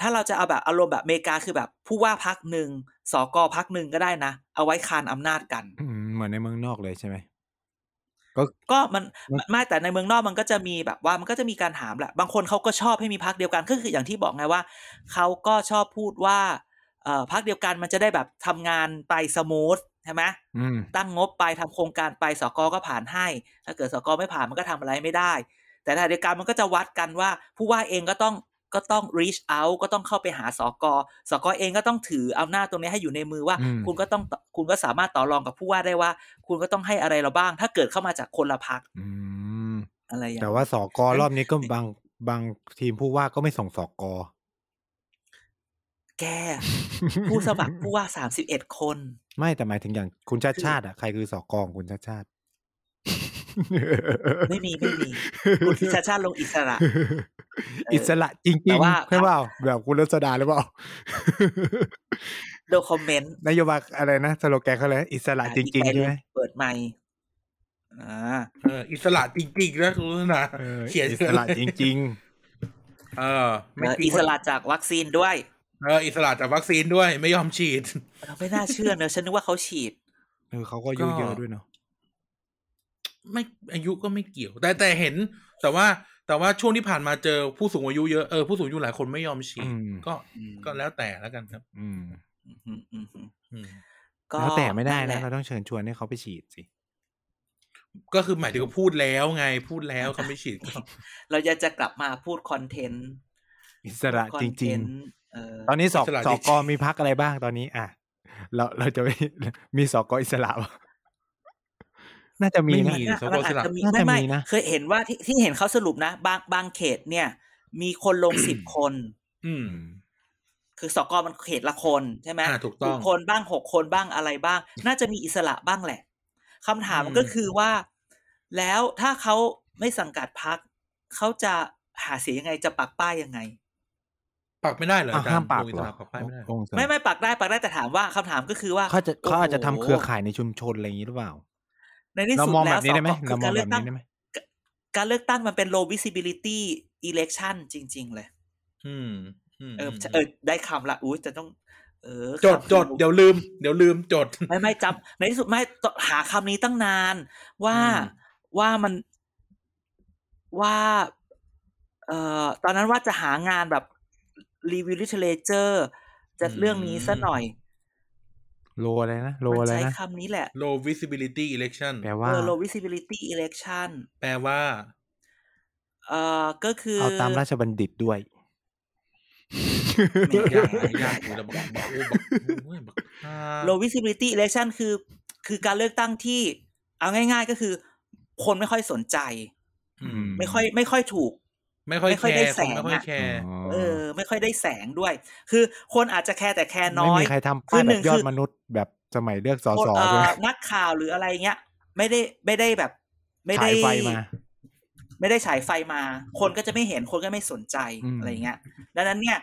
D: ถ้าเราจะเอาแบบอารมณ์แบบอเมริกาคือแบบผู้ว่าพักหนึ่งสกพักหนึ่งก็ได้นะ เอาไว้คานอำนาจกัน
C: อืมเหมือนในเมืองนอกเลยใช่ไหม
D: ก็มัน
C: มัน
D: ไม่แต่ในเมืองนอกมันก็จะมีแบบว่ามันก็จะมีการถามแหละ บางคนเขาก็ชอบให้มีพักเดียวกันก็คืออย่างที่บอกไงว่าเขาก็ชอบพูดว่าเอ่อพักเดียวกันมันจะได้แบบทำงานไปสมูทใช่ไหม
C: อืม
D: ตั้งงบไปทำโครงการไปสกก็ผ่านให้ ถ้าเกิดสกไม่ผ่านมันก็ทำอะไรไม่ได้ แต่ในขณะเดียวกันมันก็จะวัดกันว่า ผู้ว่าเองก็ต้องก็ต้อง reach out ก็ต้องเข้าไปหาสกสกเองก็ต้องถืออำนาจตรงนี้ให้อยู่ในมือว่า
C: อืม
D: คุณก็ต้องคุณก็สามารถต่อรองกับผู้ว่าได้ว่า คุณก็ต้องให้อะไรเราบ้าง ถ้าเกิดเข้ามาจากคนละพัก
C: อืม
D: อะไรอย่าง
C: แต่
D: เงี้ย
C: ว่าสอกอ
D: งั้น
C: รอบนี้ก็บางบางทีมผู้ว่าก็ไม่ส่งสอกอ
D: แก ผู้สมัครผู้ว่าสามสิบเอ็ดคน
C: ไม่แต่หมายถึงอย่างคุณชาติชาติอ่ะใครคือสอกอของคุณชาติชาติ
D: ไม่มีไม่ มีคุณทิชาชาติลงอิสระ
C: อิสระจริง
D: แต่ว่า
C: ๆใช่เปล่าแบบคุณรัศดาหรือเปล่า
D: โดยคอมเมนต์
C: นโยบายอะไรนะสโลแกนเขาเลยนะอิสระจริงๆใช่ไหม
D: เปิดไมค์อ่า
B: เอออิสระจริงๆนะคุณลักษณะ
C: เออ
B: เขียน
C: อิสระจริง
B: เออไม่
D: แล้ว
B: จริง
D: อิสระจากวัคซีนด้วย
B: เอออิสระจากวัคซีนด้วยไม่ยอมฉีด
D: เราไม่น่าเชื่อเนอะ ฉันนึกว่าเขาฉีด
C: ๆ เออเขาก็ยุ่งเยอะ
B: ก็
C: ด้วยเนาะ
B: ไม่อายุก็ไม่เกี่ยว แต่แต่เห็น แต่ว่าแต่ว่าช่วงที่ผ่านมาเจอผู้สูงอายุเยอะเออผู้สูงอายุหลายคนไม่ยอมฉี
C: อื
B: ด
C: ม
B: ก็
D: อืม
B: ก็แล้วแต่แล้วกันครับ
C: อืม
D: อืมอืมอืม
B: อืม
D: ก็
C: แล้วแต่ไม่ได้
D: แห
C: นะ
D: ละ
C: เราต้องเชิญชวนให้เขาไปฉีดสิ
B: ก็คือหมายถึงว่าพูดแล้วไงพูดแล้วเขาไม่ฉีดก็
D: เราจะจะกลับมาพูดคอนเทนต์
C: อิสระ
D: คอน
C: จ
D: เท
C: ริง
D: นต์เออ
C: ๆ ตอนนี้สอบสอกอมีพักอะไรบ้างตอนนี้ อ่ะ เราเราจะไม่ มีสอกออิสระปะน่าจะมี
B: ไม่
C: นะ
B: มีส
D: มั
B: ก
D: นอา
B: ส
D: จ
B: ระ
D: จะมี
C: น่าจะ
D: ไม่ไม่
C: มีนะ
D: เคยเห็นว่าที่ที่เห็นเขาสรุปนะ บางบางเขตเนี่ย มีคนลง สิบคน
B: อืม
C: อืม
D: คือสกอมันเขตละคนใช่ไหม
B: อ่าถูกต้อง
D: หคนบ้างหกคนบ้างอะไรบ้าง น่าจะมีอิสระบ้างแหละคำถาม
B: อืม
D: ก็คือว่า แล้วถ้าเขาไม่สังกัดพักเขาจะหาเสียงยังไงจะปักป้ายยังไง
B: ปักไม่ได้เหรอ
C: อ้าว
B: อาจารย์
C: ห้ามปาก
B: ลงอิ
C: เหร
B: ส
C: อ
B: ระปักป้ายไม่ได้
C: องค์เสริ
D: ไม่ไม่ปักได้ปักได้แต่ถามว่าคำถามก็คือว่า
C: เขาจะ
D: โโห
C: เขาอาจจะทำเครือข่ายในชุมชนอะไรอย่างนี้หรือเปล่า
D: ในที่
C: เรา
D: สุด
C: มองแบ
D: แล้ว
C: บนี้ได้ไหม
D: สก
C: เรามอง
D: การ
C: แบ
D: เลือบ กตั้
C: นี้
D: ง
C: ได้ไหม
D: การเลือกตั้งมันเป็น low visibility election จริง ๆ เลย
B: อืมอืม
D: เออ
B: ม
D: เออได้คำละอุ้ยจะต้อง เออ
B: จด
D: คำ
B: จดเดี๋ยวลืม เดี๋ยวลืมจด
D: ไม่ไม่จำในที่สุดไม่ตหาคำนี้ตั้งนาน ว่า
B: อืม
D: ว่ามันว่า เอ่อตอนนั้นว่าจะหางานแบบรีวิวลิเทเลเจอร์จะเรื่องนี้ซะหน่อย
C: โลอะไรนะโล
D: มั
C: อะไร
D: ใช้
C: นะ
D: คำนี้แหละ
B: low visibility election
C: แปลว่า
D: เออ low visibility election
B: แปลว่า
D: เอ่อก็คือ
C: เอาตามราชบัณฑิตด้วย
D: ไม่
B: ยาก
D: ได้
B: ยากยากอยู่แล้วบอกบอกอู้บอกเฮ้ยบอกอ่า
D: low visibility election คือ คือการเลือกตั้งที่ เอาง่าย ๆ ก็คือ คนไม่ค่อยสนใจ
B: อืม
D: ไม่ค่อย ไม่ค่อยถูก
B: ไม่ค่อย
D: ไม่
B: แค
D: ค่อยได้
B: ร์คน
D: แสง
B: ไม่ค่อย
D: อะ
B: แคร์
D: เออ ไม่ค่อยได้แสงด้วย คือคนอาจจะแคร์แต่แคร์น้อย
C: ไม่มีใครทำ
D: คื
C: ป้าย
D: อห
C: แบ
D: นึ่ง
C: บยอ
D: คื
C: ด
D: อ
C: มนุษย์แบบสมัยเลือกสอสอ
D: เอ่
C: ใช่ไหม
D: อนักข่าวหรืออะไรเงี้ย ไม่ได้ไม่ได้แบบ ไม่ได้
C: ฉายไฟมา
D: ไม่ได้ฉายไฟมา คนก็จะไม่เห็นคนก็ไม่สนใจ
C: อืม
D: อะไรเงี้ย ดังนั้นเนี่ย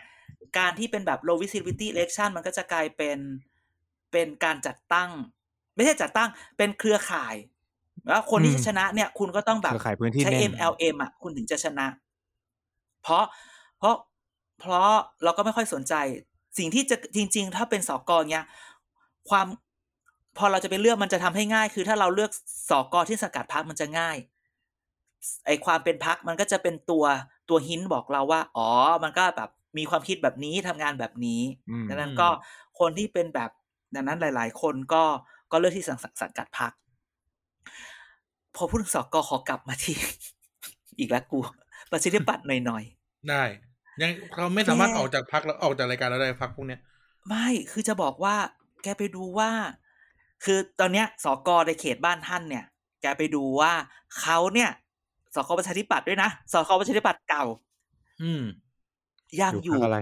D: การที่เป็นแบบ low visibility election มันก็จะกลายเป็นเป็นการจัดตั้ง ไม่ใช่จัดตั้งเป็นเครือข่ายแล้วคนที่จะชนะเนี่ย คุณก็ต้องแบบ
C: เครือข่ายพื้นที่
D: ใช้
C: แน่น
D: MLM อ่ะคุณถึงจะชนะ เพราะเพราะเพราะเราก็ไม่ค่อยสนใจ สิ่งที่จะจริง ๆ ถ้าเป็นสอกอเนี่ยความพอเราจะไปเลือกมันจะทำให้ง่าย คือถ้าเราเลือกสอกอที่สงกัดพักมันจะง่าย ไอความเป็นพักมันก็จะเป็นตัวตัวหินบอกเราว่า อ๋อ มันก็แบบมีความคิดแบบนี้ทำงานแบบนี้
C: อืม
D: ดังนั้นก็คนที่เป็นแบบดังนั้นหลาย ๆ คนก็ก็เลือกที่สังสังกัดพัก พอพูดถึงสกขอกลับมาที่ อีกแล้วกู ประสิทธิปัตย์หน่อย
B: ได้ ยังเขาไม่สามารถ
D: แย่
B: ออกจากพักแล้วออกจากรายการแล้วได้พักพวกเนี้ย
D: ๆ ไม่คือจะบอกว่า แกไปดูว่า คือตอนเนี้ยสกในเขตบ้านท่านเนี่ย แกไปดูว่าเขาเนี่ยสกประชาธิปัตย์ด้วยนะสกประชาธิปัตย์เก่า
B: อืม
D: ยัง
C: อยู่
D: อยู่
C: พักอะไร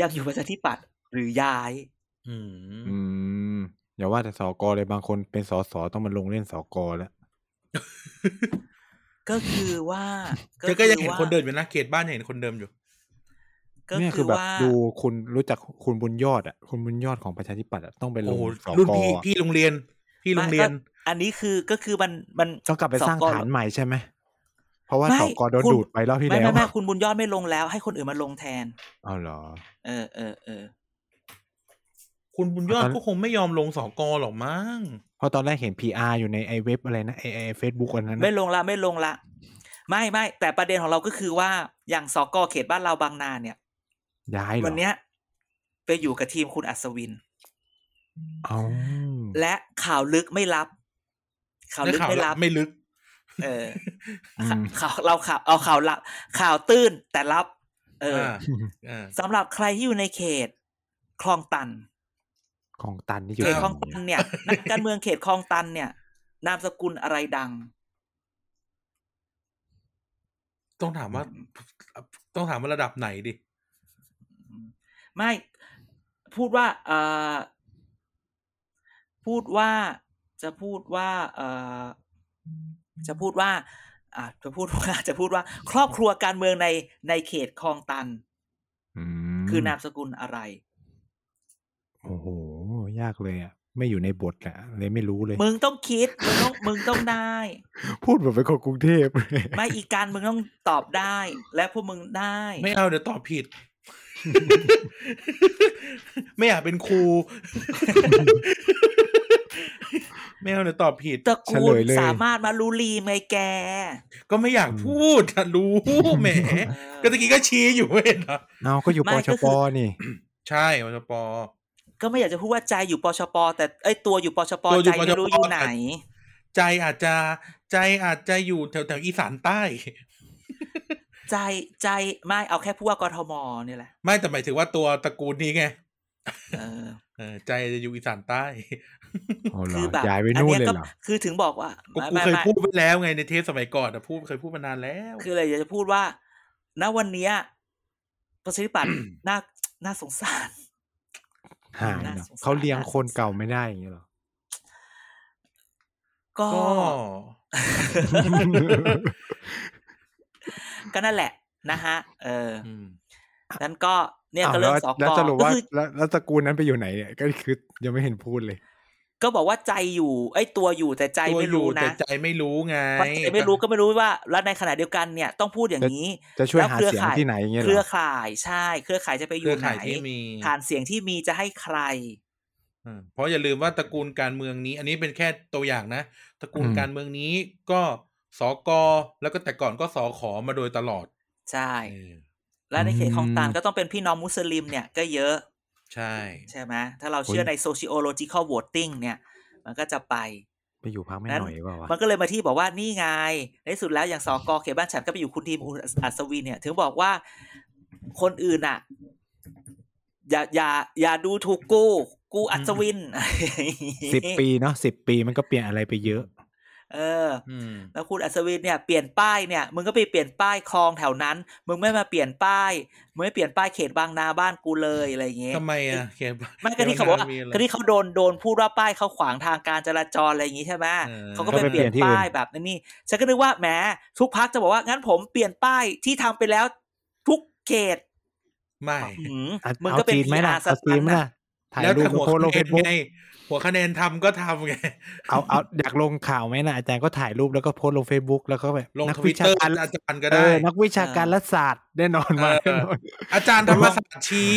D: ยังอยู่ประชาธิปัตย์หรือย้าย
B: อืม
C: อืมอย่าว่าแต่สอกอเลยบางคนเป็นสอสอต้องมาลงเล่นสอกอแล้ว
D: ก็คือว่า
B: เจ๊ก็ยังเห็น
D: ว่า
B: คนเดินอยู่นะเขตบ้านยังเห็นคนเดิมอยู่
D: ก็
C: เนี่ย
D: คื
C: คือ
D: อ
C: แบบ
D: ว่า
C: ดูคุณรู้จักคุณบุญยอดอ่ะคุณบุญยอดของประชาธิปัตย์อะต้องไปล
B: โอ้
C: ง
B: โห
C: สอ
B: รุ่น
C: กอ
B: พี่พี่โรงเรียน พี่โรงเรียน
D: ไม่ก็อันนี้คือก็คือมันมัน
C: ต้องกลับไปสร้าง
D: สก
C: ฐานใหม่ใช่ไหมเพราะว่า
D: ไม่
C: สอกอโดน
D: คุณ
C: ดูดไปรอบที่
D: ไม่
C: แล้
D: ไม่
C: ว
D: ไม่คุณบุญยอดไม่ลงแล้ว ให้คนอื่นมาลงแทน
C: เอาเหรอ
D: เออเออเออ
B: คุณบุญยอด
C: ตอน
B: ก็คงไม่ยอมลงสอกอหรอกมั้ง
C: เพราะตอนแรกเห็น PR อยู่ในไอเว็บอะไรนะไอไอเฟซบุ๊กอันนั้น
D: ไม่
C: นะ
D: ลงละไม่ลงละ ไม่ไม่แต่ประเด็นของเราก็คือว่าอย่างสกเขตบ้านเราบางนาเนี่ย
C: ย้ายเหรอ
D: วันเนี้ยไปอยู่กับทีมคุณอัศวิน
C: เอา
D: และข่าวลึกไม่รับ ข่าว
B: ได้
D: ลึก
B: ข่าว
D: ไม่
B: ลั
D: รั
B: บบ ไม่ลึก
D: เออ
C: อืม
D: ข่าวเราข่าวเอาข่าวลับข่าวตื้นแต่รับ เอออ
B: อ่า
D: สำหรับใครที่อยู่ในเขต คลองตัน
C: ของตันนี่อ
D: เข
C: ยู่
D: ตคลองตันเนี่ย นักการเมืองเขตคลองตันเนี่ย นามสกุลอะไรดัง
B: ต้องถามว่า ต้องถามว่าระดับไหนดิ
D: ไม่พูดว่าเอ่อพูดว่าจะพูดว่าเอ่อจะพูดว่าอ่ะจะพูดว่า จะพูดว่า ครอบครัวการเมืองในในเขตคลองตัน
C: ม
D: คือนามสกุลอะไร
C: โอ้โห ยากเลยอ่ะ ไม่อยู่ในบทแหละเลยไม่รู้เลย
D: มึงต้องคิด มึงต้องมึงต้องได้
C: พูดแบบเป็นคนกรุงเทพ
D: ไม่อีการมึงต้องตอบได้ และพวกมึงได้
B: ไม่เอาเดี๋ยวตอบผิด ไม่อยากเป็นครู ไม่เอาเดี๋ยวตอบผิด
D: ตระกู
C: เฉ
D: ล
C: ลยเลย
D: สามารถมารูลีไหมแก
B: ก็ไม่อยากพูดอะรู้ แหม
D: เออ
B: ก็ตะกี้ก็ชี้อยู่เห็นเหรอ
C: เอาก็อยู่
D: ไม่
C: ป
D: ก็
C: ช
D: คือ
C: ปนี่
B: ใช่วชป
D: ก็ไม่อยากจะพูดว่าใจอยู่ปชป แต่ไอยตัวอยู่ปชป
B: ตัวอยู่
D: ใจไม่รู้
B: ปชป
D: อยู่ไหน
B: ใจอาจจะใจอาจจะอยู่แถวแถวอีสานใต้
D: ใจใจไม่เอาแค่ผู้ว่ากทมเนี่ยแหละ
B: ไม่แต่หมายถึงว่าตัวตระกูลนี้ไง
D: เออ
B: เออใจจะอยู่อีสานใต้
C: อ๋อเหรอ
D: คือแบบ
C: ย้ายไปนู่น
D: ย
C: เลย
D: ก็
C: เหรอ
D: คือถึงบอกว่า
B: กูกู
D: ไม่ไม่
B: เคย
D: ไม่
B: พูดไปแล้วไงในเทปสมัยก่อนอะพูดเคยพูดมานานแล้ว
D: คืออะไรอยากจะพูดว่า ณวันเนี้ยประชาธิปัตย์ น่าน่าสงสาร
C: หายเหร
D: น่า
C: อ
D: สงสาร
C: เขาเลี้ยงคนเก่าไม่ได้อย่างเงี้ยเหรอ
D: ก็
B: ก็
D: ก็นั่นแหละนะฮะ เออ
B: อืม
D: นั้นก็เนี่ย
C: าว
D: ก็เรื่อง
C: แล้ว
D: สก
C: แล้วสรุป
D: ก็
C: ว่า
D: คือ
C: แล้วแล้วตระกูลนั้นไปอยู่ไหนเนี่ยก็คือยังไม่เห็นพูดเลย
D: ก็บอกว่าใจอยู่ไอยตัวอยู่แต่ใจ
B: ตัว
D: ไม่
B: อยู่
D: รู้
B: แต่
D: นะ
B: ใจไม่รู้ไง
D: เพราะใจไม่รู้ก็ไม่รู้ว่า แล้วในขณะเดียวกันเนี่ยต้องพูดอย่างนี้
C: จะช่วย
D: แล้ว
C: หา
D: เครือ
C: เสียง
D: ข่าย
C: ที่ไหนอย่างเงี้ย
D: เค
C: เหร
D: รือ
C: อ
D: ข่ายใช่ เครือข่ายจะไปอ
B: เครื
D: ยู่
B: อ
D: ไหน
B: ข่ายที่มี
D: ฐานเสียงที่มีจะให้ใคร
B: อืมเพราะอย่าลืมว่าตระกูลการเมืองนี้ อันนี้เป็นแค่ตัวอย่างนะตระกูลการเมืองนี้ก็สกแล้วก็แต่ก่อนก็สขมาโดยตลอด
D: ใช่
B: เออ
D: และในเขตคลองตันก็ต้องเป็นพี่น้องมุสลิมเนี่ยก็เยอะ
B: ใช่
D: ใช่ไหมถ้าเราเชื่อใน sociological voting เนี่ย มันก็จะไป
C: ไปอยู่พักไม่
D: นั้น
C: หน่อยเปล่าวะ
D: มันก็เลยมาที่บอกว่านี่ไง ในที่สุดแล้วอย่างสกเขตบ้านฉันก็ไปอยู่คุณทีมคุณอัศวินเนี่ย ถึงบอกว่าคนอื่นอ่ะ อย่าอย่าอย่าดูถูกกู กูอัศวิน
C: สิบปีเนาะสิบปีมันก็เปลี่ยนอะไรไปเยอะ
D: เออ
B: อืม
D: แล้วคุณอัศวินเนี่ยเปลี่ยนป้ายเนี่ยมึงก็ไปเปลี่ยนป้ายคลองแถวนั้น มึงไม่มาเปลี่ยนป้ายมึงไม่เปลี่ยนป้ายเขตบางนาบ้านกูเลยอะไรอย่างเงี้ย
B: ทำไมอ่ะเขียน
D: ไม่ก็ที่เขาบอกว่า
B: ขียนนมีะ
D: ก็
B: ไร
D: ที่เขาโดนโดนพูดว่าป้ายเขาขวางทางการจราจรอะไรอย่างงี้ใช่ไหม
B: เออ
D: เขาก็ไปเปลี่ยนป้ายแบบนั้นนี่ฉันก็นึกว่าแหมทุกพักจะบอกว่างั้นผมเปลี่ยนป้ายที่ทำไปแล้วทุกเขต
B: ไม่
D: อื้อหือ
C: อ่ะ
D: มึง
C: เอา
D: ก็เป็น
C: จีนไหม
D: พีอา
C: ล่ะ
D: ร์ส
C: เอาจี
D: ตั
C: น
D: น
C: ไหม
D: น่ะ
C: ล่ะถ่าย
B: แล้ว
C: รูป
B: ถ้า
C: มา
B: หัว
C: โพสต์ลง
B: คะแนน
C: เฟซบุ๊ก
B: ไงหัวคะแนนทำก็ทำไง
C: เอาเอาอยากลงข่าวไหมนะอาจารย์ก็ถ่ายรูปแล้วก็โพสต์ลงเฟซบุ๊กแล้วก็แบบ
B: ลง
C: นัก
B: ทวิ
C: วิ
B: ต
C: ชา
B: เตอร์
C: การ
B: อาจารย์ก็
C: เอ
B: ได้
C: อนักวิชาการรัฐศาสตร์แน่นอนมา
B: เออ
C: แน่นอน
B: อาจารย์ธรรมศาสตร์ชี้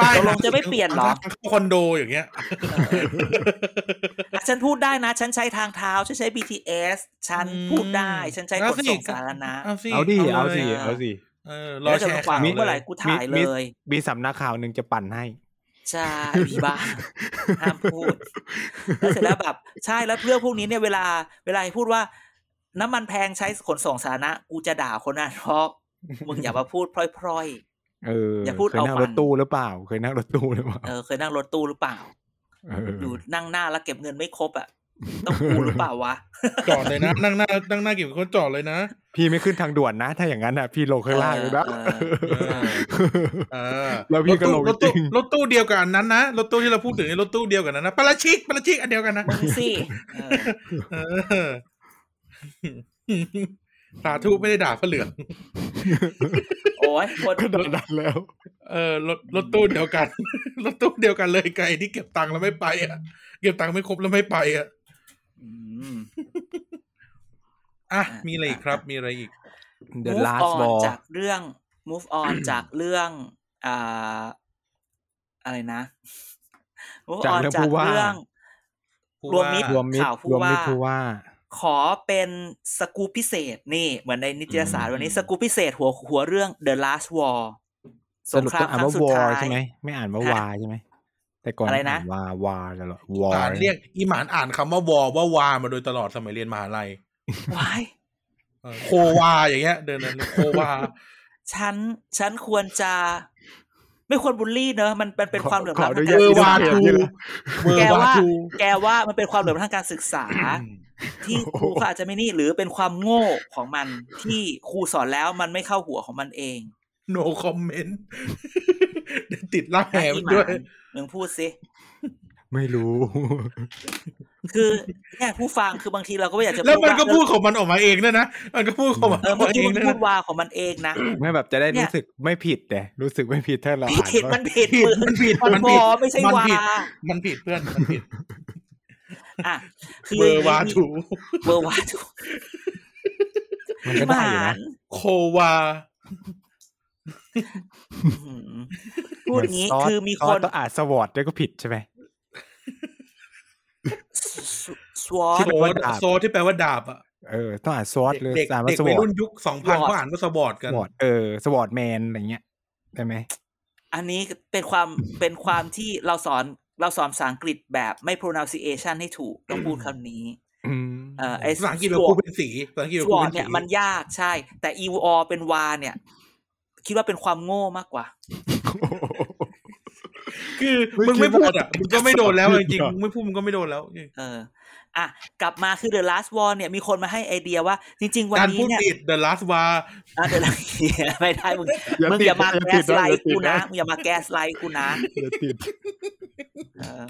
B: ป้าย
D: ตกลงจะไม่เปลี่ยนเหรอ
B: ทางเข้าคอนโดอย่างเงี้ย
D: อ่ะฉันพูดได้นะ ฉันใช้ทางเท้าฉันใช้ BTS ฉันพูดได้ฉันใช้ขนส่งสาธารณะ
B: เอาสิ
C: เอาดิเอาสิ
B: ลย
C: เอาสิ
B: เออร
D: แล้
B: อ
D: วจะ
B: แช
D: มา
B: ร์
D: ขวาง
B: ข่าว
D: เมื่อไห
B: เล
D: ร่
B: ย
D: กูถ่ายเล
C: มี
D: ย
C: มีสำนักข่าวหนึ่งจะปั่นให้
D: ใช่พี่บ้าห้ามพูด แล้วเสร็จแล้วแบบใช่แล้วเพื่อนพวกนี้เนี่ยเวลาเวลาพูดว่า น้ำมันแพงใช้ขนส่งสาธารณะกูจะด่าคนนั้นเพราะ มึงอย่ามาพูดพร่อย
C: เอออย่
D: าพูด
C: เคยนั่ง
D: เอา
C: ร
D: ปั่น
C: ถตู้หรือเปล่า เคยนั่งรถตู้หรือเปล่า
D: ๆเออเคยนั่งรถตู้หรือเปล่า
C: เออ
D: อยู่นั่งหน้าแล้วเก็บเงินไม่ครบอ่ะต้องกูหรือเปล่าวะ
B: จอดเลยนะ นั่งหน้านั่งหน้ากี่คนจอดเลยนะ
C: พี่ไม่ขึ้นทางด่วนนะ ถ้าอย่างนั้นอ่ะพี่ลงข้างล่างเลยนะ
D: เออ
B: เอ เออ
C: แล้วพี่ก็ลง
B: รถตู้
C: จริง
B: รถตู้เดียวกับอันนั้นนะ รถตู้ที่เราพูดถึงในรถตู้เดียวกันนั้นนะปาราชิกปาราชิกอันเดียวกันนะ
D: มึงสิเออ
B: เออสาธุไม่ได้ด่าพระเหลือง
D: โอ้ยคน
C: ก็ดันดันแล้ว
B: เออรถรถตู้เดียวกัน รถตู้เดียวกันเลยไกลที่เก็บตังค์แล้วไม่ไปอ่ะ เก็บตังค์ไม่ครบแล้วไม่ไปอ่ะ
D: อืม
B: อ่ะ
D: อ่ะ
B: มีอะไรอีกครับ มีอะไรอีก
C: The
D: move
C: last
D: on
C: ball
D: จากเรื่อง move on จากเรื่องอ่าอะไรนะ move
C: จาก
D: on
C: เรื่อง
D: จาก
C: ผู้ว่า
D: เรื่อง
B: ผู้
D: รวม
B: ว่า
D: มิตร
C: รวมมิตร
D: ข่าวผู้
C: รวม
D: ว่า
C: มิตรผู้ว่า
D: ขอเป็นสกูปพิเศษนี่ เหมือนในนิตยสาร
C: อืม
D: วันนี้สกูปพิเศษหัวหัวเรื่อง The Last War
C: สรุปต้องอ่านว่าวอใช่ไหมไม่อ่านว่าวาใช่ไหมแต่ก่อน
D: อะไรนะ
C: อ่านวาวาตลอดวอ
B: อ่านเรียกอีหมานอ่านคำว่าวอว่าวามาโดยตลอดสมัยเรียนมหาลัยว
D: าย
B: เออโควาอย่างเงี้ย เดินนั้นโควา
D: ฉัน ฉันควรจะ ไม่ควรบูลลี่เนอะมันมันเป็นความเหลื่อม
C: ขอ
D: ล้ำ
C: อ
D: ทาง
C: นุ
D: การ
C: ญาต
D: ศึกษา
B: เออวาทู
C: ที่ละ
B: เวอร์
D: แก
B: วา
D: ว่า
B: ทู
D: แกว่ามันเป็นความเหลื่อมล้ำทางการศึกษา ที่ครูเขาอาจจะไม่นี่หรือเป็นความโง่ของมันที่ครูสอนแล้วมันไม่เข้าหัวของมันเอง
B: โนคอมเมน ต์ ติดล่าแหม
D: อีห
B: ด้วย
D: มึงพูดสิ
C: ไม่รู้
D: คือเนี่ยผู้ฟังคือบางทีเราก็ไม่อยากจะ
B: แล้วมันก็
D: า
B: พูดของมันออกมาเองด้วยนะ มันก็พูดของมัน
D: เอ
B: ออก
D: อเมื่อ
B: มาเอ
D: กี้
B: ง
D: มึง
B: ด้วย
D: พู
B: นะ
D: ดวาของมันเองนะ
C: ไม่แบบจะได้
D: เนี่ย
C: รู้สึกไม่ผิดแต่รู้สึกไม่ผิดถ้าเราอ่าน
D: ผิด
C: ว่า
D: มันผิด
B: ผิด
D: มึง
B: มันผิด
D: มัน
B: มัน
D: พ
B: ผิ
D: อ
B: ด
D: ไม่ใช่
B: มัน
D: วา
B: ผิดมันผิดเพื่อนมันผิด
D: อ่ะคือ
B: เวอร์วาทู
D: เบอร์วาถูก
C: มันก็ได้อยู่
D: หา
C: นะ
D: น
B: โควา
D: อืมพูดอย่างนี้
C: เหมืนซส
D: คือมี
C: ซ
D: ค
C: ส
D: น
C: ต้องอ่านสวอตด้วยก็ผิดใช่ไหม
D: สวอ
C: ที่
D: ต
B: โซ
C: แปลว่าดาบ
B: โซที่แปลว่าดาบอ่ะ
C: เออต้องอ่านสวอตเลย
B: เด็ก
C: อ่านว่า
B: เด็ก
C: สว
B: วั
C: อย ต
B: รุ่นยุคสองพัน
D: SWAT
B: ก็อ่านว่าสบอด
C: ส
B: กัน
C: วอตเออสวอตแมนอะไรเงี้ยใช่ไหม
D: อันนี้เป็นความเป็นความที่เราสอนเราสอนภาษาอังกฤษแบบไม่ pronunciation ให้ถูกต้องพูดคำนี้
C: อืม
D: เอ่ อไอ้
B: ภาษาอังกฤษแบบกูเป็นสีภาษาอังกฤษแบบ
D: ส
B: กู
D: วอ
B: เป็
D: ต
B: นสี
D: เนี่ยมันยากใช่ แต่อีวอเป็นวาเนี่ย คิดว่าเป็นความโง่มากกว่า
B: คือมึงไม่พูดอ่ะมึงก็ไม่โดนแล้วจริงๆมึงไม่พูดมึงก็ไม่โดนแล้ว
D: เออ อ่ะ กลับมาคือ The Last War เนี่ยมีคนมาให้ไอเดียว่า จริง ๆ วัน
B: การ
D: นี้
B: พูด
D: เนี่ย
B: ติด The Last War
D: อ่ะ The Last ไม่ได้มึงมึงอย่ามาแก๊สไลท์กูนะมึงอย่ามาแก๊สไลท์กูนะ
C: อย่า ติด
D: เออ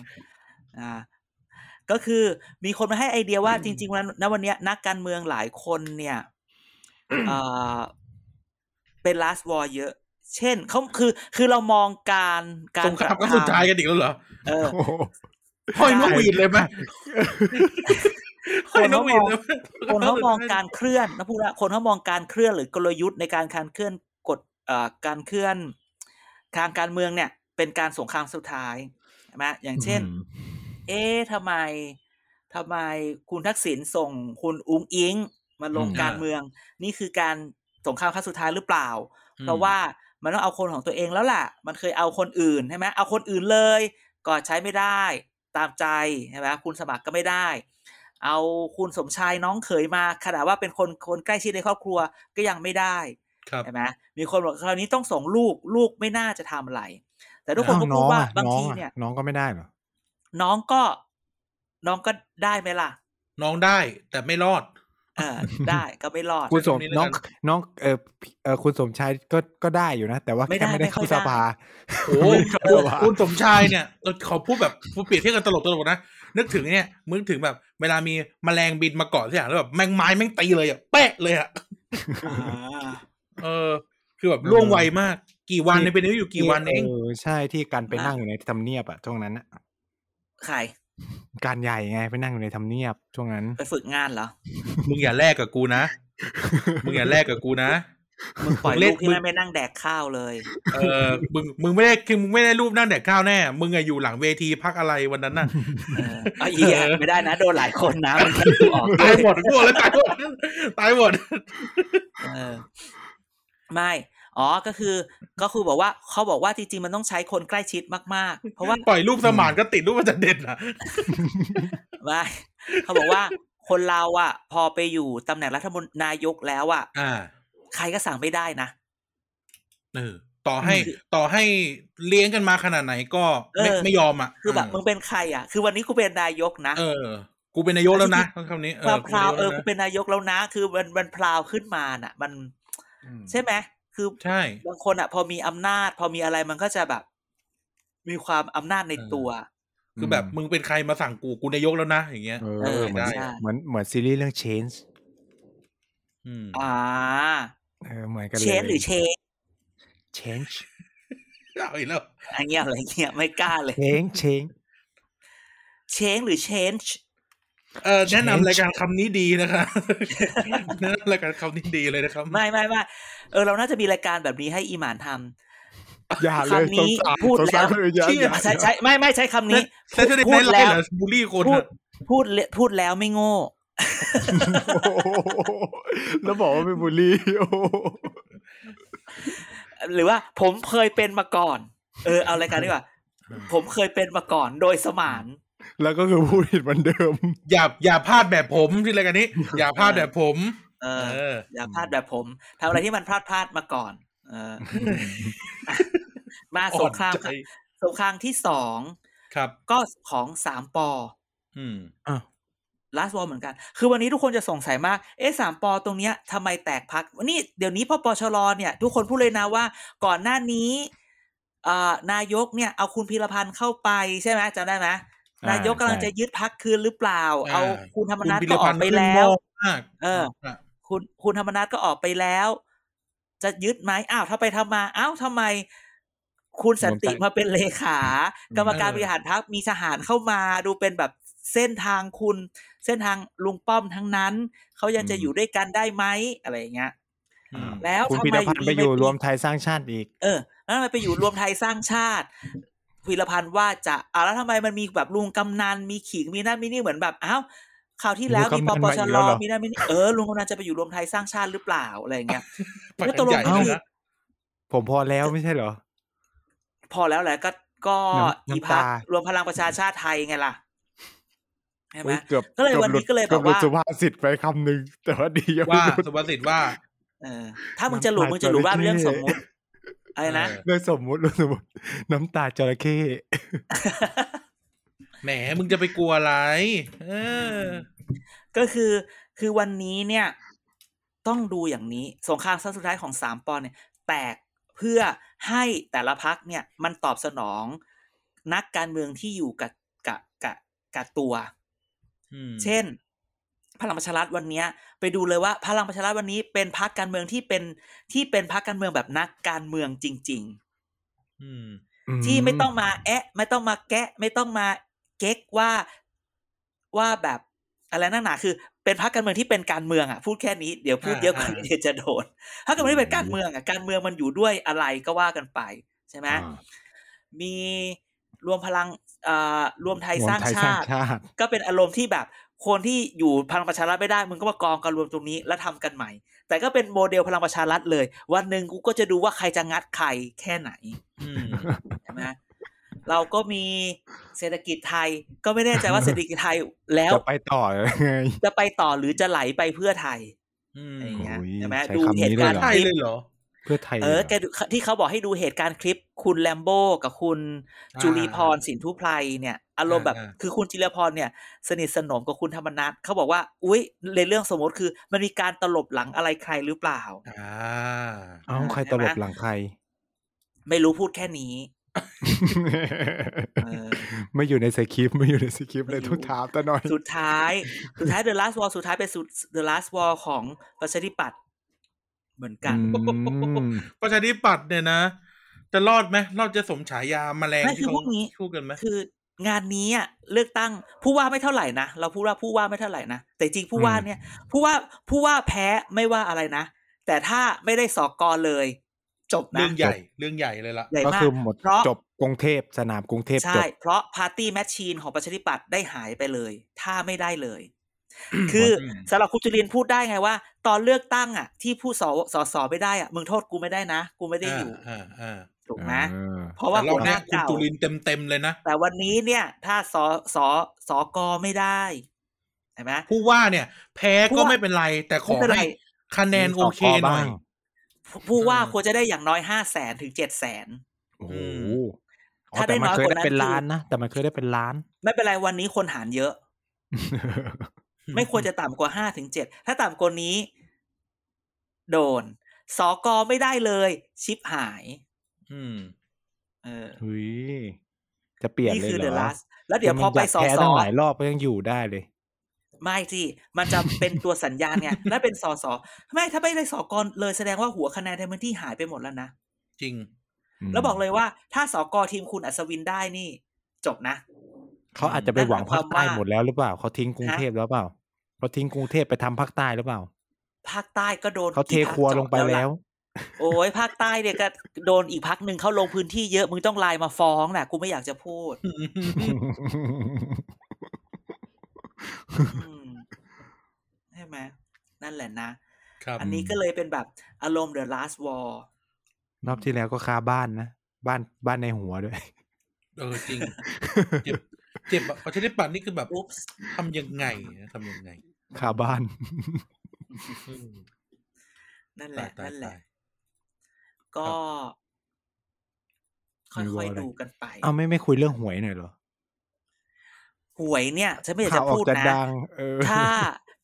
D: อ่า ก็คือมีคนมาให้ไอเดียว่า จริงๆวันณวันเนี้ยนักการเมืองหลายคนเนี่ยเอ่อเป็น last war เยอะ เช่นเขาคือคือเรามองการการ
B: สงคราม
D: ปะ
B: ก็สุดท้ายกันอีกแล้วเหรอ
D: เออ
C: โอ้โห
B: ห้อยนกหวีดเลยไหมห้อยนกหวีดเลยไหม
D: คนเขามองการเคลื่อนนะพูดละคนเขามองการเคลื่อนหรือกลยุทธ์ในการการเคลื่อนกฎเอ่อการเคลื่อนทางการเมืองเนี่ย เป็นการสงครามสุดท้ายใช่ไหมอย่างเช่น เอ๊ะทำไมทำไมคุณทักษิณส่งคุณอุ้งอิงมาลงการเมือง นี่คือการสงครามครั้งสุดท้ายหรือเปล่า เพราะว่ามันต้องเอาคนของตัวเองแล้วล่ะ มันเคยเอาคนอื่นใช่ไหมเอาคนอื่นเลยก็ใช้ไม่ได้ ตามใจใช่ไหมคุณสมัครก็ไม่ได้ เอาคุณสมชายน้องเขยมาขนาดว่าเป็นคนคนใกล้ชิดในครอบครัวก็ยังไม่ได้
B: ครับ
D: ใช่ไหมมีคนบอกคราวนี้ต้องส่งลูกลูกไม่น่าจะทำอะไร แต่ทุกคนก็
C: น้
D: พู
C: อ
D: ด
C: ง
D: ว่า
C: อ่ะ
D: บาง
C: น้อง
D: ที
C: อ่ะ
D: เนี่ย
C: น้องก็ไม่ได้เหรอ
D: น้องก็ น้องก็ได้ไหมล่ะ
B: น้องได้ แต่ไม่รอด
D: อ่าได้ก็ไม่รอด
C: คุณส
B: ต
C: ม
B: รงนี้แล้ว
C: น้อง
B: กัน
C: น้องเออพี่เออคุณสมชายก็ก็ได้อยู่นะ แต่ว่า
D: ไม่ได้
C: แค่ไม่ได้เข้า
D: ไม่ค่
C: ส
D: อยได้
C: ภา
B: โอ้ย
C: ครับ
B: คุณ
C: ว่า
B: คุณสมชายเนี่ยเราขอพูดแบบพูดเปรียบเทียบกันตลกตลกๆนะ นึกถึงเนี่ยมึงถึงแบบ เวลามีแมลงบินมาเกาะสักอย่างแล้วแบบแมงไม้แม่งตีเลยอ่ะเป๊ะเลยอ่ะ
D: อ่า
B: เออ คือแบบล่วงไวมาก กี่วันในยเป็นนี้อยู่กี่วันเอง
C: ใช่ที่การไปนั่งอยู่ในทำเนียบอะช่วงนั้นอะ
D: ใคร
C: การใหญ่ไงไปนั่งอยู่ในทำเนียบช่วงนั้น
D: ไปฝึกงานเหรอ
B: มึงอย่าแลกกับกูนะ มึงอย่าแลกกับกูนะ
D: มึงปล่อย
B: มึงเล่
D: ลู
B: น
D: กที่
B: มึง
D: แม่ไม่นั่งแดกข้าวเลย
B: เออ มึง มึงไม่ได้ คือมึงไม่ได้รูปหนั่นแดกข้าวแน่ มึงอะอยู่หลังเวทีพักอะไรวันนั้นน่ะ
D: เออเอาอีกอ่ะไม่ได้นะ โดนหลายคนนะมันแค่ดูออก
B: ตายหมดพวกแล้วตายหมด ตายหมด
D: เออไม่ อ๋อก็คือ ก็คือบอกว่าเขาบอกว่าจริงๆมันต้องใช้คนใกล้ชิดมากๆ เพราะว่า
B: ปล่อยรูปสมานก็ติดรูปมันจะเด็ดนะ
D: ไม่เขาบอกว่าคนเราอะพอไปอยู่ตำแหน่งรัฐมนตรีนายกแล้วอะ
B: อ่า
D: ใครก็สั่งไม่ได้นะ
B: เออ ต่อให้ ต่อให้เลี้ยงกันมาขนาดไหนก็ไม่
D: เออ
B: ไม่ยอมอ่ะ
D: คือแบบมึงเป็นใครอะคือวันนี้กูเป็นนายกนะ
B: เออ กูเป็นนายกแล้วนะคำนี้ เอ
D: ค
B: อ
D: วามพราวเออกู
B: กูเป็นนายกแล้วนะ
D: เป็นนายกแล้วนะ คือมันมันพราวขึ้นมาน่ะ มันใช่ไหมคือ
B: ใช่
D: บางคนอะพอมีอำนาจ พอมีอะไรมันก็จะแบบ มีความอำนาจในตัว
B: คือแบบมึงเป็นใครมาสั่งกู กูนายกแล้วนะ อย่างเงี้ย
C: เออ
D: เออ
C: เหมือน
D: ใช่
C: เหมือนเหมือนซีรีส์เรื่อง change
B: อืม
D: อ่า
C: เออเหมือนกันเลย
D: เชนหรือเชน
C: change
B: เอาอีกแล้ว
D: อันเงี้ยอะไรเงี้ยไม่กล้าเลย
C: change change
D: เชนหรือเชน
B: เออแนะนำรายการคำนี้ดีนะคะแนะนำรายการคำนี้ดีเลยนะครับ
D: ไม่ไม่ไม่เออเราน่าจะมีรายการแบบนี้ให้อีหมานทำ
C: อย่าเลย
D: คำนี้
C: สงสาร
D: พูด
C: สงสาร
D: แล้ว
C: คนอื่นอย่า
B: ที่
C: อย่า
D: ใช่ใช่ไม่ไม่ใช้คำนี้
B: เซนเซอร์ใน
D: พูด
B: ไล
D: แล้ว
B: น์เหรอบูลลี่คน
D: พูด
B: อะ
D: พูดเลพูดแล้วไม่โง่
C: โอ้โห แล้วบอกว่าเป็นบูลลี่ โอ้โห
D: หรือว่าผมเคยเป็นมาก่อน เออเอารายการดีกว่า ผมเคยเป็นมาก่อนโดยสมาน
C: แล้วก็คือพูดผิดเหมือนเดิม
B: อย่าอย่าพลาดแบบผมที่รายการนี้ อย่าพลาดแบบผม
D: เอ
B: เออ
D: ออย่าพลาดแบบผมทำอะไรที่มันพลาดพลาดมาก่อน เออ มาสงคราม
B: อ่อนใจ
D: สงครามที่สอง
B: ครับ
D: ก็ของสามปอ
B: อืม
D: ลาสวอเหมือนกัน คือวันนี้ทุกคนจะสงสัยมาก เอ๊ะสามปอตรงเนี้ยทำไมแตกพักนี่เดี๋ยวนี้พอปชรเนี่ย ทุกคนพูดเลยนะว่า ก่อนหน้านี้เอ่อนายกเนี่ย เอาคุณพีรพันธ์เข้าไปใช่ไหมจำได้ไหม
C: อ่าน
D: นายกกำลัง
C: ใช่
D: จะยึดพักคืนหรือเปล่า
B: อ่า
D: เอาคุณธรรม
B: คุณ
D: นัฐ
B: พิร
D: ก็อ
B: พั
D: อน ก
B: ธ์
D: ไป
B: ขึ้น
D: แล้ว
B: โมมาก
D: เออ
B: ะ
D: คุณคุณธรรมนัฐก็ออกไปแล้ว จะยึดไหมอ้าวถ้าไปทำมาอ้าวทำไม คุณสันติมาเป็นเลขา กรรมการบริหารพรรคมีทหารเข้ามา ดูเป็นแบบเส้นทางคุณ เส้นทางลุงป้อมทั้งนั้น เขายังจะ
C: อืม
D: อยู่ด้วยกันได้ไหมอะไรอย่างเงี้ย
B: อืม
D: แล้ว
C: คุณ
D: ทำไม
C: พีรพันธ์
D: อยู่ดี
C: ไปอยู่
D: ไม่
C: รวมไทยสร้างชาติอีก
D: เออแล้วทำไมไปอยู่รวมไทยสร้างชาติวีรพันธ์ว่าจะอ้าวแล้วทำไมมันมีแบบลุงกำนันมีขิงมีนั่นมีนี่เหมือนแบบอ้าวคราวที่แล้วมี
C: ลุง
D: ป
C: กำนัน
D: ป
C: มา
D: ช
C: อีก
D: ร
C: แล้วเหรอ
D: มีนั่นมีนี่เออลุงกำนันจะไปอยู่รวมไทยสร้างชาติหรือเปล่าอะไรอย่างเงี้ย
B: ไป
D: แล้ว
B: กั
D: ต
B: น
D: กลง
B: ใหญ่
D: เอา
B: เลยนะ
C: ผมพอแล้วไม่ใช่เหรอ
D: พอแล้วแหละก็ก็
C: น้ำ
D: อี
C: น้ำ
D: พัก
C: ตา
D: รวมพลังประชาชาติไทยไงล่ะใช่ไหม
C: โอ้ยเกือบ
D: ก็เลยวันนี้ก็เลย
C: เกือบหด
D: แบบว่า
C: สุภาษิตไปคำหนึ่งแต่ว่าดียังไม่
B: ว่า
C: หลุด
B: สุภาษิตว่า
D: เออถ้ามึงจะหลุด
C: น้ำตา
D: มึงจะหลุดว่า
C: จระเข้
D: เรื่องสมมุติอะไรนะ
B: เออ
C: เรื่องสมมุติเรื่องสมมติน้ำตาจระเข้
B: แหมมึงจะไปกลัวอะไร เออ
D: ก็คือคือวันนี้เนี่ย ต้องดูอย่างนี้ สงครามครั้งสุดท้ายของสามปอเนี่ย แตกเพื่อให้แต่ละพักเนี่ย มันตอบสนอง นักการเมืองที่อยู่กับกับกับกับตัว
B: อืม
D: เช่น พลังประชารัฐวันเนี้ย ไปดูเลยว่าพลังประชารัฐวันนี้เป็นพักการเมืองที่เป็นที่เป็นพักการเมืองแบบนักการเมืองจริง
B: อืม
D: ๆ ที่ไม่ต้องมาแอะ ไม่ต้องมาแกะ ไม่ต้องมาเก๊กว่าว่าแบบอะไรนักหนาคือเป็นพักการเมืองที่เป็นการเมืองอ่ะพูดแค่นี้เดี๋ยวพูดเยอะกว่า
B: อ่า
D: เดี๋ยวจะโดนพักการเมืองที่เป็นการเมืองอ่ะการเมืองมันอยู่ด้วยอะไรก็ว่ากันไปใช่ไหม
C: อ่า
D: มีรวมพลังเอ่อรวมไทย
C: รว
D: ส
C: ม
D: ร้าง
C: ไทยส
D: ชา
C: ร้าง
D: ติ
C: ชาติ
D: ก็เป็นอารมณ์ที่แบบคนที่อยู่พลังประชารัฐไม่ได้มึงก็มากองกันรวมตรงนี้แล้วทำกันใหม่ แต่ก็เป็นโมเดลพลังประชารัฐเลย วันหนึ่งกูก็จะดูว่าใครจะงัดใครแค่ไหน
B: อืม
D: ใช่ไหมเราก็มีเศรษฐกิจไทยก็ไม่แน่ใจว่าเศรษฐกิจไทยแล้ว
C: จะไปต่อเลยไง
D: จะไปต่อหรือจะไหลไปเพื่อไทย
B: อืม
D: อะไรอย่างเงี้ย
C: โอ้ย
D: ใช่ไหม
C: ใช้
D: ดู
C: คำนี้
D: เหตุ
C: ด้
D: กา
C: ย
D: ว รณ์
C: หร
B: ใช่
D: คลิป
B: เลยเหรอ
C: เพื่อไทย
D: เออแกดูที่เขาบอกให้ดูเหตุการณ์คลิปคุณแลมโบกับคุณจุลีพรสินทุไพรเนี่ย อารมณ์แบบ
B: อ่า
D: คือคุณจิรพรเนี่ย สนิทสนมกับคุณธรรมนัทเขาบอกว่า อุ้ยในเรื่องสมมติคือมันมีการตลบหลังอะไรใครหรือเปล่า
B: อ่า
C: เอาใครตลบหลังใคร
D: ไม่รู้พูดแค่นี้ เออ
C: ไม่อยู่ในสคริปต์ไม่อยู่ในสคริปต์เลย
D: ไม่อยู่
C: ทุกถามตะหน่อย
D: สุดท้าย สุดท้าย The Last War สุดท้ายเป็นสุด The Last War ของประชาธิปัตย์เหมือนกัน
C: อืม
B: ประชาธิปัตย์เนี่ยนะ จะรอดไหมรอดจะสมฉายาแมลง
D: ไม่
B: ที่
D: คือ
B: เขา
D: พวกนี้
B: ชูดกันไหม
D: คืองานนี้อะเลือกตั้งผู้ว่าไม่เท่าไหร่นะเราพูดว่าผู้ว่าไม่เท่าไหร่นะแต่จริงผู้ว่า
C: อืม
D: เนี่ย ผู้ว่าผู้ว่าแพ้ไม่ว่าอะไรนะ แต่ถ้าไม่ได้สอกอเลย จบนะ
B: เรื่องใหญ่ เรื่องใหญ่เลยล่ะ
D: ใหญ่
C: ก็
D: มาก
C: คือหมด
D: เพราะ
C: จบกรุงเทพสนามกรุงเทพจ
D: ใช่
C: บ
D: เพราะพาร์ตี้แมชชีนของประชาธิปัตย์ได้หายไปเลย ถ้าไม่ได้เลย คือ
B: อืม
D: สำหรับคุณจุลินทร์พูดได้ไงว่า ตอนเลือกตั้งอ่ะ ที่ผู้สสสไม่ได้อ่ะมึงโทษกูไม่ได้นะ กูไม่ได้อยู่
B: อ่าอ่า
D: ถูกไหม
C: เออ
D: เพราะ
B: แต่
D: ว่าร
B: อ
D: หั
B: บ
D: วห
B: เนี้
D: น้า
B: คุณ
D: ยเก่า
B: จุลินเต็มเต็มๆเลยนะ
D: แต่วันนี้เนี่ย ถ้าสสสกไม่ได้เห็นไหม
B: ผู้ว่าเนี่ย แพ้ก็
D: ผู้ว่า
B: ไม่เป็นไร แต่ขอ
D: ไม่เป็นไร
B: ให้คะแนน
C: มี
B: โอ
C: ส
B: เค
C: ข้
B: หน่อ
C: บ้าย ง
D: ผู้ว่า
B: เออ
D: ควรจะได้อย่างน้อยห้าแสนถึงเจ็ดแสน
C: โอ้โห
B: อืม
C: อ๋อ
D: ถ้าได้
C: แต่มัน
D: น้อย
C: เคย
D: กว่า
C: ได้
D: นั้น
C: เป็น
D: คือ
C: ล้านนะ แต่มันเคยได้เป็นล้าน
D: ไม่เป็นไรวันนี้คนหารเยอะ ไม่ควรจะต่ำกว่าห้าถึงเจ็ดถ้าต่ำกว่านี้ โดนสกไม่ได้เลย ชิปหาย
B: อืม
D: เออ
C: เฮ้ยจะเปลี่ยน
D: นี่
C: เลย
D: คือ
C: เหร
D: เด
C: อ
D: อะลัสแล้วเดี๋ยวพอไป
C: แต่มันยาก
D: สอ
C: แพ้
D: สอ
C: ตั้งหลายรอบก็ยังอยู่ได้เลย
D: ไม่ที่มันจะเป็นตัวสัญญาณไง และเป็นสอสอไม่ถ้าไม่ได้สอกรเลยแสดงว่าหัวคะแนนในพื้นที่หายไปหมดแล้วนะ
B: จริง
D: แล้วบอกเลยว่าถ้าสกทีมคุณอัศวินได้นี่ จบนะ
C: เขาอาจจะไปหวังภาคใต้หมดแล้วหรือเปล่าเขาทิ้งกรุง
D: ฮะ
C: เทพแล้วเปล่าเขาทิ้งกรุงเทพไปทำภาคใต้หรือเปล่า
D: ภาคใต้ก็โดน
C: เขาเท
D: กี่พรร
C: ครัว
D: จาะ
C: ลงไป
D: ะ
C: แล้ว
D: โอ้ยภาคใต้เนี่ยก็โดนอีกพักหนึ่งเข้าลงพื้นที่เยอะ มึงต้องไลน์มาฟ้องนะกูไม่อยากจะพูดอืมใช่ไหมนั่นแหละนะ
B: ครับ
D: อันนี้ก็เลยเป็นแบบอารมณ์ The Last War
C: รอบที่แล้วก็คาบ้านนะ บ้านบ้านในหัวด้วย
B: เออ จริง เจ็บ เจ็บอะประชาธิปัตย์นี่คือแบบ
D: อุ๊ปส์
B: ทำยังไงนะทำยังไง
C: คาบ้าน
B: อืม
D: นั่นแห
B: ตาย
D: ละ
B: ตาย
D: นั่น
B: ตา
D: แหละ
B: ย
D: ก็
C: ครั
D: ค่
C: บ
D: อยๆดูกันไป
C: เอาไม่ไม่คุยเรื่องหวยหน่อยเหรอ
D: หวยเนี่ยฉันไม่อยาก
C: ข่าวอ
D: จะ
C: อก
D: พูด
C: จะ
D: นะ
C: ดัง เออ
D: ถ้า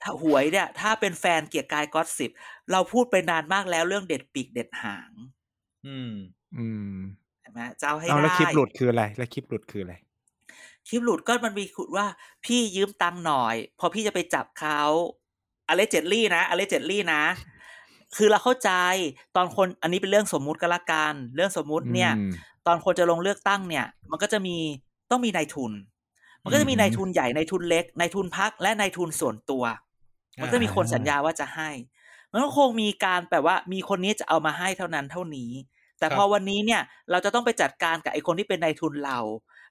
D: ถ้าหวยเนี่ย ถ้าเป็นแฟนเกียร์กายก็สิบเราพูดไปนานมากแล้วเรื่องเด็ดปีกเด็ดหาง
B: อื ม
C: อืม
D: ใช่ไหมเจ้าให้ได้
C: เอาแล้วคลิปหลุดคืออะไร แล้วคลิปหลุดคืออะไร
D: คลิปหลุดก็มันมีขุดว่าพี่ยืมตังค์หน่อย พอพี่จะไปจับเขาอเลเจดลี่นะอเลเจดลี่นะ คือเราเข้าใจตอนคนอันนี้เป็นเรื่องสมมุติก็แล้วกัน เรื่องสมมุติเนี่ย
C: อืม
D: ตอนคนจะลงเลือกตั้งเนี่ย มันก็จะมีต้องมีนายทุน มันก็จะมี
C: อืม
D: นายทุนใหญ่นายทุนเล็กนายทุนพักและนายทุนส่วนตัว มันก็มีคนสัญญาว่าจะให้ มันก็คงมีการแบบว่ามีคนนี้จะเอามาให้เท่านั้นเท่านี้ แต่
B: ครับ
D: พอวันนี้เนี่ย เราจะต้องไปจัดการกับไอ้คนที่เป็นนายทุนเรา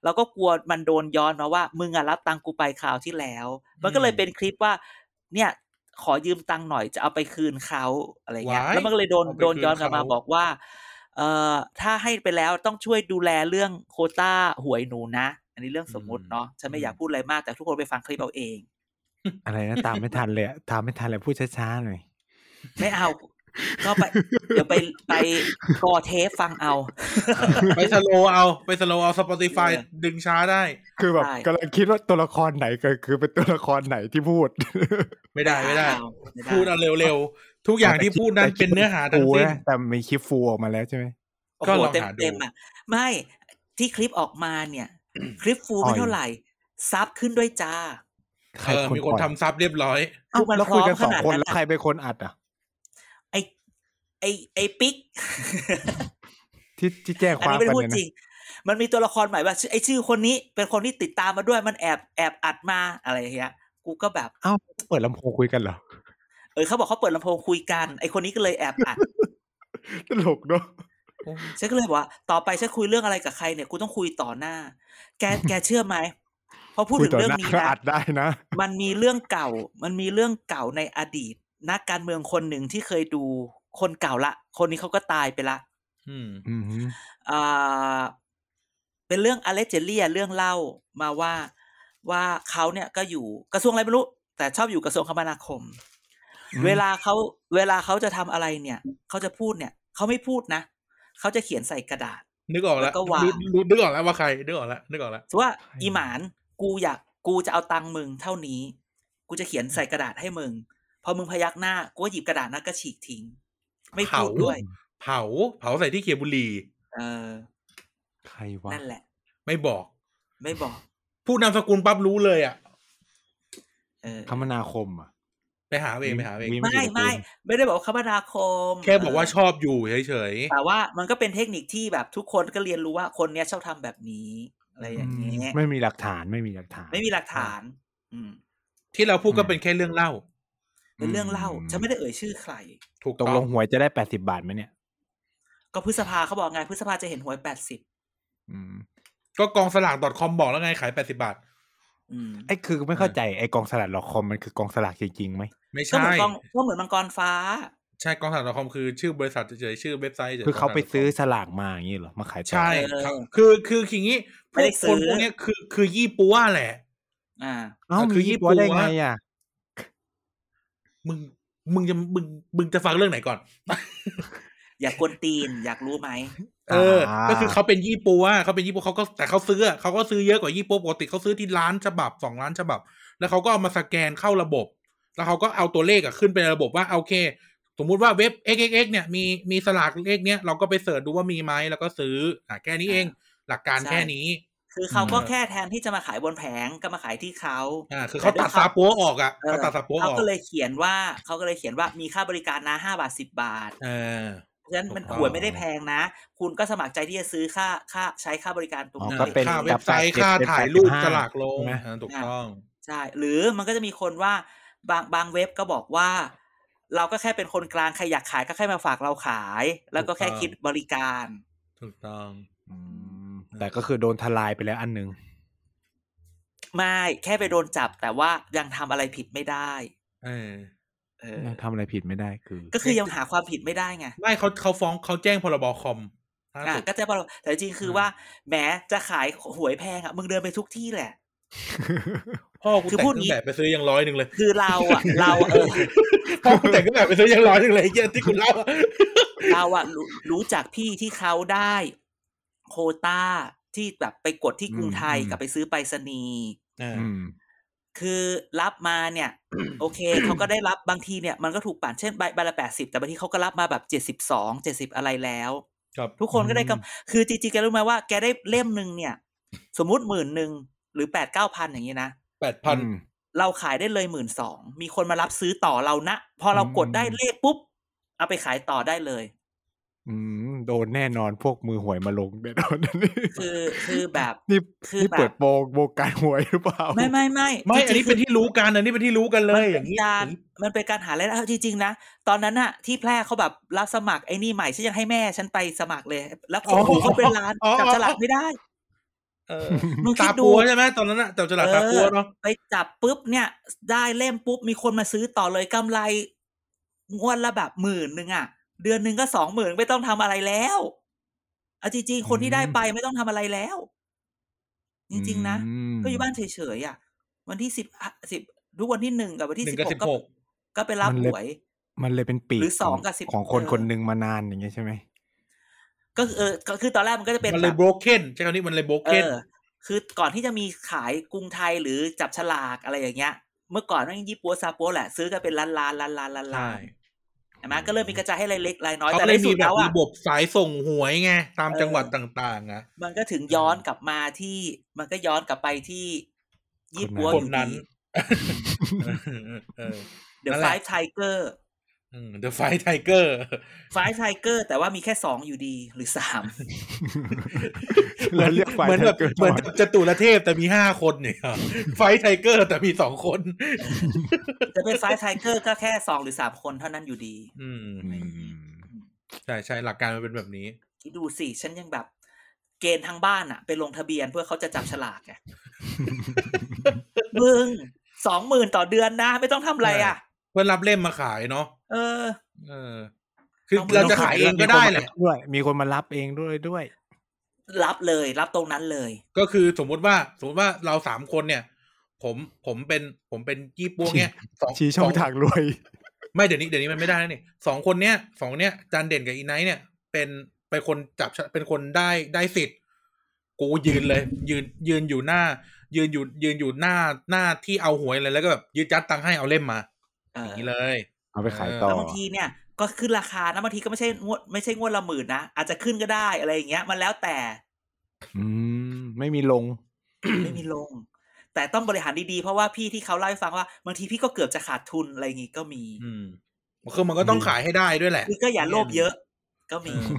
D: เราก็กลัวมันโดนย้อนมาว่ามึงอะรับตังค์กูไปคราวที่แล้ว มันก็เลยเป็นคลิปว่า เนี่ย ขอยืมตังค์หน่อยจะเอาไปคืนเขาอะไรเงี้ย
B: Why?
D: แล้วมันก็เลยโดน
B: เอาไป
D: โดนย้อน
B: คืน
D: กลับมา
B: เขา
D: บอกว่า เอ่อถ้าให้ไปแล้วต้องช่วยดูแลเรื่องโควต้าหวยหนูนะ อันนี้เรื่องสมมุติเนาะฉันไม่อยากพูดอะไรมากแต่ทุกคนไปฟังคลิปเอาเอง
C: อะไรนะตามไม่ทันเลยอะตามไม่ทันเลยพูดช้าๆหน่อย
D: ไม่เอา ก็ไป เดี๋ยวไปไปกอเทปฟังเอา
B: ไปสโลว์เอา ไปสโลว์เอา Spotify
D: เออ
B: ดึงช้าได้
C: คือแบบ
D: ใช่
C: กำลังคิดว่าตัวละครไหนก็คือเป็นตัวละครไหนที่พูด
B: ไม่ได้ไม่ได้
D: เอาไม่ได้
B: พูดเอาเร็วๆ ทุ กอย่างที่พูดนั้นเป็นเนื้อหาทั้งสิ้น
C: แต่คลิปฟูะแต่มีคลิปฟูออกมาแล้วใช่ไหม
D: โอ้
B: ก็
D: โห
B: ลอง
D: เต็ม
B: หาดู
D: เต็มอ่ะ ไม่ที่คลิปออกมาเนี่ย คลิปฟูล
C: อ่
D: ไม่
C: อย
D: เท่าไหร่ ซับขึ้นด้วยจ้า
C: ใคร
B: เออมีคน
C: ปล่อย
B: ทำซับเรียบร้อย
C: เอ้า
D: คือมัน
C: แล้วคุยกัน
D: พร้
C: ส
D: อ
C: อง
D: มขนาด
C: คน
D: นั้น
C: แล้ว
D: อะ
C: ใครเป็นคนอัดอ่ะ
D: ไอไอไอปิ๊ก
C: ที่ที่แจ้ง
D: อั
C: คนวาม
D: นี้
C: กั
D: ไม่
C: น
D: ได้พูด
C: เนี่ย
D: จ
C: นะ
D: ริง มันมีตัวละครใหม่ว่าชื่อไอชื่อคนนี้ เป็นคนที่ติดตามมาด้วยมันแอบแอบอัดมาอะไรอย่างเงี้ย กูก็แบบ
C: เอ้าเปิดลำโพงคุยกันเหรอ
D: เออเขาบอกเขาเปิดลำโพงคุยกัน ไอคนนี้ก็เลยแอบอัด
C: ตลกเนาะ
D: ฉันก็เลยบอกว่าต่อไปฉันคุยเรื่องอะไรกับใครเนี่ยกูต้องคุยต่อหน้า แกแกเชื่อไหมพอพูดถึง
C: คุยต่
D: เรื่อง
C: หา
D: นี้
C: ก็อั
D: นะ
C: ดได้นะ
D: มันมีเรื่องเก่า มันมีเรื่องเก่าในอดีต นักการเมืองคนหนึ่งที่เคยดูคนเก่าละ คนนี้เขาก็ตายไปละ
B: อืม
C: อืม
D: อ่าเป็นเรื่องอเลเจเลียเรื่องเล่ามาว่าว่าเขาเนี่ยก็อยู่กระทรวงอะไรไม่รู้ แต่ชอบอยู่กระทรวงคมนาคม เวลาเขาเวลาเขาจะทำอะไรเนี่ยเขาจะพูดเนี่ยเขาไม่พูดนะเขาจะเขียนใส่กระดาษ
B: นึกออกแล้ว
D: แล้วก็วาง
B: รู้รู้นึกออกแล้วว่าใครนึกออกแล้วนึกออกแล้ว
D: สมมุติว่าอีหมานกูอยากกูจะเอาตังค์มึงเท่านี้ กูจะเขียนใส่กระดาษให้มึง พอมึงพยักหน้ากูก็หยิบกระดาษนั้นก็ฉีกทิ้ง ไม่พูด
B: เผา
D: ด้วย
B: เผาเผาใส่ที่เขียบุหรี
D: เออ
C: ใครวะ
D: นั่นแหละ
B: ไม่บอก
D: ไม่บอก
B: พูดนามสกุลปั๊บรู้เลยอ่ะ
D: เออ
C: คมนาคมอ่ะ
B: ไปหาเอาเองไปหาเอาเอง
C: มี
D: ไม่ไม่ไม่ได้บอกว่าคมนาคม
B: แค่บอกว่า
D: เ
B: ชอบอยู่เฉย
D: แต่ว่ามันก็เป็นเทคนิคที่แบบทุกคนก็เรียนรู้ว่าคนเนี้ยชอบทำแบบนี้อะไรอย่างเงี้ย
C: ไม่มีหลักฐานไม่มีหลักฐาน
D: ไม่มีหลักฐาน อืม
B: ๆ ที่เราพูดก็เป็นแค่เรื่องเล่า
D: เป็นเรื่องเล่า
C: อืม
D: ฉันไม่ได้เอ่ยชื่อใคร
B: ถูก
C: ต
B: ต้
C: ก
B: อ
C: ล
B: ง
C: งหวยจะได้แปดสิบาทไหมเนี่ย
D: ก็พฤษภาเขาบอกไงพฤษภาจะเห็นหวยแปดสิบ
C: อืม
B: ก็กองสลาก .com บอกแล้วไงขายแปดสิบาท
D: อืม
C: ไอ้คือไม่เข้าใจไอ้กองสลากหลอกคอมมันคือกองสลากจริงๆไหม
B: ไม่
D: ก็เห
B: ใช่
D: มือนกองก็เหมือนมังกรฟ้า
B: ใช่กองสลาก .com คือชื่อบริษัทเฉยๆชื่อเว็บไซต์ฉยๆ
C: คือเขาไปซื้อก
B: งสลาก .com
C: สลากมาอย่างนี้เหรอมาขายต่อ
B: ใช่
D: เออ
B: ครับคือคือคืออย่างนี้พ
D: ไม่
B: ว
D: ได้
B: ก
D: ซื้
B: คน
D: อ
B: พวกเนี้ยคือคือยี่ปัวแหละ
D: อ่า
C: เอ้า
B: คื
C: คือ
B: อยี่ปั
C: ยี่ปัว
B: ว
C: ได้ไงอ่ะ
B: มึงมึงจะมึงมึงจะฟังเรื่องไหนก่อน
D: อยากกวนตีน อยากรู้ไหม
B: เออ
C: อ่า
B: ก็คือเขาเป็นยี่ปัวเขาเป็นยี่ปัวเขาก็แต่เขาซื้อเขาก็ซื้อเยอะกว่ายี่ปัวปกติเขาซื้อที่ล้านฉบับสองล้านฉบับ แล้วเขาก็เอามาสแกนเข้าระบบ แล้วเขาก็เอาตัวเลขอะขึ้นไปในระบบว่าโอเค สมมุติว่าเว็บ xxx เนี่ยมีมีสลากเลขเนี้ยเราก็ไปเสิร์ชดูว่ามีไหมแล้วก็ซื้ออ่ะแค่นี้เอง หลักการแค่นี้
D: คือเขาก็
B: อืม
D: แค่แทนที่จะมาขายบนแผงก็มาขายที่เขา
B: อ่าคือเขาตัดซาปัวออกอะเขาตัดซาปัวอ
D: เขา
B: อก
D: ก็เลยเขียนว่าเขาก็เลยเขียนว่ามีค่าบริการนะห้าบาทสิบบาท
B: เออ
D: เพราะฉะนั้นมัน
B: ถูกต้อง
D: หวยไม่ได้แพงนะ คุณก็สมัครใจที่จะซื้อค่าค่าใช้ค่าบริการตรง
C: อ๋อ
D: นี้
C: ก็เป็น
B: ค่าเว็บไซต์ค่าถ่ายรูปสลากลง
C: ใช่ไหม
B: อ่าถูกต้อง
D: ใช่ หรือมันก็จะมีคนว่าบางบางเว็บก็บอกว่า เราก็แค่เป็นคนกลางใครอยากขายก็แค่มาฝากเราขาย แล้วก็แค่
B: ถูกต้อง
D: คิดบริการ
B: ถูกต้อง
C: อืมแต่ก็คือโดนทลายไปแล้วอันหนึง
D: ไม่แค่ไปโดนจับแต่ว่ายังทำอะไรผิดไม่ได้
B: เออ
D: เออ
C: ยังทำอะไรผิดไม่ได้คือ
D: ก็คือยังหาความผิดไม่ได้ไง
B: ไม่เขาเขาฟ้องเขาแจ้งพรบคอมล่า
D: อ่ะ
B: สุด
D: ก็จะบอกแต่จริงๆคือว่าแหมจะขายหวยแพงอ่ะมึงเดินไปทุกที่แหละ
B: พ่อกู
D: คือ
B: แต่ง
D: พู
B: เค
D: ด
B: รื่อ
D: งี้
B: งแบบไปซื้อยังร้อยหนึ่งเลย
D: คือเราอ่ะ เราเออ
B: พ่อกูแต่งเครื่องแบบไปซื้อยังร้อยหนึ่งเลยไอ้เหี้ยที่คุณเล่าอะ
D: เราอะรู้รู้จักพี่ที่เขาได้โควต้าที่แบบไปกดที่กรุงไทย
C: อืม
D: กับไปซื้อไปรษณีย์
C: อืม
D: คือรับมาเนี่ย โอเค เขาก็ได้รับบางทีเนี่ยมันก็ถูกปั่นเช่นใบใบละแปดสิบแต่บางทีเขาก็รับมาแบบเจ็ดสิบสองเจ็ดสิบอะไรแล้ว
B: ครับ
D: ทุกคนก็ได้กำ
C: อืม
D: คือจริงๆแกรู้ไหมว่าแกได้เล่มหนึ่งเนี่ย สมมุติหมื่นหนึ่งหรือแปดเก้าพันอย่างนี้นะ
B: แปดพัน
C: อืม
D: เราขายได้เลยหมื่นสองมีคนมารับซื้อต่อเรานะพอเรากดได้เลขปุ๊บ เอาไปขายต่อได้เลย
C: อืมโดนแน่นอนพวกมือหวยมาลง แน่นอนนี่
D: คือคือแบบ
C: นี่
D: คือ
C: นี่
D: แบบ
C: เปิดโปงวงการหวยหรือเปล่า
D: ไม่ไม่ไม่
B: ไม่
D: จ
B: อัน
D: ริ
B: นี้
D: งๆ
B: เป็นที่รู้กันอันนี้เป็นที่รู้กันเล
D: มัน
B: ยอ
D: เป็
B: ย่าน งนี้
D: การมันเป็นการหารายได้เอาจริงๆนะ ตอนนั้นอะที่แพร่เขาแบบรับสมัครไอ้นี่ใหม่ฉันยังให้แม่ฉันไปสมัครเลย แล้วคนโอ้โหเขาเป็นล้านจับฉลากไม่ได้
B: เออ
D: มึงคิ
B: ตา
D: ดดู
B: ปัวใช่ไหมตอนนั้นอะจับฉลากตาปัวเนาะ
D: ไปจับปุ๊บเนี่ย ได้เล่มปุ๊บมีคนมาซื้อต่อเลยกำไรงวดละแบบหมื่นหนึ่งอะเดือนหนึ่งก็สองหมื่นไม่ต้องทำอะไรแล้วเอาจริงๆคนที่ได้ไปไม่ต้องทำอะไรแล้ว จริงๆนะ
C: ม
D: ก็อยู่บ้านเฉยๆอ่ะ วันที่สิบสิบทุกวันที่หนึ่งกับวันที่
B: หนึ่งกั
D: สิบ
B: บ
D: ห
B: สิบ
D: กก็
B: หก
D: ก็ไปรับหวย
C: มันเลยเป็นปีก
D: หรือสอง
C: ข
D: กับสิบ
C: ของคน
D: เออ
C: คนหนึ่งมานานอย่างเงี้ยใช่ไหม
D: ก็คือเออก็คือตอนแรกมันก็จะเป็น
B: มันเล
D: แบ
B: ย
D: บ
B: โบรกเก้นใช่คำนี้มันเลยโบรก
D: เอ
B: เก้น
D: อ คือก่อนที่จะมีขายกรุงไทยหรือจับฉลากอะไรอย่างเงี้ย เมื่อก่อนมันยี่ปัวซาปัวแหละซื้อกันเป็นล้านล้านล้านล้านล้าน
B: ใช่
D: ใช่ไหมก็เริ่มมีกระจายให้รายเล็กรายน้อย
B: เขา
D: แต่
B: เล
D: ใน
B: ย
D: สุ
B: มี
D: ด
B: แบ
D: แล้
B: บ
D: วอ่ะ
B: ระบบสายส่งหวยไงตาม
D: เออ
B: จังหวัดต่างๆอะ
D: มันก็ถึงย้อนกลับมาที่มันก็ย้อนกลับไปที่ยี่ปัว
B: ค
D: อน ยู่
B: นั้น
D: ดี
B: เออ
D: เดี๋ย
B: นั่
D: วน ไฟ
B: แหละ
D: ไทเกอร์
B: เดอะไฟไทเกอร์
D: ไฟไทเกอร์แต่ว่ามีแค่สองอยู่ดีหรือสาม
B: เหมือน
C: เรียกฝ่าย
B: เหมือนแบบ
C: ไทยเกิน
B: เหมือน
C: หน่อย
B: จตุรเทพแต่มีห้าคนเนี่ย ไฟท์ไทเกอร์แต่มีสองคน
D: จะเป็นไฟไทเกอร์ก็แค่สองหรือสามคนเท่านั้นอยู่ดี
B: อืม
C: อืม
B: ใช่ใช่หลักการมันเป็นแบบนี้
D: คิดดูสิ ฉันยังแบบ เกณฑ์ทางบ้านอะไปลงทะเบียนเพื่อเขาจะจับฉลากไง มึงสองหมื่นต่อเดือนนะ ไม่ต้องทำอะไรอ่ะ
B: เพื่อรับเล่มมาขายเนาะ
D: เออ
B: เออ คือ
D: เอามือ
B: เราจะขายเองก็ได้แหละ
C: ด้วย มีคนมารับเองด้วยด้วย
D: รับเลยรับตรงนั้นเลย
B: ก็คือสมมุติว่าสมมติว่าเราสามคนเนี่ย ผมผมเป็นผมเป็นยี่ปัวเนี่ยสอง
C: ชี้ช่อง
B: ส
C: ทางรวย
B: ไม่เดี๋ยวนี้เดี๋ยวนี้มันไม่ได้แล้วนี่สองคนเนี้ยสองเนี้ยจันเด่นกับอีไนท์เนี่ย เป็น เป็นคนจับฉเป็นคนได้ได้สิทธิ์กูยืนเลย ยืนยืนอยู่หน้า ยืนอยู่ยืนอยู่หน้าหน้าที่เอาหวยเลยแล้วก็แบบยืดจัดตังค์ให้เอาเล่มมา
D: เอ
B: อย่าง
D: อ
B: นี้เลย
C: เอาไปขายต่อ
D: แต่บางทีเนี่ยก็ขึ้นราคานะบางทีก็ไม่ใช่งวดไม่ใช่งวดละหมื่นนะอาจจะขึ้นก็ได้อะไรอย่างเงี้ย มันแล้วแต่
C: อืมไม่มีลง
D: ไม่มีลง แต่ต้องบริหารดีๆ เพราะว่าพี่ที่เขาเล่าให้ฟังว่าบางทีพี่ก็เกือบจะขาดทุนอะไรอย่างงี้ก็มี
B: อืมคือมันก็ต้องขายให้ได้ด้วยแหละ
D: คือก็อย่าโลภเยอะ ก็มี
B: เออ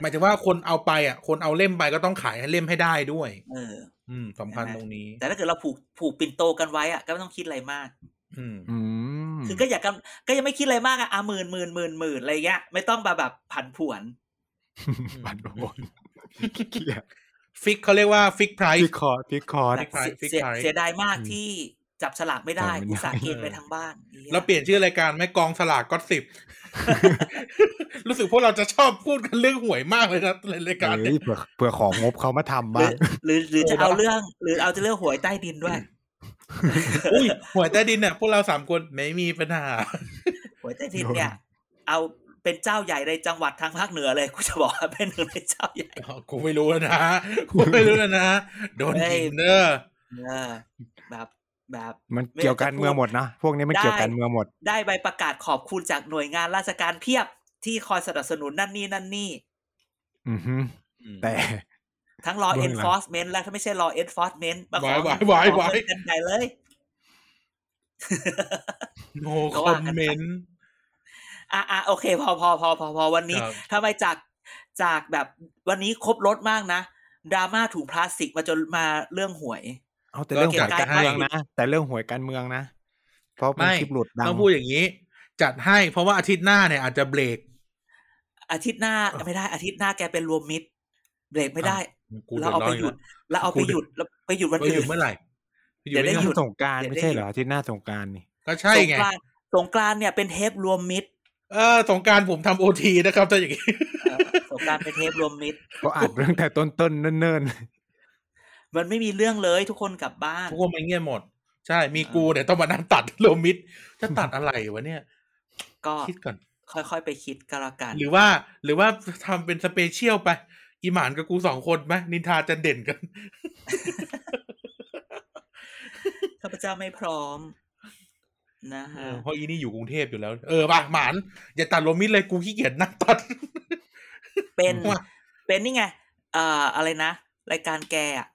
B: หมายถึงว่าคนเอาไปอ่ะ คนเอาเล่มไปก็ต้องขายให้เล่มให้ได้ด้วย
D: เออ
B: อืมสำคัญ
D: ใช่ไหม
B: ตรงนี้
D: แต่ถ้าเกิดเราผูกผูกปิ่นโตกันไว้อะก็ไม่ต้องคิดอะไรมาก
B: อืม
C: อืม
D: คือก็อย่ากำก็ยังไม่คิดอะไรมากอะอ่ะหมื่นหมื่นหมื่นหมื่นอะไรเงี้ยไม่ต้องแบบแบบผันผวน
C: บัตรโอนเกียด
B: ฟิกเขาเรียกว่าฟิกไพร
C: พี่
B: ซ์
C: คอร์ดพี่คอร์ด
B: Fix price, fix
D: เสีย
B: price
D: เสียดายมากที่จับฉลากไม่ได้
C: จับไม่ได้
D: อุตสาห์เกณฑ์ไปทางบ้านเหี้ย
B: แล้วเปลี่ยนชื่อรายการไหม่กองสลากก็สิบ รู้สึกพวกเราจะชอบพูดกันเรื่องหวยมากเลยนะในรายการเนี่
C: เฮ้ย
B: ย
C: เผื่อเผื่อของงบเขามาทำบ้าง
D: หรือหรือหรือ
B: โอ้
D: จะเอา
B: ได้
D: เรื่อง หรือเอาจะเรื่องหวยใต้ดินด้วย
B: อุ้ยหวยใต้ดินเนี่ยพวกเราสามคนไม่มีปัญหา
D: หวยใต้ดินเนี่ย เอาเป็นเจ้าใหญ่ในจังหวัดทางภาคเหนือเลยกูจะบอกว่าเป็นหนึ่งในเจ้าใหญ่
B: อ๋อกูไม่รู้นะกูไม่รู้นะ โดน
D: เฮ้ย
B: กินเด้อ
D: เออแบบแบบ
C: มันเกี่ยวกันเมืองหมดนะ พวกนี้มัน
D: ได้
C: เกี่ยวกันเมืองหมด
D: ได้ใบประกาศขอบคุณจากหน่วยงานราชการเพียบที่คอยสนับสนุนนั่นนี่นั่นนี่
C: อือฮึแต่
D: ทั้ง law
C: เบื้องหลัง
D: enforcement และถ้าไม่ใช่ law enforcement มาข
B: ไว้
D: อ
B: ไว้ไว้
D: ขอ
B: ไว้
D: เงินกันใหญ่เลย
B: โน
D: ก็
B: คอ
D: ว่าม กันไป
B: เมนต์
D: อ่ะอ่ะโอเค พอพอพอพอพอวันนี้
B: ครับ
D: ทำไมจากจากแบบวันนี้ครบรถมากนะดราม่าถุงพลาสติกมาจนมาเรื่องหวย
C: เอาแต่เรื่องหวย
D: ก็เกี่
C: กาย รเมื
D: วกัน
C: องนะ แต่เรื่องหวยการเมืองนะ เพราะมัน
B: ไม่
C: คลิปหลุดดัง
B: ต้องพูดอย่างนี้ จัดให้เพราะว่าอาทิตย์หน้าเนี่ยอาจจะเบรก
D: อาทิตย์หน้าไม่ได้อาทิตย์หน้าแกเป็นรวมมิตรเบรกไม่ได้
B: กู
D: เรา
B: เดือดร้
D: เอา
B: อ
D: ไป
B: นอ
D: ห
B: ยู่
D: ยุดเราเอาไปหยุดเราไปหยุดวัน
B: ไปหยุ
D: อื่
B: ด
D: น
B: เมื่อไหร่ไปหยุด
D: เดี๋ยวได้
B: ไม่
D: หยุ
B: ได้
D: ด
C: สงกรารไม่ใช่เหรออาที่หน้าสงกรารนี่
B: ก็ใช่
D: สง
B: ไง
D: กรานต์สงกรานต์เนี่ยเป็นเทปรวมมิตร
B: เออสงกรารผมทำโอทีนะครับถ้าอย่างนี้
D: เอ่อสงกรานต์เป็นเทปรวมมิตร
C: เพราะอ่านเรื่องแต่ต้นๆเนิ่น
D: มันไม่มีเรื่องเลยทุกคนกลับบ้าน
B: ทุกคนไปเงียบหมด ใช่มี
D: อ่ากู
B: กูเนี่ยต้องมานั่งตัด โลมิดจะตัดอะไรวะเนี่ย
D: ก็
B: คิดก่อน
D: ค่อยๆไปคิดก็แล้วกัน
B: หรือว่า หรือว่าทำเป็นสเปเชียลไป อีหมานกับกูสองคนไหมนินทาจะเด่นกัน
D: ข้าพเจ้าไม่พร้อม นะ
B: เอ
D: ฮะ
B: อเพราะอีนี่อยู่กรุงเทพอยู่แล้ว เออป่ะหมาน อย่าตัดโลมิดเลยกูขี้เกียจนั่งตัด
D: เป็น
B: ว่ะ
D: เป็นนี่ไงเอ่ออะไรนะรายการแกอะ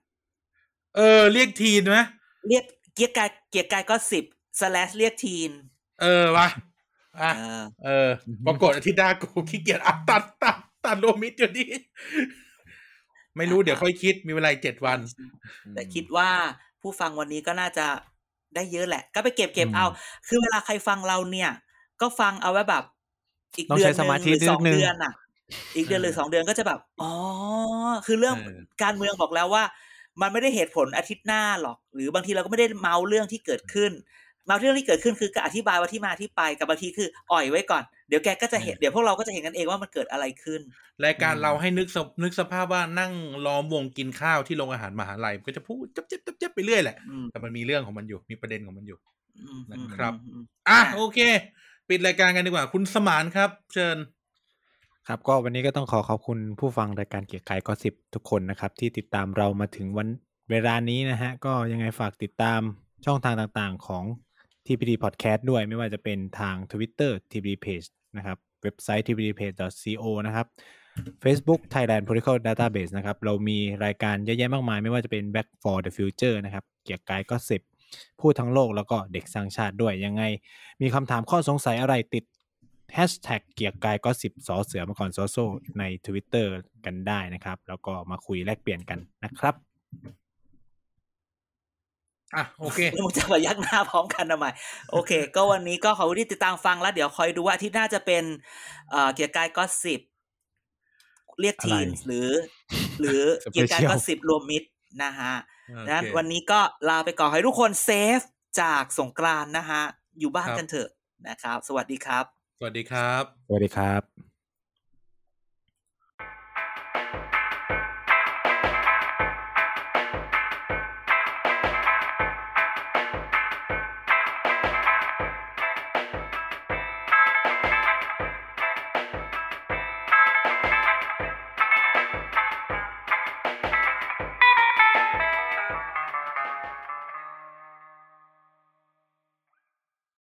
B: เออ เรียกทีนไหม
D: เรียกเกียร์กายเกียร์กายก็สิบสแลชเรียกทีน
B: เออป่ะอ่ะ
D: เออ
B: เออปรากฏอาทิตย์หน้ากู ขี้เกียจอัดตัดตัดตัดโลมิดอยู่ ดีไม่รู้เดี๋ยวค่อยคิดมีเวลาอีกเจ็ดวัน
D: แต่คิดว่าผู้ฟังวันนี้ก็น่าจะได้เยอะแหละ ก็ไปเก็บเก็บเอา คือเวลาใครฟังเราเนี่ย ก็ฟังเอาไว้แบบ อีก
C: ต้อง
D: เดือน
C: ใช้
D: ห
C: ส
D: นึ่
C: มาง ธิ
D: หรือ
C: นิ
D: ส
C: ด
D: อง
C: นึง
D: เดือนอ่ะ อีกเดือนหรือสองเดือนก็จะแบบ อ๋อ คือเรื่อง
B: เออ
D: การเมืองบอกแล้วว่า มันไม่ได้เหตุผลอาทิตย์หน้าหรอก หรือบางทีเราก็ไม่ได้เมาเรื่องที่เกิดขึ้น เมาเรื่องที่เกิดขึ้นคือก็อธิบายว่าที่มาที่ไปกับบางทีคืออ่อยไว้ก่อน เดี๋ยวแกก็จะเห็นเดี๋ยวพวกเราก็จะเห็นกันเองว่ามันเกิดอะไรขึ้น
B: รายการ
C: อืม
B: เราให้นึกสภนึกสภาพว่านั่งล้อมวงกินข้าวที่โรงอาหารมหาลัยก็จะพูดจับจับจับจับไปเรื่อยแหละ
D: อืม
B: แต่มันมีเรื่องของมันอยู่มีประเด็นของมันอยู่
D: อืม
B: นะครับ
D: อืม
B: อ่ะ
D: อ่ะ
B: โอเค ปิดรายการกันดีกว่า คุณสมานครับ เชิญ
C: ครับก็วันนี้ก็ต้องขอขอบคุณผู้ฟังรายการเกียร์กายก็สิบทุกคนนะครับ ที่ติดตามเรามาถึงวันเวลานี้นะฮะ ก็ยังไงฝากติดตามช่องทางต่างๆของ TPD Podcast ด้วยไม่ว่าจะเป็นทาง Twitter TPD Page นะครับเว็บไซต์ tpdpage.co นะครับ Facebook Thailand Political Database นะครับ เรามีรายการเยอะแยะมากมาย ไม่ว่าจะเป็น Back for the Future นะครับ เกียร์กายก็สิบพูดทั้งโลกแล้วก็เด็กสร้างชาติด้วยยังไง มีคำถามข้อสงสัยอะไรติดแฮชแท็กเกียร์กายก็สิบสอเสือมาก่อนซอโซใน Twitter กันได้นะครับ แล้วก็มาคุยแลกเปลี่ยนกันนะครับ
B: อ่ะโอเค
D: แล้วมึงจะมายักหน้าพร้อมกันทำไมโอเค ก็วันนี้ก็ขอบคุณที่ติดตามฟังแล้ว เดี๋ยวคอยดูว่าอาที่น่าจะเป็นเอ่อเกียร์กายก็สิบเรียกทีน
C: อะไร
D: หรือ หรือ
C: Special
D: เกียร์กายก็สิบรวมมิตรนะฮะดัง นั้น
B: โอเค
D: วันนี้ก็ลาไปก่อนให้ทุกคนเซฟจากสงกรานต์นะฮะ อยู่บ้าน
B: ครับ
D: กันเถอะนะครับ สวัสดีครับ
B: สวัสดีครับ
C: สวัสดีครับ